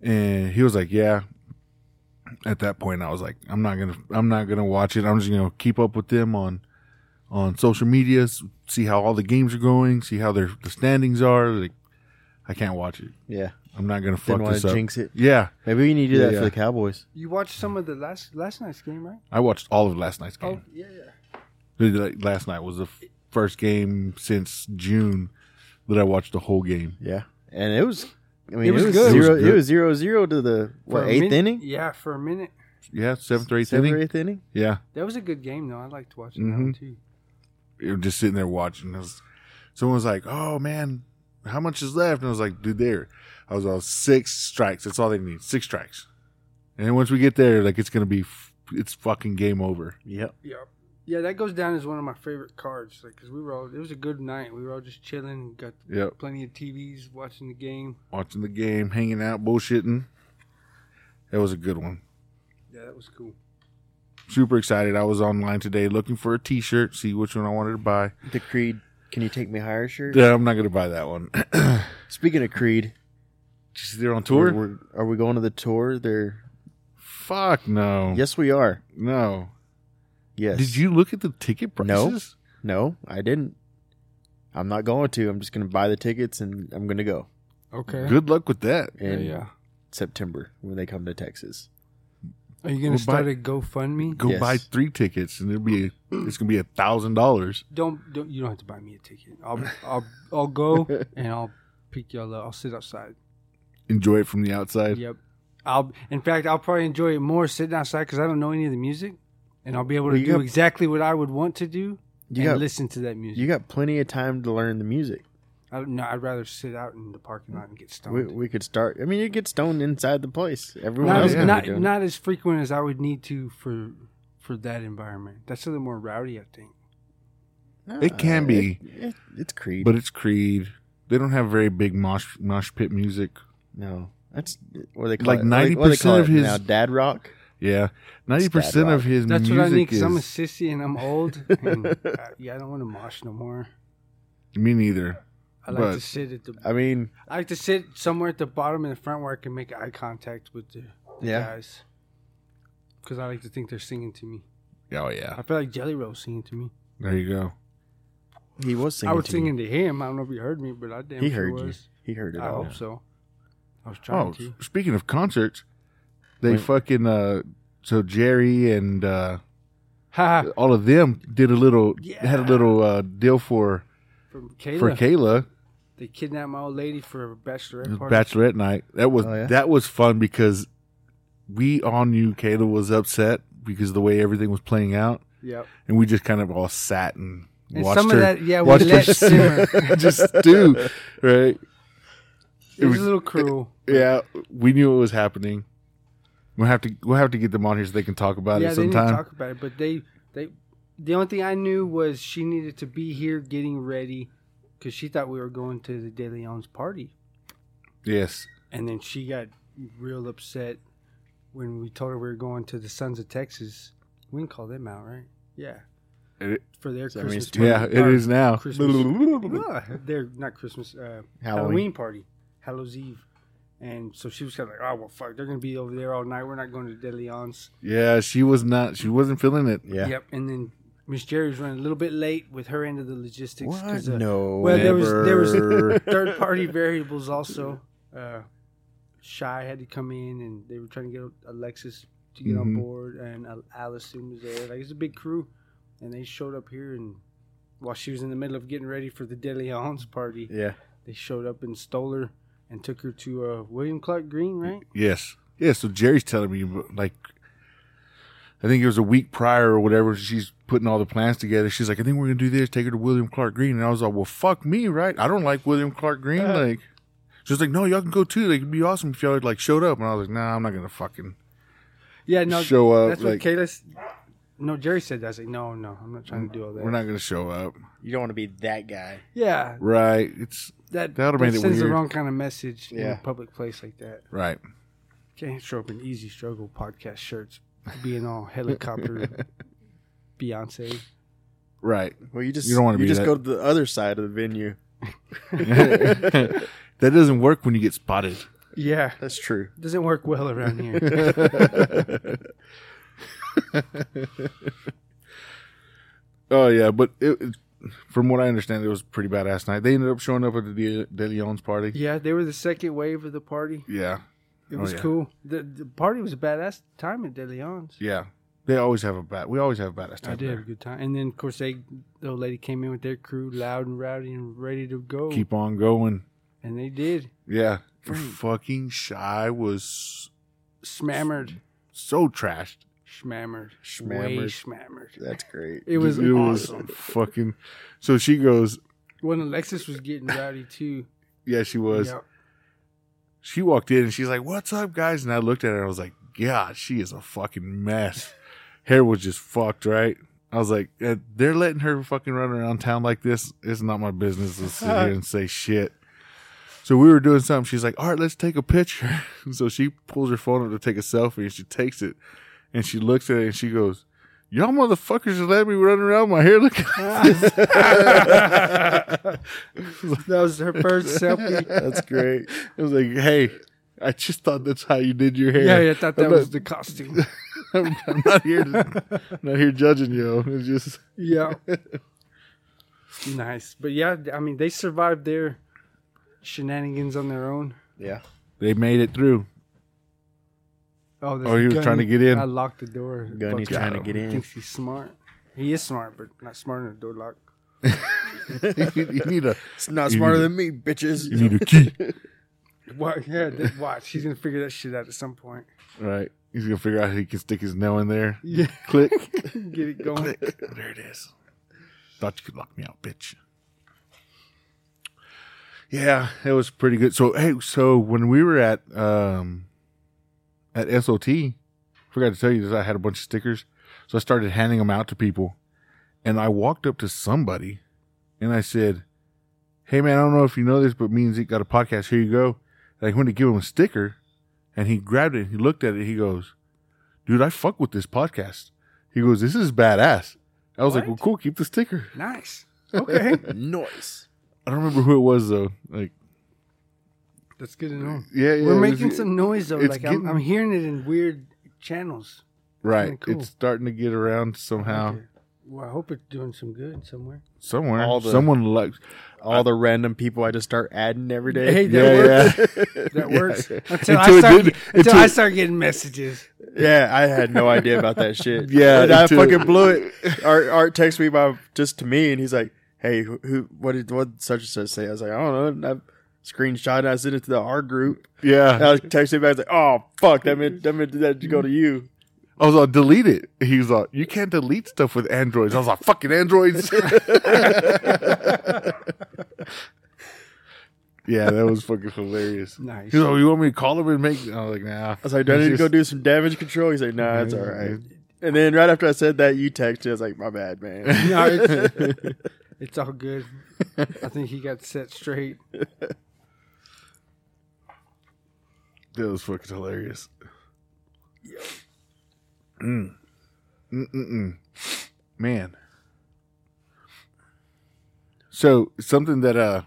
Speaker 3: and he was like, "Yeah." At that point, I was like, "I'm not gonna, I'm not gonna watch it. I'm just gonna keep up with them on." On social media, s- see how all the games are going, see how their the standings are. Like, I can't watch it.
Speaker 2: Yeah.
Speaker 3: I'm not gonna fuck
Speaker 2: Didn't want
Speaker 3: this
Speaker 2: to
Speaker 3: up.
Speaker 2: jinx it.
Speaker 3: Yeah,
Speaker 2: Maybe we need to do
Speaker 3: Yeah,
Speaker 2: that
Speaker 3: yeah.
Speaker 2: for the Cowboys.
Speaker 1: You watched some of the last last night's game, right? Oh,
Speaker 3: I watched all of last night's game.
Speaker 1: yeah, yeah.
Speaker 3: Dude, like, Last night was the f- first game since June that I watched the whole game.
Speaker 2: Yeah. And it was. I mean,
Speaker 1: It
Speaker 2: it
Speaker 1: was
Speaker 2: was,
Speaker 1: good. It
Speaker 3: was
Speaker 2: zero.
Speaker 3: good.
Speaker 2: It was zero zero to the what eighth inning,
Speaker 1: Yeah, for a minute.
Speaker 3: Yeah, seventh or eighth
Speaker 2: seventh
Speaker 3: inning.
Speaker 2: or eighth inning.
Speaker 3: Yeah,
Speaker 1: That was a good game, though. I liked watching that
Speaker 2: Mm-hmm.
Speaker 3: Mhm.
Speaker 1: one too.
Speaker 3: It was just sitting there watching. I was, someone was like, "Oh man, how much is left?" And I was like, "Dude, there." I was on six strikes. That's all they need. Six strikes. And then once we get there, like it's gonna be, f- it's fucking game over.
Speaker 2: Yep.
Speaker 1: Yeah, yeah. That goes down as one of my favorite cards, like because we were all. It was a good night. We were all just chilling, got
Speaker 3: Yep.
Speaker 1: plenty of TVs watching the game.
Speaker 3: Watching the game, hanging out, bullshitting. That was a good one.
Speaker 1: Yeah, that was cool.
Speaker 3: super excited. I was online today looking for a T-shirt, see which one I wanted to buy.
Speaker 2: The Creed. Can you take me higher? Sure.
Speaker 3: Yeah, I'm not gonna buy that one.
Speaker 2: Speaking of Creed,
Speaker 3: Just they're on
Speaker 2: we're,
Speaker 3: tour.
Speaker 2: we're- are we going to the tour? There.
Speaker 3: Fuck no.
Speaker 2: Yes, we are.
Speaker 3: No.
Speaker 2: Yes.
Speaker 3: Did you look at the ticket
Speaker 2: No.
Speaker 3: prices?
Speaker 2: No, I didn't. I'm not going to. I'm just going to buy the tickets and I'm going to go
Speaker 1: Okay.
Speaker 3: Good luck with that.
Speaker 1: Yeah,
Speaker 2: in
Speaker 1: yeah.
Speaker 2: September when they come to Texas.
Speaker 1: Are you gonna
Speaker 3: Well,
Speaker 1: start
Speaker 3: but-
Speaker 1: a GoFundMe?
Speaker 3: Go
Speaker 2: Yes.
Speaker 3: buy three tickets, and it'll be it's gonna be a thousand dollars.
Speaker 1: Don't don't you don't have to buy me a ticket. I'll I'll I'll go and I'll pick y'all up. I'll sit outside.
Speaker 3: Enjoy it from the outside.
Speaker 1: Yep. I'll in fact I'll probably enjoy it more sitting outside because I don't know any of the music, and I'll be able to
Speaker 2: Well, you
Speaker 1: do
Speaker 2: got-
Speaker 1: exactly what I would want to do
Speaker 2: You
Speaker 1: and
Speaker 2: got
Speaker 1: listen to that music.
Speaker 2: you got plenty of time to learn the music.
Speaker 1: I don't know. I'd rather sit out in the parking lot and get stoned.
Speaker 2: We, we could start. I mean, you get stoned inside the place. Everyone
Speaker 1: not
Speaker 2: else
Speaker 1: as,
Speaker 2: is
Speaker 3: yeah.
Speaker 2: gonna
Speaker 1: not,
Speaker 2: be doing
Speaker 1: not as frequent as I would need to for for that environment. That's a little more rowdy, I think.
Speaker 2: it.
Speaker 3: It can
Speaker 2: Uh,
Speaker 3: be.
Speaker 2: it- it- it's Creed,
Speaker 3: But it's Creed. They don't have very big mosh mosh pit music.
Speaker 2: no, that's what they call
Speaker 3: Like
Speaker 2: it. What they- what they
Speaker 3: 90%
Speaker 2: call
Speaker 3: of
Speaker 2: it
Speaker 3: his-
Speaker 2: now. Dad rock.
Speaker 3: Yeah, ninety percent
Speaker 2: bad
Speaker 3: of his
Speaker 1: That's
Speaker 3: music
Speaker 1: what I need because
Speaker 3: is
Speaker 1: I'm a sissy and I'm old. And I, yeah, I don't want to mosh no more.
Speaker 3: me neither.
Speaker 1: I like
Speaker 3: But-
Speaker 1: to sit at the
Speaker 2: I mean,
Speaker 1: I like to sit somewhere at the bottom and the front where I can make eye contact with the, the
Speaker 2: Yeah.
Speaker 1: guys. Because I like to think they're singing to me.
Speaker 3: Oh yeah,
Speaker 1: I feel like Jelly Roll singing to me.
Speaker 3: there you go.
Speaker 2: he was singing.
Speaker 1: I was
Speaker 2: to
Speaker 1: singing to him. I don't know if he heard me, but I damn
Speaker 2: You. He
Speaker 1: sure
Speaker 2: heard you.
Speaker 1: was.
Speaker 2: He heard it
Speaker 1: I
Speaker 2: all.
Speaker 1: hope so. I was trying
Speaker 3: Oh,
Speaker 1: to.
Speaker 3: s- speaking of concerts, they
Speaker 2: Wait.
Speaker 3: fucking uh so Jerry and uh
Speaker 1: Ha! ha.
Speaker 3: all of them did a little
Speaker 1: Yeah.
Speaker 3: had a little uh deal for
Speaker 1: From Kayla,
Speaker 3: for Kayla
Speaker 1: they kidnapped my old lady for a bachelorette party.
Speaker 3: bachelorette night. That was
Speaker 2: Oh, yeah?
Speaker 3: that was fun because we all knew Kayla was upset because of the way everything was playing out,
Speaker 1: Yep.
Speaker 3: and we just kind of all sat and
Speaker 1: And
Speaker 3: watched
Speaker 1: some
Speaker 3: her.
Speaker 1: of that, yeah, we
Speaker 3: watched her
Speaker 1: let simmer.
Speaker 3: just do right.
Speaker 1: It was
Speaker 3: was-
Speaker 1: a little cruel.
Speaker 3: Yeah, we knew it was happening. We'll have to we'll have to get them on here so they can talk about
Speaker 1: yeah,
Speaker 3: it
Speaker 1: they didn't
Speaker 3: sometime.
Speaker 1: talk about it, but they they the only thing I knew was she needed to be here getting ready because she thought we were going to the De Leon's party,
Speaker 3: Yes,
Speaker 1: and then she got real upset when we told her we were going to the Sons of Texas. We can call them out, right? Yeah,
Speaker 3: It-
Speaker 1: for their
Speaker 2: that mean
Speaker 1: Christmas.
Speaker 2: it's
Speaker 1: party-
Speaker 3: yeah, it
Speaker 1: or
Speaker 3: is now.
Speaker 1: Christmas. they're not Christmas. Uh, Halloween party, Hallows Eve. And so she was kind of like, oh, well, fuck, they're going to be over there all night. We're not going to De Leon's.
Speaker 3: Yeah, she was not. She wasn't feeling it.
Speaker 2: Yeah.
Speaker 1: Yep. And then Miss Jerry was running a little bit late with her end of the logistics. 'cause, uh,
Speaker 2: no.
Speaker 1: well, there was- there was-
Speaker 2: never.
Speaker 1: Third party variables also. Uh, Shy had to come in, and they were trying to get Alexis to get on
Speaker 2: Mm-hmm.
Speaker 3: Mhm.
Speaker 1: board, and Al- Allison was there. Like, it's a big crew. And they showed up here, and while she was in the middle of getting ready for the De Leon's party,
Speaker 2: yeah.
Speaker 1: they showed up and stole her and took her to uh, William Clark Green, right?
Speaker 3: Yes. Yeah. So Jerry's telling me like, I think it was a week prior or whatever. She's putting all the plans together. She's like, I think we're gonna do this. Take her to William Clark Green. And I was like, Well, fuck me, right? I don't like William Clark Green.
Speaker 1: Uh.
Speaker 3: like, she's like, No, y'all can go too. Like, it'd be awesome if y'all like showed up. And I was like, Nah, I'm not gonna fucking
Speaker 1: Yeah, no,
Speaker 3: show up.
Speaker 1: that's
Speaker 3: like,
Speaker 1: what Kayla. s- No, Jerry said that. I was like, no, no, I'm not trying to do all that.
Speaker 3: we're not gonna show up.
Speaker 2: You don't want to be that guy.
Speaker 1: Yeah,
Speaker 3: Right. It's
Speaker 1: that
Speaker 3: That would've made it
Speaker 1: sends the
Speaker 3: weird.
Speaker 1: wrong kind of message in a
Speaker 2: Yeah.
Speaker 1: public place like that.
Speaker 3: right.
Speaker 1: Can't show up in Easy Struggle podcast shirts, being all helicopter Beyonce.
Speaker 3: Right.
Speaker 2: Well, you just
Speaker 3: You don't wanna be
Speaker 2: just
Speaker 3: that.
Speaker 2: go to the other side of the venue.
Speaker 3: that doesn't work when you get spotted.
Speaker 1: Yeah,
Speaker 2: That's true.
Speaker 1: doesn't work well around here.
Speaker 3: oh Oh, yeah, but it, it- from what I understand, it was a pretty badass night. They ended up showing up at the De, De Leon's party.
Speaker 1: yeah, they were the second wave of the party.
Speaker 3: Yeah,
Speaker 1: It
Speaker 3: Oh,
Speaker 1: was
Speaker 3: yeah.
Speaker 1: cool. The, the party was a badass time at De Leon's.
Speaker 3: yeah. They always have a bad. We always have a badass time.
Speaker 1: I did have a
Speaker 3: there.
Speaker 1: good time. And then, of course, they the old lady came in with their crew, loud and rowdy and ready to go.
Speaker 3: Keep on going.
Speaker 1: And they did.
Speaker 3: Yeah,
Speaker 1: Great.
Speaker 3: fucking shy was
Speaker 1: Smammered.
Speaker 3: so trashed.
Speaker 1: Schmammered. Way
Speaker 2: Schmammered.
Speaker 1: schmammered.
Speaker 2: That's great.
Speaker 1: It was awesome.
Speaker 3: fucking. So she goes.
Speaker 1: when Alexis was getting rowdy too.
Speaker 3: Yeah, she was.
Speaker 1: Yep.
Speaker 3: she walked in and she's like, "What's up, guys?" And I looked at her and I was like, "God, she is a fucking mess. Hair was just fucked, right?" I was like, "Eh, "They're letting her fucking run around town like this. It's not my business to sit here and say shit." So we were doing something. She's like, "All right, let's take a picture." so she pulls her phone up to take a selfie and she takes it and she looks at it and she goes. Y'all motherfuckers are letting me run around with my hair looking like this.
Speaker 1: That was her first selfie.
Speaker 2: That's great.
Speaker 3: I was like, hey, I just thought that's how you did your hair.
Speaker 1: Yeah, yeah, I thought that
Speaker 3: I'm not-
Speaker 1: was the costume.
Speaker 3: I'm, I'm not here. To, I'm not here judging you. It's just
Speaker 1: Yeah. Nice. But yeah, I mean, they survived their shenanigans on their own.
Speaker 2: Yeah.
Speaker 3: they made it through.
Speaker 1: Oh, there's
Speaker 3: Oh, he
Speaker 1: a
Speaker 3: was
Speaker 1: gun.
Speaker 3: trying to get in.
Speaker 1: I locked the door.
Speaker 2: Gunny
Speaker 1: Fuck
Speaker 2: trying to
Speaker 1: out.
Speaker 2: get in.
Speaker 1: Thinks he's smart. He is smart, but not smart enough to door lock.
Speaker 3: you, need a
Speaker 2: It's not
Speaker 3: You
Speaker 2: smarter
Speaker 3: need
Speaker 2: than me, bitches.
Speaker 3: you need a key,
Speaker 1: What? Yeah, th- watch. He's gonna figure that shit out at some point.
Speaker 3: right? He's gonna figure out how he can stick his nail in there.
Speaker 1: Yeah,
Speaker 3: Click,
Speaker 1: get it going.
Speaker 3: click. There it is. Thought you could lock me out, bitch. Yeah, it was pretty good. So hey, so when we were at um at SOT, forgot to tell you this. I had a bunch of stickers, so I started handing them out to people, and I walked up to somebody, and I said, "Hey man, I don't know if you know this, but me and Zeke got a podcast. Here you go." And I went to give him a sticker, and he grabbed it. and He looked at it. He goes, "Dude, I fuck with this podcast." He goes, "This is badass." I was like, "Well,
Speaker 1: What?
Speaker 3: cool. Keep the sticker."
Speaker 1: Nice. Okay,
Speaker 2: Noise.
Speaker 3: I don't remember who it was though. Like,
Speaker 1: that's good to know.
Speaker 3: yeah, yeah,
Speaker 1: We're
Speaker 3: it was-
Speaker 1: making some noise though.
Speaker 3: it's
Speaker 1: Like
Speaker 3: getting-
Speaker 1: I'm, I'm hearing it in weird channels.
Speaker 3: right.
Speaker 1: kinda cool.
Speaker 3: It's starting to get around somehow,
Speaker 1: Okay. Well, I hope it's doing some good somewhere.
Speaker 3: somewhere.
Speaker 2: All the-
Speaker 3: Someone likes.
Speaker 2: All the random people I just start adding every day.
Speaker 1: Hey, that works.
Speaker 3: Yeah, yeah.
Speaker 1: That
Speaker 3: Yeah.
Speaker 1: works. Until,
Speaker 3: Until
Speaker 1: I
Speaker 3: it
Speaker 1: start,
Speaker 3: didn't-
Speaker 1: until,
Speaker 3: until-
Speaker 1: I start getting messages.
Speaker 2: Yeah, I had no idea about that shit.
Speaker 3: Yeah,
Speaker 2: and I
Speaker 3: until-
Speaker 2: fucking blew it. Art, Art texted me about just to me, and he's like, "Hey, who, who what did what did such and such say?" I was like, "I don't know." And I screenshot. it. I sent it to the R group. And
Speaker 3: Yeah.
Speaker 2: I texted him back. I was like, "Oh fuck, that meant that meant that to go to you."
Speaker 3: I was like, delete it. He was like, you can't delete stuff with Androids. I was like, fucking Androids. yeah, that was fucking hilarious.
Speaker 1: Nice.
Speaker 3: He's like, you want me to call him and make? I was like, nah.
Speaker 2: I was like, "Do I need to go do some damage control?" He's like, "Nah, it's all right." And then right after I said that, you texted. I was like, "My bad, man."
Speaker 1: No, it's, it's all good. I think he got set straight.
Speaker 3: That was fucking hilarious. Mm. Mm-mm-mm. Man. So something that uh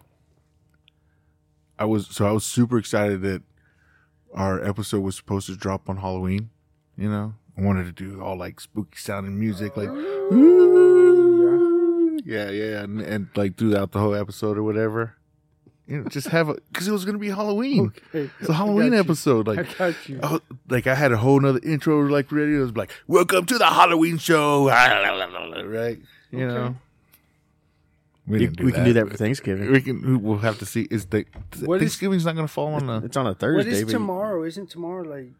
Speaker 3: I was so I was super excited that our episode was supposed to drop on Halloween, you know? I wanted to do all like spooky sounding music like yeah, yeah, and, and like throughout the whole episode or whatever. You know, just have a because it was gonna be Halloween.
Speaker 1: Okay.
Speaker 3: It's a Halloween
Speaker 1: I got you.
Speaker 3: episode.
Speaker 1: I
Speaker 3: Like
Speaker 1: got you.
Speaker 3: Oh, like I had a whole nother intro, like radio. It was like, "Welcome to the Halloween show," right? You know, we,
Speaker 2: You-
Speaker 3: didn't
Speaker 2: we can do that for Thanksgiving.
Speaker 3: We can. We'll have to see. Is the
Speaker 1: What is-
Speaker 3: Thanksgiving's not going to fall on a,
Speaker 2: It's on a
Speaker 1: What
Speaker 2: Thursday.
Speaker 1: is
Speaker 2: but-
Speaker 1: tomorrow? Isn't tomorrow like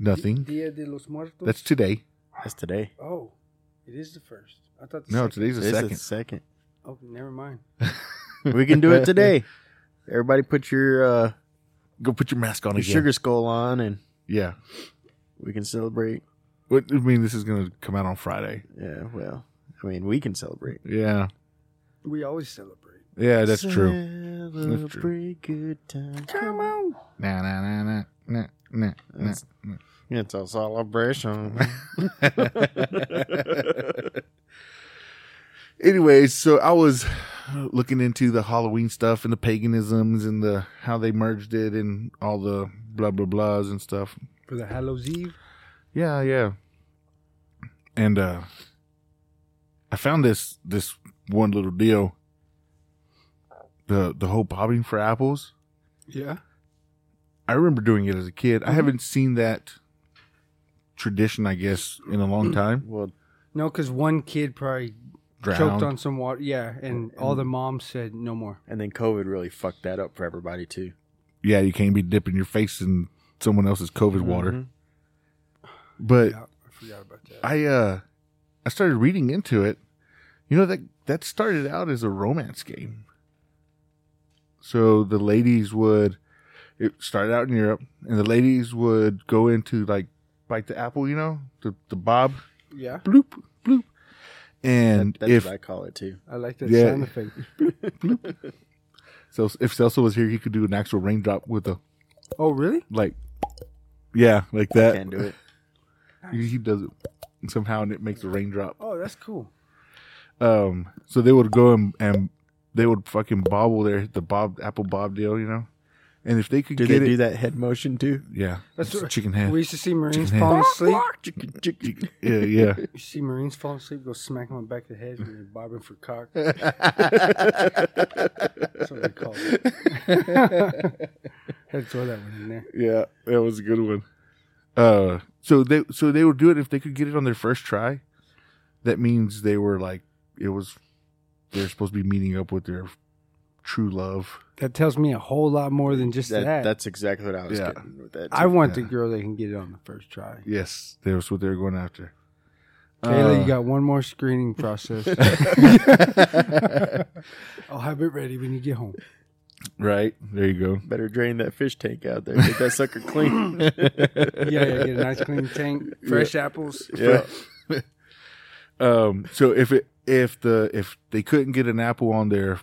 Speaker 3: nothing?
Speaker 1: Dia de los Muertos?
Speaker 3: That's today.
Speaker 2: That's today.
Speaker 1: oh, it is the first. I thought the
Speaker 3: No,
Speaker 1: second-
Speaker 3: today's the
Speaker 2: It's
Speaker 3: second.
Speaker 2: the second.
Speaker 1: Oh, never mind.
Speaker 2: We can do it today. Everybody, put your uh,
Speaker 3: Go put your mask on
Speaker 2: your
Speaker 3: again.
Speaker 2: sugar skull on, and
Speaker 3: Yeah.
Speaker 2: we can celebrate.
Speaker 3: What, I mean, this is going to come out on Friday.
Speaker 2: Yeah, well, I mean, we can celebrate.
Speaker 3: Yeah.
Speaker 1: We always celebrate.
Speaker 3: Yeah, that's true.
Speaker 2: Celebrate
Speaker 3: That's true.
Speaker 2: good times.
Speaker 1: Come on.
Speaker 3: Nah, nah, nah, nah, nah, nah, nah.
Speaker 2: That's- It's a celebration.
Speaker 3: Anyways, so I was looking into the Halloween stuff and the paganisms and the how they merged it and all the blah blah blahs and stuff.
Speaker 1: For the Hallows Eve?
Speaker 3: Yeah, yeah. And uh I found this this one little deal. The the whole bobbing for apples.
Speaker 1: Yeah.
Speaker 3: I remember doing it as a kid.
Speaker 1: Mm-hmm.
Speaker 3: I haven't seen that tradition, I guess, in a
Speaker 1: Mm.
Speaker 3: long time.
Speaker 2: well,
Speaker 1: No, because one kid probably choked
Speaker 3: Drowned.
Speaker 1: on some water. Yeah, and all
Speaker 3: Mm.
Speaker 1: the moms said no more.
Speaker 2: and then COVID really fucked that up for everybody too.
Speaker 3: Yeah, you can't be dipping your face in someone else's COVID
Speaker 1: Mm-hmm.
Speaker 2: Mm-hmm.
Speaker 3: water. But
Speaker 1: Yeah, I forgot about that.
Speaker 3: I uh I started reading into it. You know that that started out as a romance game. So the ladies would it started out in Europe and the ladies would go into like bite the apple, you know, the the bob
Speaker 1: Yeah,
Speaker 3: bloop bloop. And
Speaker 2: That- that's
Speaker 3: if
Speaker 2: what I call it too.
Speaker 1: I like that
Speaker 3: Yeah.
Speaker 1: sound effect.
Speaker 3: so if Celso was here, he could do an actual raindrop with a
Speaker 1: Oh, really?
Speaker 3: like yeah, like that.
Speaker 2: Can't do it.
Speaker 3: He, he does it somehow and it makes a raindrop.
Speaker 1: Oh, that's cool.
Speaker 3: Um, so they would go and, and they would fucking bobble their the bob apple bob deal, you know. And if they could
Speaker 2: Do
Speaker 3: get
Speaker 2: they
Speaker 3: it,
Speaker 2: do that head motion too?
Speaker 3: yeah,
Speaker 1: That's
Speaker 3: it's
Speaker 1: what-
Speaker 3: chicken head.
Speaker 1: We used to see Marines
Speaker 3: Chicken
Speaker 1: falling asleep.
Speaker 3: yeah, yeah.
Speaker 1: You see Marines falling asleep, go smack them on the back of the head when they're bobbing for cock. That's what they call it. Had to throw that one in there.
Speaker 3: Yeah, that was a good one. Uh, so they so they would do it if they could get it on their first try. That means they were like it was. They're supposed to be meeting up with their true love.
Speaker 1: That tells me a whole lot more than just that.
Speaker 2: That, that's exactly what I was
Speaker 3: Yeah.
Speaker 2: getting with that.
Speaker 1: I want the
Speaker 3: yeah.
Speaker 1: girl that can get it on the first try.
Speaker 3: Yes, that's what they were going after.
Speaker 1: Kayla,
Speaker 3: Uh,
Speaker 1: you got one more screening process.
Speaker 3: Uh,
Speaker 1: I'll have it ready when you get home.
Speaker 3: right there. You go.
Speaker 2: Better drain that fish tank out there. Get that sucker clean.
Speaker 1: Yeah, yeah, get a nice clean tank, fresh apples.
Speaker 2: yeah.
Speaker 3: Um, so if it if the if they couldn't get an apple on their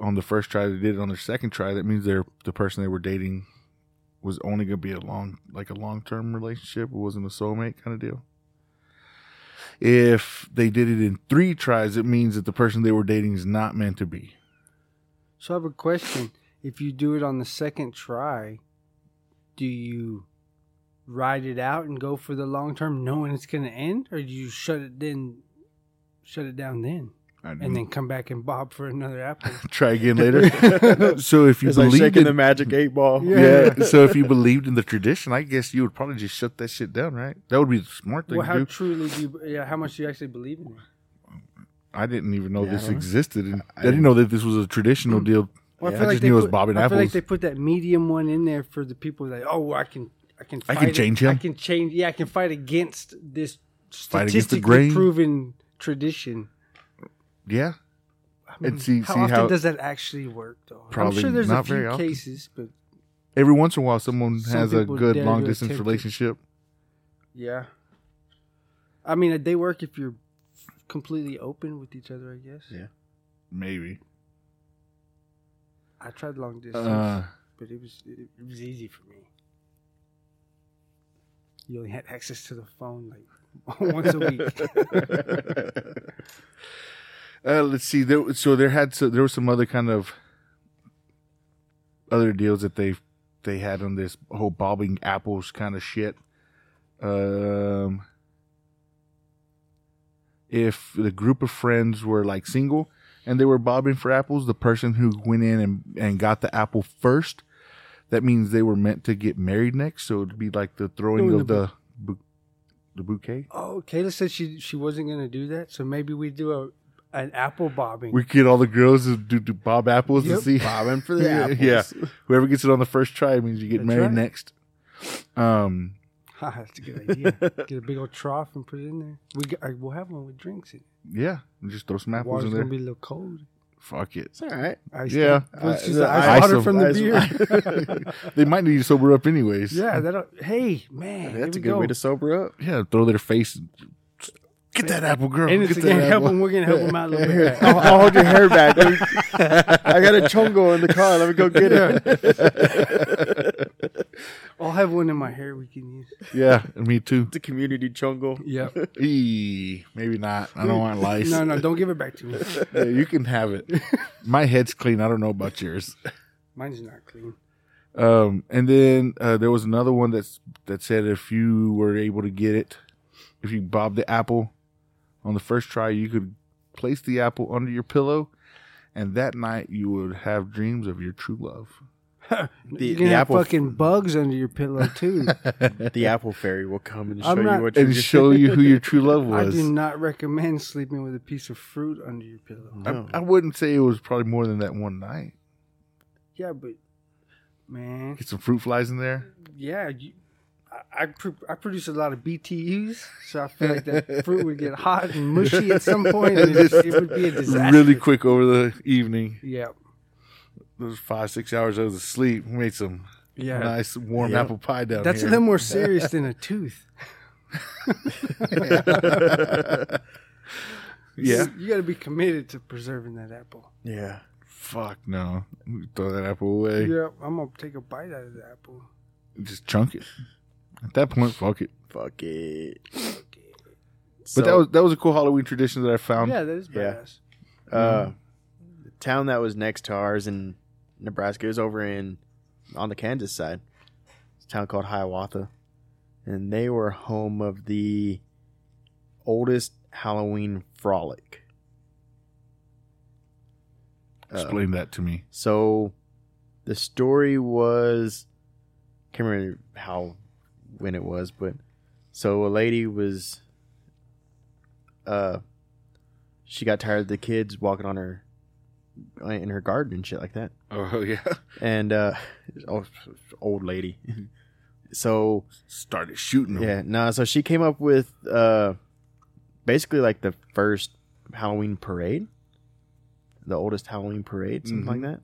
Speaker 3: on the first try, they did it on their second try. That means their the person they were dating was only going to be a long like a long term relationship. It wasn't a soulmate kind of deal. If they did it in three tries, it means that the person they were dating is not meant to be.
Speaker 1: So I have a question. If you do it on the second try, do you ride it out and go for the long term knowing it's gonna end? Or do you shut it then shut it down then?
Speaker 3: I
Speaker 1: And then come back and bob for another apple.
Speaker 3: try again later. so if you
Speaker 2: It's like
Speaker 3: believed
Speaker 2: shaking
Speaker 3: in
Speaker 2: the magic eight ball.
Speaker 3: yeah. so if you believed in the tradition, I guess you would probably just shut that shit down, right? That would be the smart thing
Speaker 1: well
Speaker 3: to
Speaker 1: how
Speaker 3: do.
Speaker 1: truly do you yeah, how much do you actually believe in it?
Speaker 3: I didn't even know
Speaker 2: Yeah, I
Speaker 3: this
Speaker 2: don't know.
Speaker 3: existed, and I,
Speaker 2: I
Speaker 3: didn't know that this was a traditional deal
Speaker 1: Well, I
Speaker 3: Yeah, I
Speaker 1: feel like
Speaker 3: just
Speaker 1: they
Speaker 3: knew it was
Speaker 1: put-
Speaker 3: Bob and
Speaker 1: I feel like
Speaker 3: Apples.
Speaker 1: they put that medium one in there for the people that oh I can I can
Speaker 3: I can
Speaker 1: fight it.
Speaker 3: change him.
Speaker 1: I can change yeah I can fight against this
Speaker 3: Fight against
Speaker 1: statistically
Speaker 3: the grain.
Speaker 1: proven tradition.
Speaker 3: Yeah.
Speaker 1: I
Speaker 3: And see-
Speaker 1: how
Speaker 3: see
Speaker 1: often
Speaker 3: how-
Speaker 1: does that actually work though?
Speaker 3: Probably
Speaker 1: I'm sure there's
Speaker 3: not
Speaker 1: a few
Speaker 3: very often.
Speaker 1: cases, but
Speaker 3: Every once in a while, someone
Speaker 1: Some
Speaker 3: has a
Speaker 1: people
Speaker 3: good
Speaker 1: dare to
Speaker 3: long distance
Speaker 1: attempt it.
Speaker 3: relationship.
Speaker 1: yeah. I mean, they work if you're completely open with each other. I guess.
Speaker 2: Yeah.
Speaker 3: Maybe.
Speaker 1: I tried long distance,
Speaker 3: Uh,
Speaker 1: but it was it, it was easy for me. You only had access to the phone like once a week.
Speaker 3: uh, let's see. There, so there had so there were some other kind of other deals that they they had on this whole bobbing apples kind of shit. Um, if the group of friends were like single and they were bobbing for apples, the person who went in and, and got the apple first, that means they were meant to get married next. So it'd be like the throwing
Speaker 1: Doing
Speaker 3: of
Speaker 1: the
Speaker 3: the bu- the bouquet.
Speaker 1: Oh, Kayla said she she wasn't gonna do that, so maybe we do a an apple bobbing.
Speaker 3: We get all the girls to do, do bob apples
Speaker 1: Yep.
Speaker 3: to see
Speaker 2: Bobbing for the
Speaker 3: Yeah,
Speaker 2: apples.
Speaker 3: yeah. whoever gets it on the first try means you get
Speaker 1: That's
Speaker 3: married
Speaker 1: right.
Speaker 3: next. Um,
Speaker 1: Ha, That's a good idea. Get a big old trough and put it in there. We got, uh, we'll have one with drinks in. it.
Speaker 3: yeah, just throw some
Speaker 1: Water's
Speaker 3: apples in
Speaker 1: gonna
Speaker 3: there.
Speaker 1: be a little cold.
Speaker 3: Fuck it.
Speaker 2: It's all right.
Speaker 1: Ice
Speaker 3: Yeah.
Speaker 1: down. Well, it's
Speaker 2: Uh,
Speaker 1: just
Speaker 2: the
Speaker 1: the ice
Speaker 3: ice
Speaker 1: water
Speaker 3: of-
Speaker 1: from the
Speaker 2: ice-
Speaker 1: beer.
Speaker 3: they might need to sober up anyways.
Speaker 1: yeah, that'll. Hey, man,
Speaker 2: That's a
Speaker 1: here we
Speaker 2: good way to sober up.
Speaker 3: yeah. Throw their face. and just, Get that apple, girl.
Speaker 1: And
Speaker 3: Get
Speaker 1: it's
Speaker 3: that
Speaker 1: gonna help
Speaker 3: apple."
Speaker 1: him. We're gonna help him out a little bit.
Speaker 2: I'll, I'll hold your hair back. Let me- I got a chongo in the car. Let me go get it.
Speaker 1: I'll have one in my hair we can use.
Speaker 3: Yeah, me too.
Speaker 2: It's a community chongo.
Speaker 1: Yeah.
Speaker 3: Eee, maybe not. I don't want lice.
Speaker 1: No, no, don't give it back to me.
Speaker 3: Yeah, you can have it. My head's clean. I don't know about yours.
Speaker 1: Mine's not clean.
Speaker 3: Um, and then uh, there was another one that's that said if you were able to get it, if you bobbed the apple on the first try, you could place the apple under your pillow, and that night you would have dreams of your true love.
Speaker 2: The,
Speaker 1: You're
Speaker 2: the
Speaker 1: gonna have
Speaker 2: apple,
Speaker 1: fucking bugs under your pillow too.
Speaker 2: the apple fairy will come and show
Speaker 1: I'm not-
Speaker 2: you what you
Speaker 3: And
Speaker 2: just
Speaker 3: show you who your true love
Speaker 1: I
Speaker 3: was.
Speaker 1: do not recommend sleeping with a piece of fruit under your pillow.
Speaker 3: I,
Speaker 2: No.
Speaker 3: I wouldn't say it was probably more than that one night.
Speaker 1: Yeah, but man,
Speaker 3: Get some fruit flies in there.
Speaker 1: yeah, you, I I, pr- I produce a lot of BTUs, so I feel like that fruit would get hot and mushy at some point, and it, it would be a disaster.
Speaker 3: Really quick over the evening,
Speaker 1: Yeah,
Speaker 3: those five six hours I was asleep, made some
Speaker 1: yeah.
Speaker 3: nice warm
Speaker 2: Yeah.
Speaker 3: apple pie down
Speaker 1: That's a
Speaker 3: here.
Speaker 1: little more serious than a tooth.
Speaker 3: yeah.
Speaker 1: you got to be committed to preserving that apple.
Speaker 2: Yeah.
Speaker 3: Fuck no. Throw that apple away.
Speaker 1: Yeah, I'm gonna take a bite out of the apple.
Speaker 3: Just chunk it. At that point, fuck it.
Speaker 2: Fuck it.
Speaker 3: But that was that was a cool Halloween tradition that I found.
Speaker 1: yeah, that is
Speaker 2: Um, yeah.
Speaker 1: badass.
Speaker 2: uh, the town that was next to ours in Nebraska. It was over in on the Kansas side. It's a town called Hiawatha, and they were home of the oldest Halloween frolic. Uh,
Speaker 3: Explain that to me.
Speaker 2: so the story was can't remember how when it was, but so a lady was uh she got tired of the kids walking on her uh, in her garden and shit like that.
Speaker 3: Oh yeah.
Speaker 2: And uh oh, old lady. so
Speaker 3: Started shooting 'em.
Speaker 2: yeah, no, so she came up with uh basically like the first Halloween parade. The oldest Halloween parade, something
Speaker 1: Mm-hmm.
Speaker 2: like that.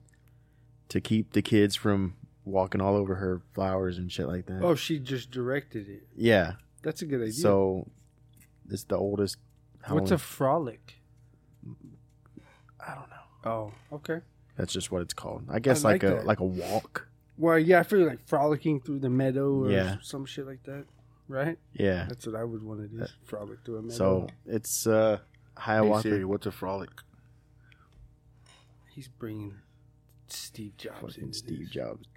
Speaker 2: To keep the kids from walking all over her flowers and shit like that.
Speaker 1: Oh, she just directed it.
Speaker 2: yeah.
Speaker 1: That's a good idea.
Speaker 2: So it's the oldest Halloween.
Speaker 1: what's a frolic?
Speaker 2: I don't know.
Speaker 1: Oh, okay.
Speaker 2: That's just what it's called. I guess
Speaker 1: I
Speaker 2: like,
Speaker 1: like
Speaker 2: a
Speaker 1: that.
Speaker 2: like a walk.
Speaker 1: Well, yeah, I feel like frolicking through the meadow or
Speaker 2: Yeah.
Speaker 1: some shit like that, right?
Speaker 2: Yeah.
Speaker 1: That's what I would want to do: is frolic through a meadow.
Speaker 2: So it's uh
Speaker 3: Hey,
Speaker 2: Hiawatha.
Speaker 3: Siri, what's a frolic?
Speaker 1: he's bringing Steve Jobs
Speaker 2: Fucking
Speaker 1: in.
Speaker 2: Steve Jobs.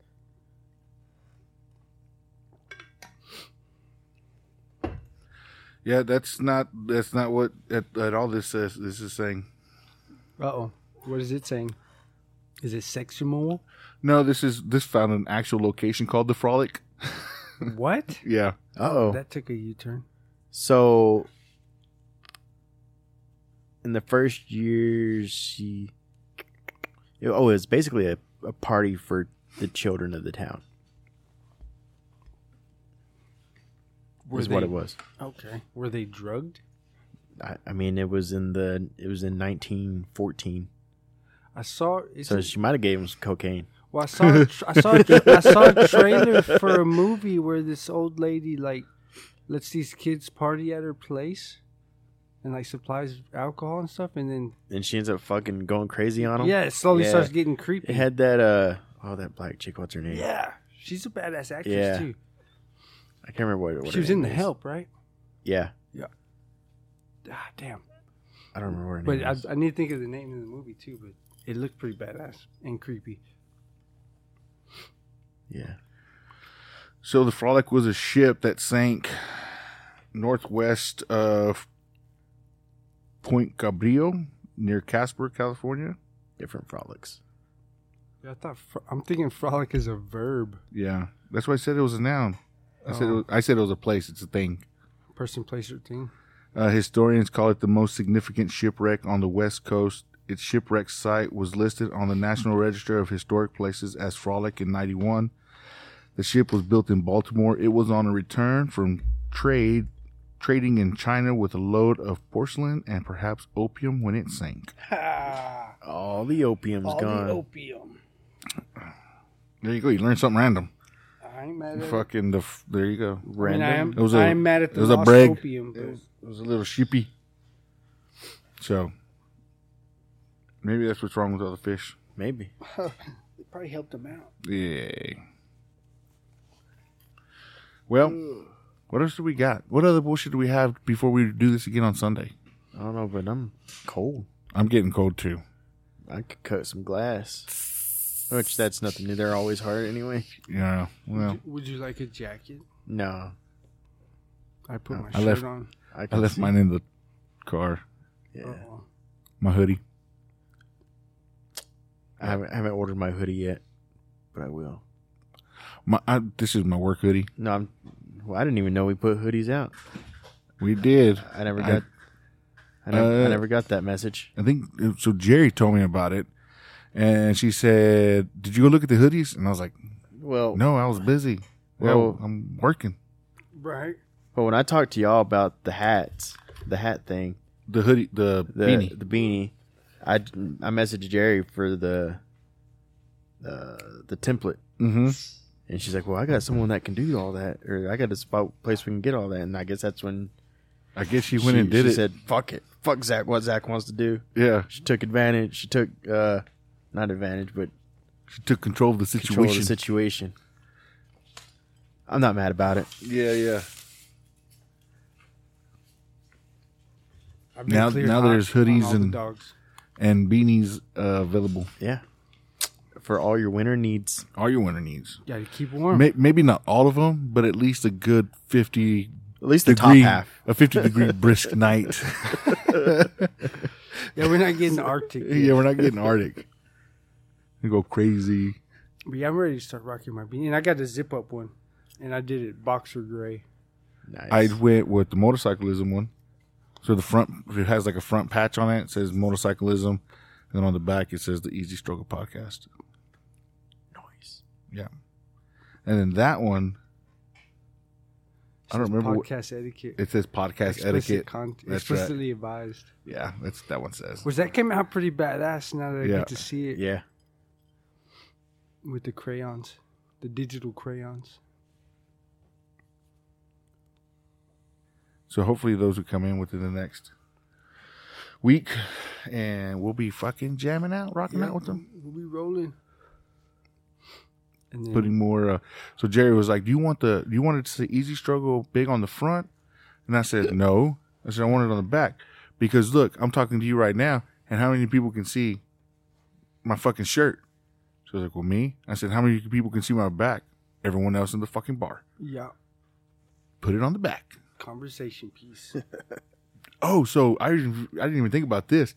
Speaker 3: Yeah, that's not that's not what at, at all this says. This is saying
Speaker 1: Uh oh, what is it saying? Is it sexual?
Speaker 3: no. This is this found an actual location called the Frolic.
Speaker 1: what?
Speaker 3: Yeah,
Speaker 2: Uh oh.
Speaker 1: That took a U-turn.
Speaker 2: So in the first year she oh, it's basically a a party for the children of the town.
Speaker 1: Were
Speaker 2: is what
Speaker 1: they-
Speaker 2: it was.
Speaker 1: Okay. Were they drugged?
Speaker 2: I, I mean, it was in the it was in 1914,
Speaker 1: I saw. It's
Speaker 2: so she might have gave him some cocaine.
Speaker 1: well, I saw. A tra- I saw. A tra- I saw a trailer for a movie where this old lady like lets these kids party at her place, and like supplies alcohol and stuff, and then
Speaker 2: and she ends up fucking going crazy on him.
Speaker 1: yeah, it slowly
Speaker 2: Yeah.
Speaker 1: starts getting creepy.
Speaker 2: It had that uh oh that black chick, what's her name?
Speaker 1: yeah, she's a badass actress
Speaker 2: Yeah.
Speaker 1: too.
Speaker 2: I can't remember what it was.
Speaker 1: she was in The Help, right?
Speaker 2: Yeah.
Speaker 1: Ah, damn.
Speaker 2: I don't remember what her
Speaker 1: But
Speaker 2: name
Speaker 1: I,
Speaker 2: is.
Speaker 1: I need to think of the name of the movie too. But it looked pretty badass and creepy.
Speaker 2: Yeah.
Speaker 3: So the Frolic was a ship that sank northwest of Point Cabrillo near Casper, California.
Speaker 2: Different frolics.
Speaker 1: I thought fro- I'm thinking frolic is a verb.
Speaker 3: Yeah, that's why I said it was a noun. I said it
Speaker 1: Oh.
Speaker 3: was, I said it was a place. It's a thing.
Speaker 1: Person, place, or thing.
Speaker 3: Uh, historians call it the most significant shipwreck on the west coast. Its shipwreck site was listed on the National Register of Historic Places as Frolic in 91. The ship was built in Baltimore. It was on a return from trade, trading in China with a load of porcelain and perhaps opium when it sank.
Speaker 1: Ah,
Speaker 2: All the opium's
Speaker 1: all
Speaker 2: gone.
Speaker 1: the opium.
Speaker 3: There you go. You learned something random.
Speaker 1: I ain't mad at it.
Speaker 3: Fucking the. f- There you go.
Speaker 1: I mean, I am,
Speaker 2: Random.
Speaker 3: It was a-
Speaker 1: I am mad at
Speaker 3: it
Speaker 1: the
Speaker 3: was a
Speaker 1: lost
Speaker 3: brag.
Speaker 1: opium. but-
Speaker 3: It was a little sheepy. So maybe that's what's wrong with all the fish.
Speaker 2: Maybe.
Speaker 1: it probably helped him out.
Speaker 3: Yeah. Well, what else do we got? What other bullshit do we have before we do this again on Sunday?
Speaker 2: I don't know, but I'm cold.
Speaker 3: I'm getting cold too.
Speaker 2: I could cut some glass. Which that's nothing new. They're always hard anyway.
Speaker 3: Yeah. Well,
Speaker 1: Would you like a jacket?
Speaker 2: No.
Speaker 1: I put my
Speaker 3: I
Speaker 1: shirt
Speaker 3: left-
Speaker 1: on.
Speaker 2: I,
Speaker 3: I
Speaker 2: can
Speaker 3: left
Speaker 2: see-
Speaker 3: mine in the car.
Speaker 2: Yeah.
Speaker 1: Uh-oh.
Speaker 3: My hoodie.
Speaker 2: I haven't, I haven't ordered my hoodie yet, but I will.
Speaker 3: My I, this is my work hoodie.
Speaker 2: No, I'm. Well, I didn't even know we put hoodies out.
Speaker 3: We did.
Speaker 2: I never
Speaker 3: I-
Speaker 2: got. I, never,
Speaker 3: Uh,
Speaker 2: I never got that message.
Speaker 3: I think so. Jerry told me about it, and she said, "Did you go look at the hoodies?" And I was like,
Speaker 2: Well,
Speaker 3: "No, I was busy. Well,
Speaker 2: Well-
Speaker 3: I'm working."
Speaker 1: Right?
Speaker 2: But when I talked to y'all about the hats, the hat thing,
Speaker 3: The hoodie, the,
Speaker 2: the
Speaker 3: beanie.
Speaker 2: the beanie, I I messaged Jerry for the uh, the template,
Speaker 3: Mm-hmm.
Speaker 2: and she's like, "Well, I got someone that can do all that, or I got a spot place we can get all that." And I guess that's when
Speaker 3: I guess she went and did
Speaker 2: she
Speaker 3: it.
Speaker 2: Said, "Fuck it, fuck Zach. What Zach wants to do."
Speaker 3: yeah,
Speaker 2: She took advantage. She took uh, not advantage, but
Speaker 3: she took control of the
Speaker 2: control of the
Speaker 3: situation.
Speaker 2: situation. I'm not mad about it.
Speaker 3: yeah, yeah.
Speaker 1: I've
Speaker 3: Now-
Speaker 1: cleared
Speaker 3: now
Speaker 1: hot
Speaker 3: there's
Speaker 1: on
Speaker 3: hoodies
Speaker 1: all the
Speaker 3: and-
Speaker 1: dogs.
Speaker 3: And beanies uh, available.
Speaker 2: Yeah, for all your winter needs.
Speaker 3: All your winter needs.
Speaker 1: Yeah, to keep warm.
Speaker 3: May- maybe not all of them, but at least a good fifty
Speaker 2: At least the
Speaker 3: degree,
Speaker 2: top half.
Speaker 3: a fifty degree brisk night.
Speaker 1: yeah, we're not getting Arctic. yet.
Speaker 3: yeah, we're not getting Arctic. We go crazy.
Speaker 1: But yeah, I'm ready to start rocking my beanie. And I got the zip up one. And I did it boxer gray.
Speaker 2: Nice.
Speaker 3: I went with the motorcyclism one. So the front it has like a front patch on it. It says motorcyclism, and then on the back it says the Easy Struggle Podcast.
Speaker 2: Nice.
Speaker 3: And then that one, I don't
Speaker 1: Says
Speaker 3: remember what-
Speaker 1: Podcast etiquette.
Speaker 3: it says podcast
Speaker 1: Explicit
Speaker 3: etiquette.
Speaker 1: con-
Speaker 3: right.
Speaker 1: explicitly advised.
Speaker 3: yeah, that's that one says.
Speaker 1: Which that came out pretty badass now that I
Speaker 3: Yeah.
Speaker 1: get to see it
Speaker 2: Yeah.
Speaker 1: with the crayons, the digital crayons.
Speaker 3: So hopefully those will come in within the next week, and we'll be fucking jamming out, rocking out with them,
Speaker 1: We rolling. And then
Speaker 3: putting more. Uh, so Jerry was like, "Do you want the? Do you want it to say Easy Struggle big on the front?" And I said, "No." I said, "I want it on the back because look, I'm talking to you right now, and how many people can see my fucking shirt?" She was like, "Well, me." I said, "How many people can see my back?" Everyone else in the fucking bar.
Speaker 1: yeah,
Speaker 3: Put it on the back.
Speaker 1: conversation piece.
Speaker 3: oh, so I didn't, I didn't even think about this.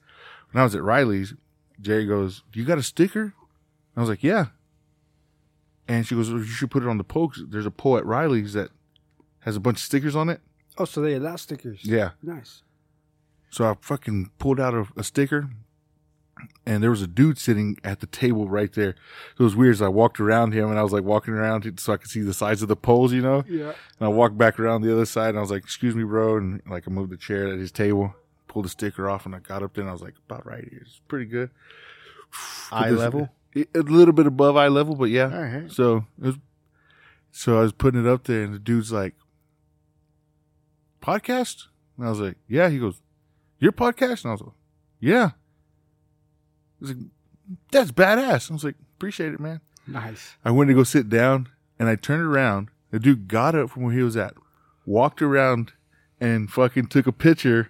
Speaker 3: When I was at Riley's, Jerry goes, "Do you got a sticker?" I was like, "Yeah." And she goes, well, "You should put it on the pole. 'cause There's a pole at Riley's that has a bunch of stickers on it."
Speaker 1: oh, so they allow stickers.
Speaker 3: Yeah.
Speaker 1: Nice.
Speaker 3: So I fucking pulled out a, a sticker, and there was a dude sitting at the table right there. So it was weird. So I walked around him and I was like walking around it so I could see the sides of the poles, you know?
Speaker 1: Yeah.
Speaker 3: And I walked back around the other side and I was like, excuse me, bro. And like I moved the chair at his table, pulled the sticker off, and I got up there and I was like, about right here. It's pretty good.
Speaker 2: Eye
Speaker 3: This-
Speaker 2: level?
Speaker 3: A a little bit above eye level, but yeah.
Speaker 2: All right.
Speaker 3: So it was, so I was putting it up there, and the dude's like, "Podcast?" And I was like, "Yeah." He goes, "Your podcast?" And I was like, "Yeah." He's like, "That's badass." I was like, "Appreciate it, man."
Speaker 1: Nice.
Speaker 3: I went to go sit down, and I turned around. The dude got up from where he was at, walked around, and fucking took a picture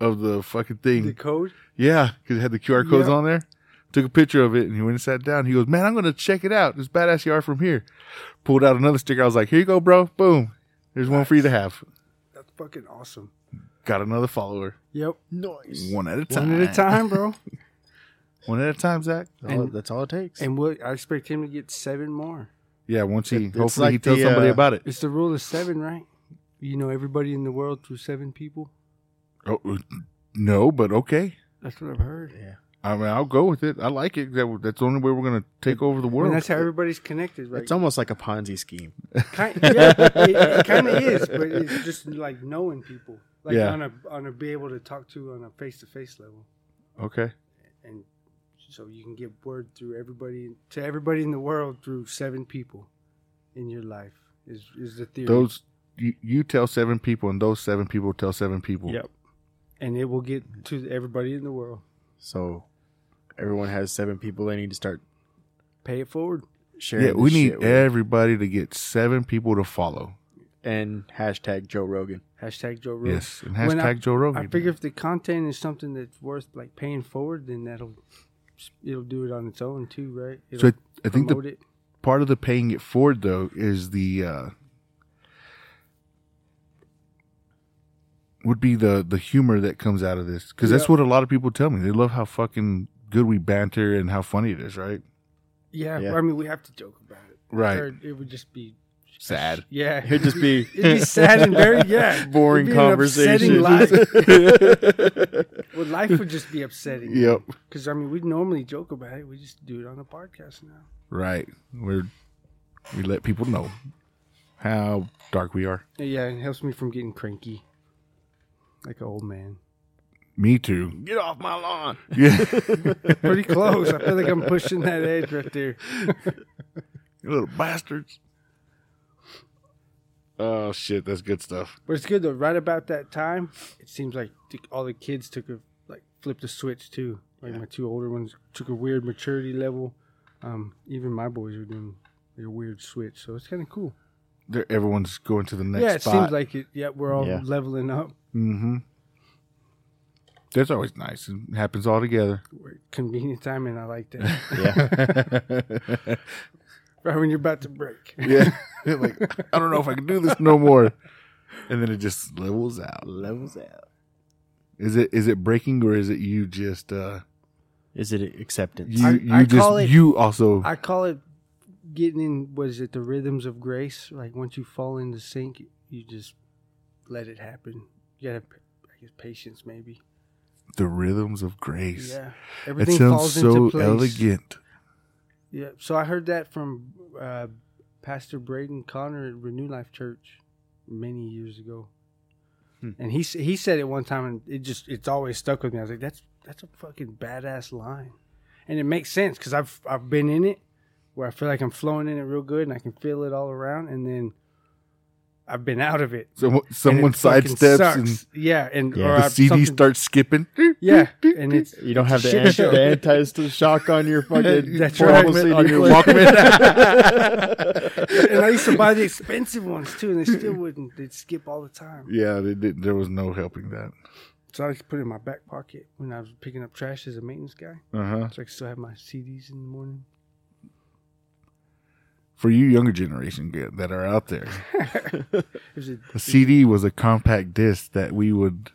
Speaker 3: of the fucking thing.
Speaker 1: The code.
Speaker 3: Yeah, because it had the QR codes
Speaker 1: Yeah.
Speaker 3: on there. Took a picture of it and he went and sat down. He goes, Man, I'm going to check it out. This badass yard from here. Pulled out another sticker. I was like, Here you go, bro. Boom. There's one for you to have.
Speaker 1: That's fucking awesome.
Speaker 3: Got another follower.
Speaker 1: Yep.
Speaker 2: Noise.
Speaker 3: One at a time.
Speaker 1: One at a time, bro.
Speaker 3: One at a time, Zach.
Speaker 2: That's all, that's all it takes.
Speaker 1: and what I expect him to get seven more.
Speaker 3: Yeah, once he,
Speaker 2: It's
Speaker 3: hopefully he
Speaker 2: like
Speaker 3: tells
Speaker 2: the,
Speaker 3: somebody
Speaker 2: uh,
Speaker 3: about it.
Speaker 1: It's the rule of seven, right? You know everybody in the world through seven people.
Speaker 3: Oh, uh, no, but okay.
Speaker 1: That's what I've heard.
Speaker 2: yeah.
Speaker 3: I mean, I'll go with it. I like it. That- That's the only way we're going to take over the world.
Speaker 1: And that's how everybody's connected, right?
Speaker 2: It's almost like a Ponzi scheme.
Speaker 1: kind, yeah, it, it kind of is, but it's just like knowing people, like
Speaker 3: Yeah.
Speaker 1: on a on a be able to talk to on a face to face level,
Speaker 3: okay.
Speaker 1: and so you can get word through everybody to everybody in the world through seven people in your life is is the theory.
Speaker 3: Those, you, you tell seven people, and those seven people tell seven people.
Speaker 1: yep, and it will get to everybody in the world.
Speaker 2: So everyone has seven people they need to start
Speaker 1: Pay it forward.
Speaker 2: sharing.
Speaker 3: yeah, we
Speaker 2: this
Speaker 3: need
Speaker 2: shit with.
Speaker 3: everybody to get seven people to follow.
Speaker 2: and hashtag Joe Rogan.
Speaker 1: Hashtag Joe Rogan.
Speaker 3: Yes, and
Speaker 1: When
Speaker 3: hashtag
Speaker 1: I-
Speaker 3: Joe Rogan.
Speaker 1: I figure if the content is something that's worth like paying forward, then that'll it'll do it on its own too, right?
Speaker 3: so
Speaker 1: It'll
Speaker 3: I, I think the
Speaker 1: promote it.
Speaker 3: part of the paying it forward though is the uh, would be the the humor that comes out of this because that's
Speaker 1: Yeah.
Speaker 3: what a lot of people tell me. They love how fucking good we banter and how funny it is, right?
Speaker 1: Yeah,
Speaker 2: Yeah.
Speaker 1: I mean, we have to joke about it.
Speaker 3: Right.
Speaker 1: Or it would just be,
Speaker 3: Sad.
Speaker 1: yeah.
Speaker 2: It'd just be
Speaker 1: It'd be sad and very yeah
Speaker 2: boring
Speaker 1: It'd be an upsetting
Speaker 2: conversation.
Speaker 1: Life. well, life would just be upsetting.
Speaker 3: Yep.
Speaker 1: Because I mean, we normally joke about it. We just do it on a podcast now.
Speaker 3: Right. We're we let people know how dark we are.
Speaker 1: Yeah, it helps me from getting cranky, like an old man.
Speaker 3: Me too.
Speaker 2: Get off my lawn.
Speaker 3: Yeah.
Speaker 1: Pretty close. I feel like I'm pushing that edge right there.
Speaker 3: You little bastards. Oh shit, that's good stuff.
Speaker 1: But it's good though. Right about that time, it seems like t- all the kids took a like flipped a switch too. Like my two older ones took a weird maturity level. Um, even my boys are doing a weird switch, so it's kind of cool.
Speaker 3: They're, everyone's going to the next.
Speaker 1: yeah, it
Speaker 3: spot.
Speaker 1: seems like it. Yeah, we're all
Speaker 2: Yeah.
Speaker 1: leveling up.
Speaker 3: Mm-hmm. That's always nice. It happens all together.
Speaker 1: We're convenient timing. I like that.
Speaker 2: Yeah.
Speaker 1: right when you're about to break.
Speaker 3: yeah. like I don't know if I can do this no more. And then it just levels out.
Speaker 2: Levels out.
Speaker 3: Is it is it breaking or is it you just uh
Speaker 2: Is it acceptance?
Speaker 3: you
Speaker 1: I-
Speaker 3: you
Speaker 1: I
Speaker 3: just
Speaker 1: call it-
Speaker 3: you also
Speaker 1: I call it getting in. What is it? The rhythms of grace. Like once you fall into sync, you just let it happen. You gotta, I guess, patience maybe.
Speaker 3: the rhythms of grace?
Speaker 1: Yeah,
Speaker 3: That
Speaker 1: everything
Speaker 3: sounds
Speaker 1: falls
Speaker 3: so
Speaker 1: into place.
Speaker 3: elegant.
Speaker 1: Yeah, so I heard that from uh, Pastor Braden Connor at Renew Life Church many years ago,
Speaker 2: Hmm.
Speaker 1: and he s- he said it one time, and it just it's always stuck with me. I was like, that's that's a fucking badass line, and it makes sense because I've I've been in it where I feel like I'm flowing in it real good, and I can feel it all around, and then I've been out of it.
Speaker 3: So
Speaker 1: and
Speaker 3: someone
Speaker 1: it fucking
Speaker 3: sidesteps
Speaker 1: sucks.
Speaker 3: and
Speaker 1: yeah, and
Speaker 2: Yeah.
Speaker 1: or
Speaker 3: the
Speaker 1: I've-
Speaker 3: CD
Speaker 1: something-
Speaker 3: starts skipping.
Speaker 1: yeah, and it's
Speaker 2: You don't have the,
Speaker 1: Shit
Speaker 2: anti-
Speaker 1: show.
Speaker 2: the anti-shock on your fucking
Speaker 1: That's
Speaker 2: portable
Speaker 1: right.
Speaker 2: CD
Speaker 3: on your
Speaker 2: player.
Speaker 1: and I used to buy the expensive ones too, and they still wouldn't. They'd skip all the time.
Speaker 3: yeah, they, did there was no helping that.
Speaker 1: So I just put it in my back pocket when I was picking up trash as a maintenance guy.
Speaker 3: Uh huh.
Speaker 1: So I could still have my CDs in the morning.
Speaker 3: For you younger generation get, that are out there,
Speaker 1: It was a,
Speaker 3: a CD was a compact disc that we would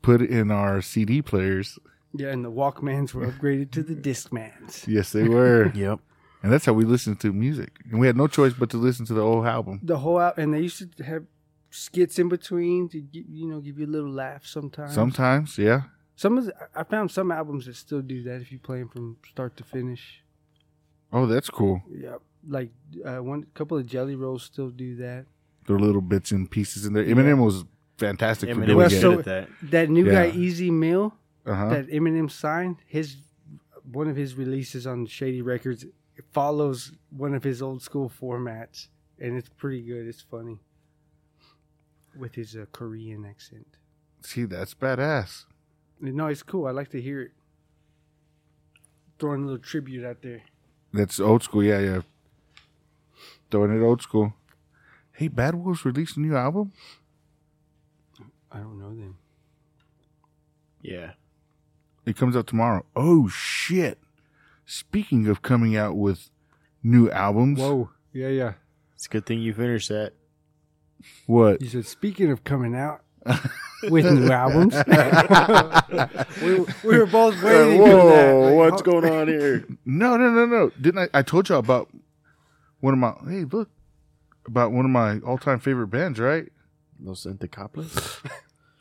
Speaker 3: put in our CD players.
Speaker 1: yeah, and the Walkmans were upgraded to the Discmans.
Speaker 3: Yes, they were,
Speaker 2: Yep.
Speaker 3: and that's how we listened to music. And we had no choice but to listen to the old album.
Speaker 1: The whole out, and they used to have skits in between to gi- you know give you a little laugh sometimes.
Speaker 3: Sometimes, yeah,
Speaker 1: Some of the, I- I found some albums that still do that if you play them from start to finish.
Speaker 3: Oh, that's cool.
Speaker 1: Yeah, like uh, one couple of Jelly Rolls still do that.
Speaker 3: There are little bits and pieces in there. Eminem was fantastic for
Speaker 2: Eminem
Speaker 3: doing
Speaker 2: was
Speaker 1: Well, so-
Speaker 2: good at that.
Speaker 1: That new
Speaker 3: Yeah.
Speaker 1: guy Easy Mill
Speaker 3: it. Uh huh.
Speaker 1: that Eminem signed, his one of his releases on Shady Records follows one of his old school formats, and it's pretty good. It's funny with his uh, Korean accent.
Speaker 3: See, that's badass.
Speaker 1: No, it's cool. I like to hear it. Throwing a little tribute out there.
Speaker 3: That's old school. Yeah, yeah. Throwing it old school. Hey, Bad Wolves released a new album.
Speaker 1: I don't know them.
Speaker 2: Yeah.
Speaker 3: It comes out tomorrow. Oh shit! Speaking of coming out with new albums,
Speaker 1: Whoa. Yeah, yeah.
Speaker 2: It's a good thing you finished that.
Speaker 3: what?
Speaker 1: You said, speaking of coming out with new albums, we, we were both waiting for that.
Speaker 2: Whoa,
Speaker 1: Like,
Speaker 2: what's
Speaker 1: oh,
Speaker 2: going on here?
Speaker 3: No, no, no, no. Didn't I? I told you about one of my. Hey, look, about one of my all-time favorite bands, right?
Speaker 2: Los Anticopolis?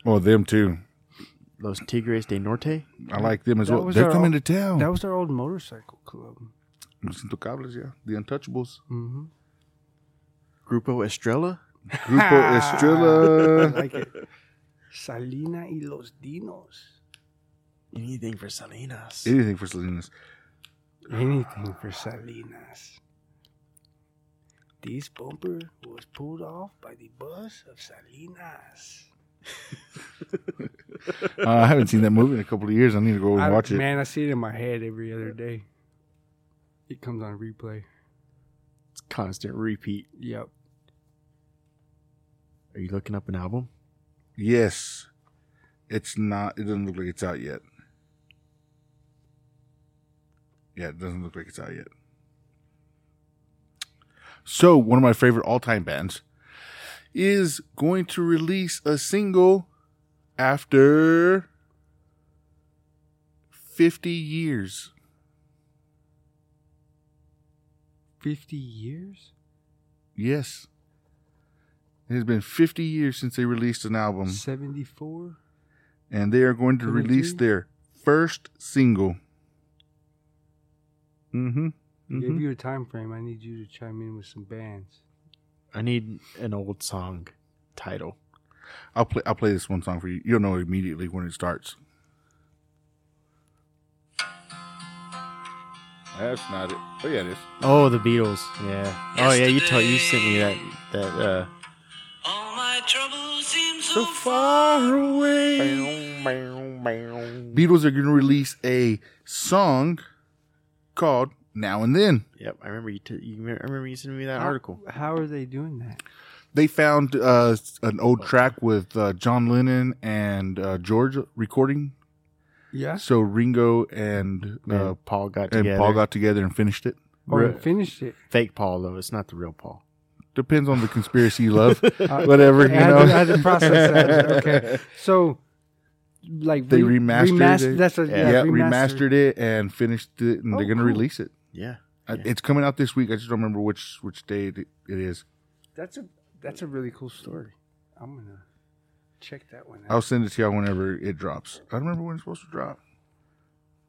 Speaker 3: Oh, them too.
Speaker 2: Los Tigres de Norte?
Speaker 3: I like them as
Speaker 1: That
Speaker 3: well.
Speaker 1: was
Speaker 3: They're
Speaker 1: our
Speaker 3: coming
Speaker 1: all-
Speaker 3: to town.
Speaker 1: That was our old motorcycle club.
Speaker 3: Los Intocables, yeah. The Untouchables.
Speaker 1: Mm-hmm.
Speaker 2: Grupo Estrella?
Speaker 3: Grupo
Speaker 1: Ah. I
Speaker 3: Estrella.
Speaker 1: like it. Salina y los Dinos.
Speaker 2: Anything for Salinas.
Speaker 3: Anything for Salinas.
Speaker 1: Anything for Salinas. This bumper was pulled off by the bus of Salinas.
Speaker 3: Uh, I haven't seen that movie in a couple of years. I need to go and
Speaker 1: I-
Speaker 3: watch it.
Speaker 1: Man, I see it in my head every other day. It comes on replay.
Speaker 2: It's constant repeat.
Speaker 1: Yep.
Speaker 2: Are you looking up an album?
Speaker 3: Yes. It's not, it doesn't look like it's out yet. Yeah, it doesn't look like it's out yet. So, one of my favorite all time bands is going to release a single after 50 years.
Speaker 1: 50 years?
Speaker 3: Yes. It has been 50 years since they released an album,
Speaker 1: 74?
Speaker 3: and they are going to release
Speaker 1: 22?
Speaker 3: their first single. Mm hmm.
Speaker 1: Give you a time frame. I need you to chime in with some bands.
Speaker 2: I need an old song title.
Speaker 3: I'll play. I'll play this one song for you. You'll know immediately when it starts. That's not it. Oh yeah, it is.
Speaker 2: Oh, the Beatles. Yeah. Oh yeah, you told you sent me that that uh
Speaker 4: All my troubles seem so
Speaker 3: far away. Beatles are going to release a song called "Now and Then."
Speaker 2: Yep, I remember you. T- you remember, I remember you sending me that
Speaker 3: Oh.
Speaker 1: How-
Speaker 2: article.
Speaker 1: How are they doing that?
Speaker 3: They found uh, an old track with uh, John Lennon and uh, George recording.
Speaker 1: Yeah.
Speaker 3: So Ringo and uh,
Speaker 2: and Paul got
Speaker 3: and
Speaker 2: together.
Speaker 3: Paul got together and finished it.
Speaker 1: Or
Speaker 2: Right.
Speaker 1: finished it.
Speaker 2: fake Paul though. It's not the real Paul.
Speaker 3: Depends on the conspiracy you love.
Speaker 1: Uh,
Speaker 3: Whatever you
Speaker 1: I had,
Speaker 3: know.
Speaker 1: to, I had to process that. Okay. So, like,
Speaker 3: They
Speaker 1: re-
Speaker 3: remastered
Speaker 1: remaster-
Speaker 3: it.
Speaker 1: That's a,
Speaker 2: Yeah.
Speaker 1: yeah,
Speaker 3: yeah,
Speaker 1: remastered.
Speaker 3: remastered it and finished it, and
Speaker 1: Oh,
Speaker 3: they're gonna
Speaker 1: cool.
Speaker 3: release it.
Speaker 2: Yeah.
Speaker 3: I
Speaker 2: Yeah.
Speaker 3: It's coming out this week. I just don't remember which which day it, it is.
Speaker 1: That's a that's a really cool story. I'm gonna check that one out.
Speaker 3: I'll send it to y'all whenever it drops. I don't remember when it's supposed to drop.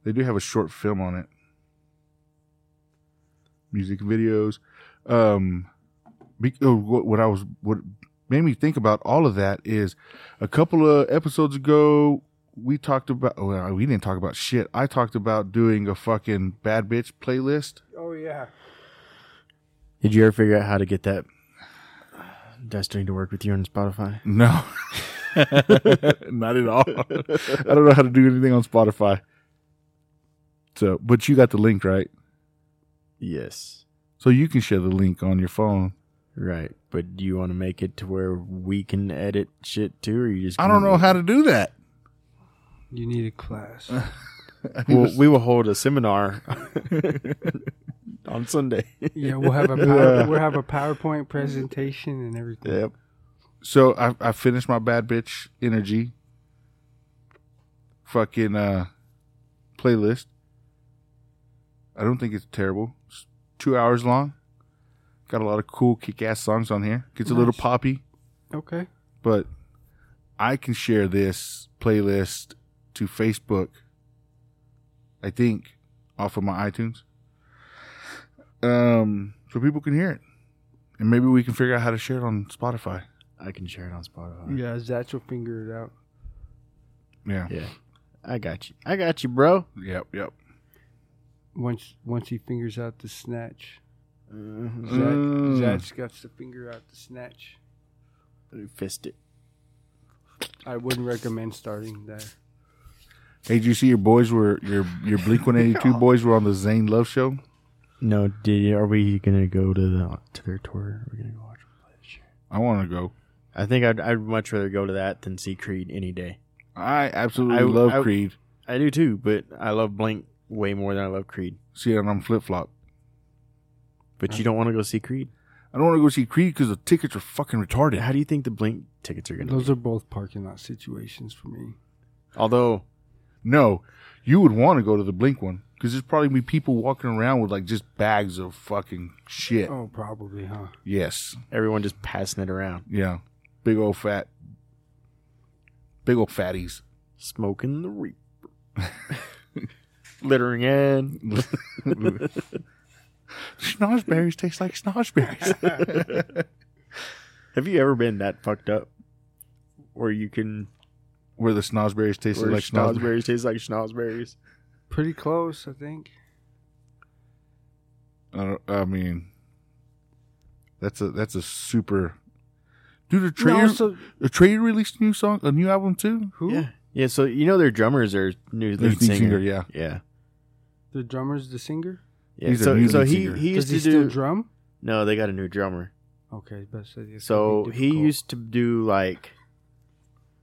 Speaker 3: They do have a short film on it. Music videos. Um, be, oh, what, what I was what made me think about all of that is a couple of episodes ago we talked about oh, well we didn't talk about shit. I talked about doing a fucking bad bitch playlist.
Speaker 1: oh yeah.
Speaker 2: Did you ever figure out how to get that Destiny to work with you on Spotify?
Speaker 3: No, not at all. I don't know how to do anything on Spotify. So, but you got the link right,
Speaker 2: Yes.
Speaker 3: so you can share the link on your phone.
Speaker 2: Right. But do you want to make it to where we can edit shit too, or you just?
Speaker 3: I don't know how to do that.
Speaker 1: You need a class.
Speaker 2: Well, we will hold a seminar on Sunday.
Speaker 1: yeah, we'll have a power, we'll have a PowerPoint presentation and everything.
Speaker 2: Yep.
Speaker 3: So I, I finished my bad bitch energy fucking uh, playlist. I don't think it's terrible. It's two hours long. Got a lot of cool kick ass songs on here. Gets a little
Speaker 1: Nice.
Speaker 3: poppy.
Speaker 1: Okay.
Speaker 3: but I can share this playlist to Facebook. I think off of my iTunes, um, so people can hear it, and maybe we can figure out how to share it on Spotify.
Speaker 2: I can share it on Spotify.
Speaker 1: Yeah, Zach will figure it out.
Speaker 3: Yeah.
Speaker 2: Yeah. I got you. I got you, bro.
Speaker 3: Yep. Yep.
Speaker 1: Once once he fingers out the snatch, Zach,
Speaker 3: Mm.
Speaker 1: Zach's got to finger out the snatch.
Speaker 2: Fist it.
Speaker 1: I wouldn't recommend starting that.
Speaker 3: Hey, did you see your boys were your your Bleak One Eighty Two boys were on the Zane Love Show?
Speaker 2: No, did are we gonna go to the to their tour? Are we gonna go watch them play this year?
Speaker 3: I want to go.
Speaker 2: I think I'd, I'd much rather go to that than see Creed any day.
Speaker 3: I absolutely
Speaker 2: I-
Speaker 3: love
Speaker 2: I-
Speaker 3: Creed.
Speaker 2: I do too, but I love Blink way more than I love Creed.
Speaker 3: See, and I'm flip flop.
Speaker 2: But you don't want to go see Creed.
Speaker 3: I don't want to go see Creed because the tickets are fucking retarded.
Speaker 2: How do you think the Blink tickets are gonna?
Speaker 1: Those
Speaker 2: Be?
Speaker 1: are both parking lot situations for me.
Speaker 2: Although
Speaker 3: No, you would want to go to the Blink one because there's probably be people walking around with like just bags of fucking shit.
Speaker 1: Oh, probably, huh?
Speaker 3: Yes,
Speaker 2: everyone just passing it around,
Speaker 3: yeah, big old fat, big old fatties.
Speaker 2: smoking the reaper, littering in.
Speaker 3: Snozzberries taste like snozzberries.
Speaker 2: Have you ever been that fucked up where you can
Speaker 3: Where the snozzberries taste
Speaker 2: where
Speaker 3: like snozzberries.
Speaker 2: schnozberries taste like schnozberries?
Speaker 1: Pretty close, I think.
Speaker 3: I, don't- I mean, that's a that's a super. Dude, the Trader,
Speaker 1: so-
Speaker 3: the Trader released a new song, a new album too.
Speaker 1: Who?
Speaker 2: Yeah, yeah. So you know their drummers are new
Speaker 3: Their
Speaker 2: lead
Speaker 3: lead
Speaker 2: singer.
Speaker 3: singer, yeah.
Speaker 2: yeah,
Speaker 1: The drummer's the singer.
Speaker 2: yeah.
Speaker 3: He's a
Speaker 2: so
Speaker 3: new
Speaker 2: so
Speaker 3: lead
Speaker 2: he
Speaker 3: singer.
Speaker 2: he
Speaker 1: Does
Speaker 2: used
Speaker 1: he
Speaker 2: to
Speaker 1: still
Speaker 2: do
Speaker 1: drum?
Speaker 2: no. They got a new drummer.
Speaker 1: Okay, best. idea. It's gonna
Speaker 2: So
Speaker 1: be
Speaker 2: he
Speaker 1: difficult.
Speaker 2: used to do like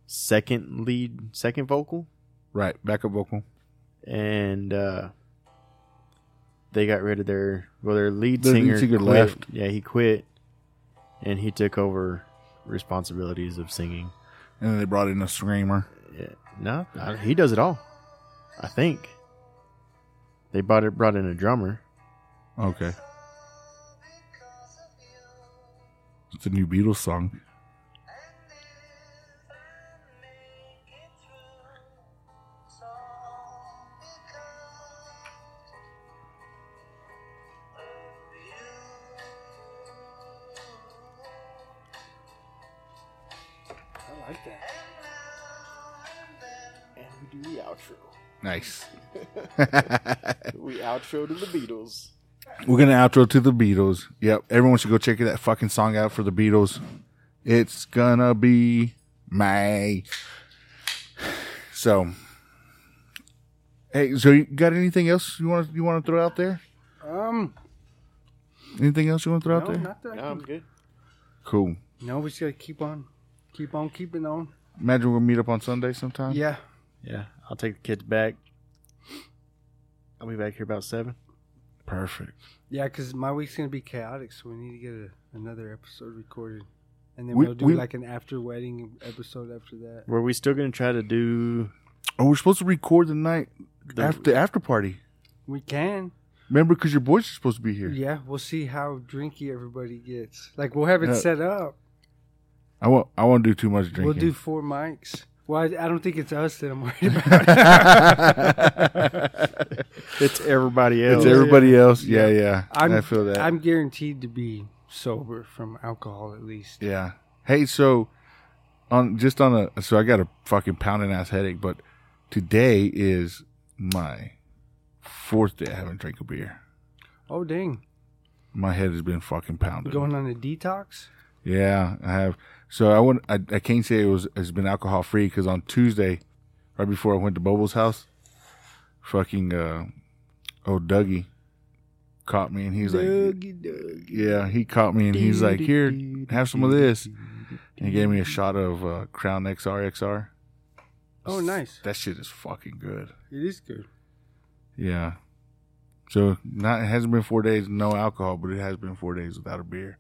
Speaker 2: second lead, second vocal,
Speaker 3: Right, backup vocal.
Speaker 2: and uh, they got rid of their well, their lead
Speaker 3: Their lead
Speaker 2: singer,
Speaker 3: singer
Speaker 2: quit.
Speaker 3: left.
Speaker 2: Yeah, he quit, and he took over responsibilities of singing.
Speaker 3: And then they brought in a screamer.
Speaker 2: Yeah, no, I- he does it all. I think they brought it brought in a drummer.
Speaker 3: Okay. It's a new Beatles song.
Speaker 1: I like that.
Speaker 2: And we do the outro.
Speaker 3: Nice.
Speaker 2: We outro to the Beatles.
Speaker 3: We're gonna outro to the Beatles. Yep, everyone should go check that fucking song out for the Beatles. It's gonna be May. So, hey, so you got anything else you want to you want to throw out there?
Speaker 1: Um,
Speaker 3: Anything else you want to throw
Speaker 1: no,
Speaker 3: out there?
Speaker 1: not that. I can-
Speaker 2: good.
Speaker 3: Cool.
Speaker 1: No, we just gotta keep on, keep on, keeping on.
Speaker 3: Imagine we'll meet up on Sunday sometime.
Speaker 1: Yeah,
Speaker 2: Yeah, I'll take the kids back. I'll be back here about seven.
Speaker 3: Perfect.
Speaker 1: yeah. Because my week's gonna be chaotic, so we need to get a, another episode recorded, and then
Speaker 3: We-
Speaker 1: we, will do
Speaker 3: we-
Speaker 1: like an after wedding episode after that.
Speaker 2: Were we still gonna try to do?
Speaker 3: Oh, we're supposed to record the night
Speaker 2: The-
Speaker 3: after after party.
Speaker 1: We can.
Speaker 3: Remember, because your boys are supposed to be here.
Speaker 1: Yeah, we'll see how drinky everybody gets. Like we'll have it
Speaker 3: Yeah.
Speaker 1: set up.
Speaker 3: I won't. I won't do too much drinking.
Speaker 1: We'll do four mics. Well, I, I don't think it's us that I'm worried about.
Speaker 2: it's everybody else.
Speaker 3: it's everybody else. Yeah, yeah.
Speaker 1: I'm,
Speaker 3: I feel that.
Speaker 1: I'm guaranteed to be sober from alcohol at least.
Speaker 3: Yeah. Hey, so on just on a so I got a fucking pounding ass headache, but today is my fourth day I haven't drank a beer.
Speaker 1: Oh dang,
Speaker 3: My head has been fucking pounded.
Speaker 1: going on a detox.
Speaker 3: Yeah, I have. So I wouldn't. I, I can't say it was. It's been alcohol free because on Tuesday, right before I went to Bobo's house, fucking uh, old Dougie caught me and he's like, yeah, he caught me and he's like, here, have some of this. And he gave me a shot of uh, Crown XRXR.
Speaker 1: Oh nice,
Speaker 3: That shit is fucking good.
Speaker 1: it is good.
Speaker 3: Yeah. So not it hasn't been four days no alcohol, but it has been four days without a beer.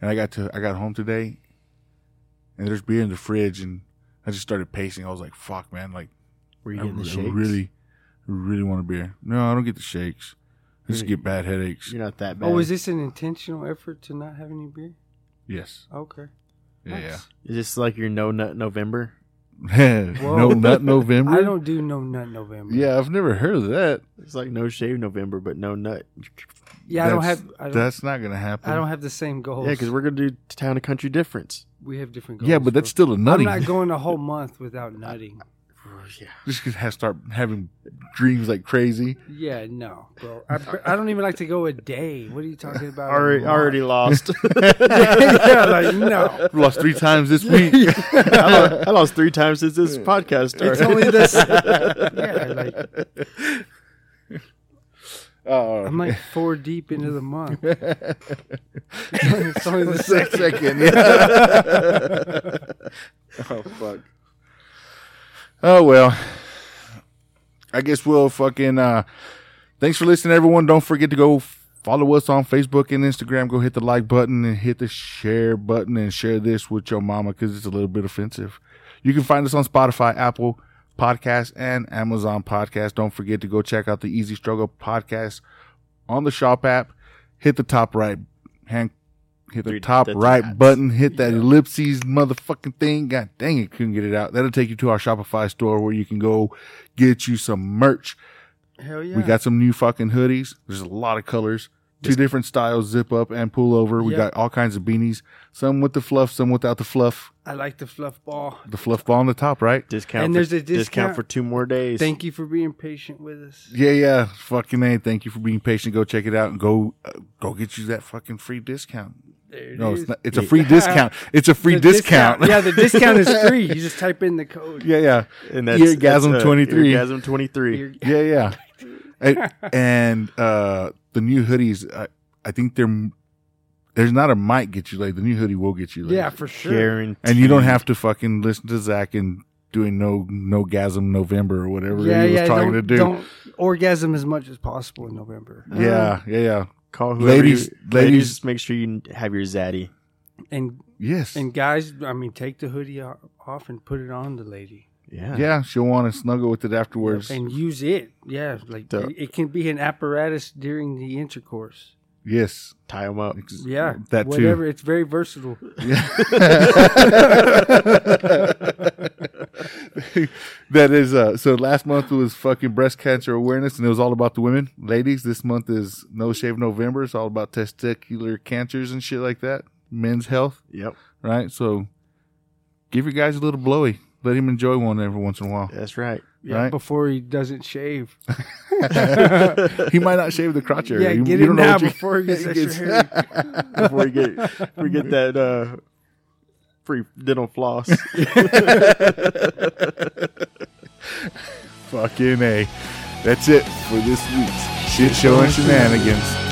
Speaker 3: And I got to I got home today, and there's beer in the fridge, and I just started pacing. I was like, "Fuck, man! Like,
Speaker 2: Were you
Speaker 3: I
Speaker 2: getting the
Speaker 3: re-
Speaker 2: shakes?
Speaker 3: really, really want a beer. No, I don't get the shakes. I just
Speaker 2: Really?
Speaker 3: get bad headaches.
Speaker 2: You're not that bad.
Speaker 1: Oh, is this an intentional effort to not have any beer?
Speaker 3: Yes.
Speaker 1: Okay.
Speaker 3: Yeah.
Speaker 1: Nice.
Speaker 2: Is this like your no nut November?
Speaker 3: no Nut November.
Speaker 1: I don't do no nut November.
Speaker 3: Yeah, I've never heard of that.
Speaker 2: It's like no shave November, but no nut.
Speaker 1: yeah. I don't
Speaker 3: That's-
Speaker 1: have. I don't,
Speaker 3: That's not gonna happen.
Speaker 1: I don't have the same goals.
Speaker 2: Yeah, because we're gonna do town and country difference.
Speaker 1: we have different goals.
Speaker 3: yeah, but that's
Speaker 1: bro.
Speaker 3: still a nutty.
Speaker 1: I'm not going a whole month without nutting.
Speaker 2: Yeah,
Speaker 3: Just gonna have to start having dreams like crazy.
Speaker 1: Yeah, no, bro. I, I don't even like to go a day. What are you talking about?
Speaker 2: already,
Speaker 1: A month?
Speaker 2: already lost.
Speaker 1: yeah, like no.
Speaker 3: Lost three times this week.
Speaker 2: I, lost, I lost three times since this podcast started.
Speaker 1: It's only this. Yeah, like
Speaker 3: Oh,
Speaker 1: I'm like four deep into the month. it's only the
Speaker 3: Sec-
Speaker 1: second.
Speaker 3: second. Yeah.
Speaker 2: oh fuck.
Speaker 3: oh well. I guess we'll fucking. Uh, thanks for listening, everyone. Don't forget to go follow us on Facebook and Instagram. Go hit the like button and hit the share button and share this with your mama because it's a little bit offensive. You can find us on Spotify, Apple Podcast, and Amazon Podcast. Don't forget to go check out the Easy Struggle Podcast on the Shop app. Hit the top right hand. Hit the
Speaker 2: Dude,
Speaker 3: top
Speaker 2: that's
Speaker 3: right
Speaker 2: nuts.
Speaker 3: button. Hit that ellipses motherfucking thing. God dang it, couldn't get it out. That'll take you to our Shopify store where you can go get you some merch.
Speaker 1: Hell yeah.
Speaker 3: We got some new fucking hoodies. There's a lot of colors. Two different styles, zip up and pull over. We
Speaker 1: Yep.
Speaker 3: got all kinds of beanies. Some with the fluff, some without the fluff.
Speaker 1: I like the fluff ball.
Speaker 3: The fluff ball on the top, right?
Speaker 2: Discount.
Speaker 1: And
Speaker 2: for,
Speaker 1: there's a discount.
Speaker 2: for two more days.
Speaker 1: Thank you for being patient with us.
Speaker 3: Yeah, yeah. Fucking A. Thank you for being patient. Go check it out and go uh, go get you that fucking free discount.
Speaker 1: There it
Speaker 3: No,
Speaker 1: is.
Speaker 3: it's not. It's a free discount. It's a free
Speaker 1: The
Speaker 3: discount.
Speaker 1: Yeah, the discount is free. You just type in the code.
Speaker 3: yeah, yeah.
Speaker 2: And
Speaker 3: Eargasm
Speaker 2: uh,
Speaker 3: 23.
Speaker 2: Eargasm twenty three.
Speaker 3: Yeah, yeah. and and, uh, the new hoodies, I, I think they're there's not a might get you laid. The new hoodie will get you laid.
Speaker 1: Yeah, for sure.
Speaker 2: Guaranteed.
Speaker 3: and you don't have to fucking listen to Zach and doing no no gasm November or whatever
Speaker 1: Yeah,
Speaker 3: he was
Speaker 1: yeah.
Speaker 3: trying
Speaker 1: don't,
Speaker 3: to do.
Speaker 1: don't uh, orgasm as much as possible in November
Speaker 3: Yeah, yeah, yeah.
Speaker 2: call whoever
Speaker 3: Ladies-
Speaker 2: you, ladies.
Speaker 3: ladies-
Speaker 2: Just make sure you have your zaddy.
Speaker 1: and
Speaker 3: Yes.
Speaker 1: and guys. I mean, take the hoodie o- off and put it on the lady
Speaker 2: Yeah.
Speaker 3: yeah, she'll want to snuggle with it afterwards.
Speaker 1: uh, and use it. Yeah, like
Speaker 2: Duh.
Speaker 1: it can be an apparatus during the intercourse.
Speaker 3: Yes.
Speaker 2: Tie them up.
Speaker 1: Yeah,
Speaker 3: That too.
Speaker 1: whatever. It's very versatile.
Speaker 3: that is uh so last month was fucking breast cancer awareness and it was all about the women. Ladies, this month is no shave November. It's all about testicular cancers and shit like that. Men's health,
Speaker 2: Yep.
Speaker 3: right? So give your guys a little blowy. Let him enjoy one every once in a while.
Speaker 2: That's right.
Speaker 1: Yeah,
Speaker 3: Right.
Speaker 1: before he doesn't shave.
Speaker 3: he might not shave the crotch area.
Speaker 1: Yeah,
Speaker 3: You-
Speaker 1: get
Speaker 3: you
Speaker 1: it
Speaker 3: don't know
Speaker 1: now
Speaker 3: what you-
Speaker 1: before it gets extra
Speaker 3: gets-
Speaker 1: hairy.
Speaker 2: Before we get before we get that uh, free dental floss.
Speaker 3: Fucking A. That's it for this week's Shit Show and Shenanigans.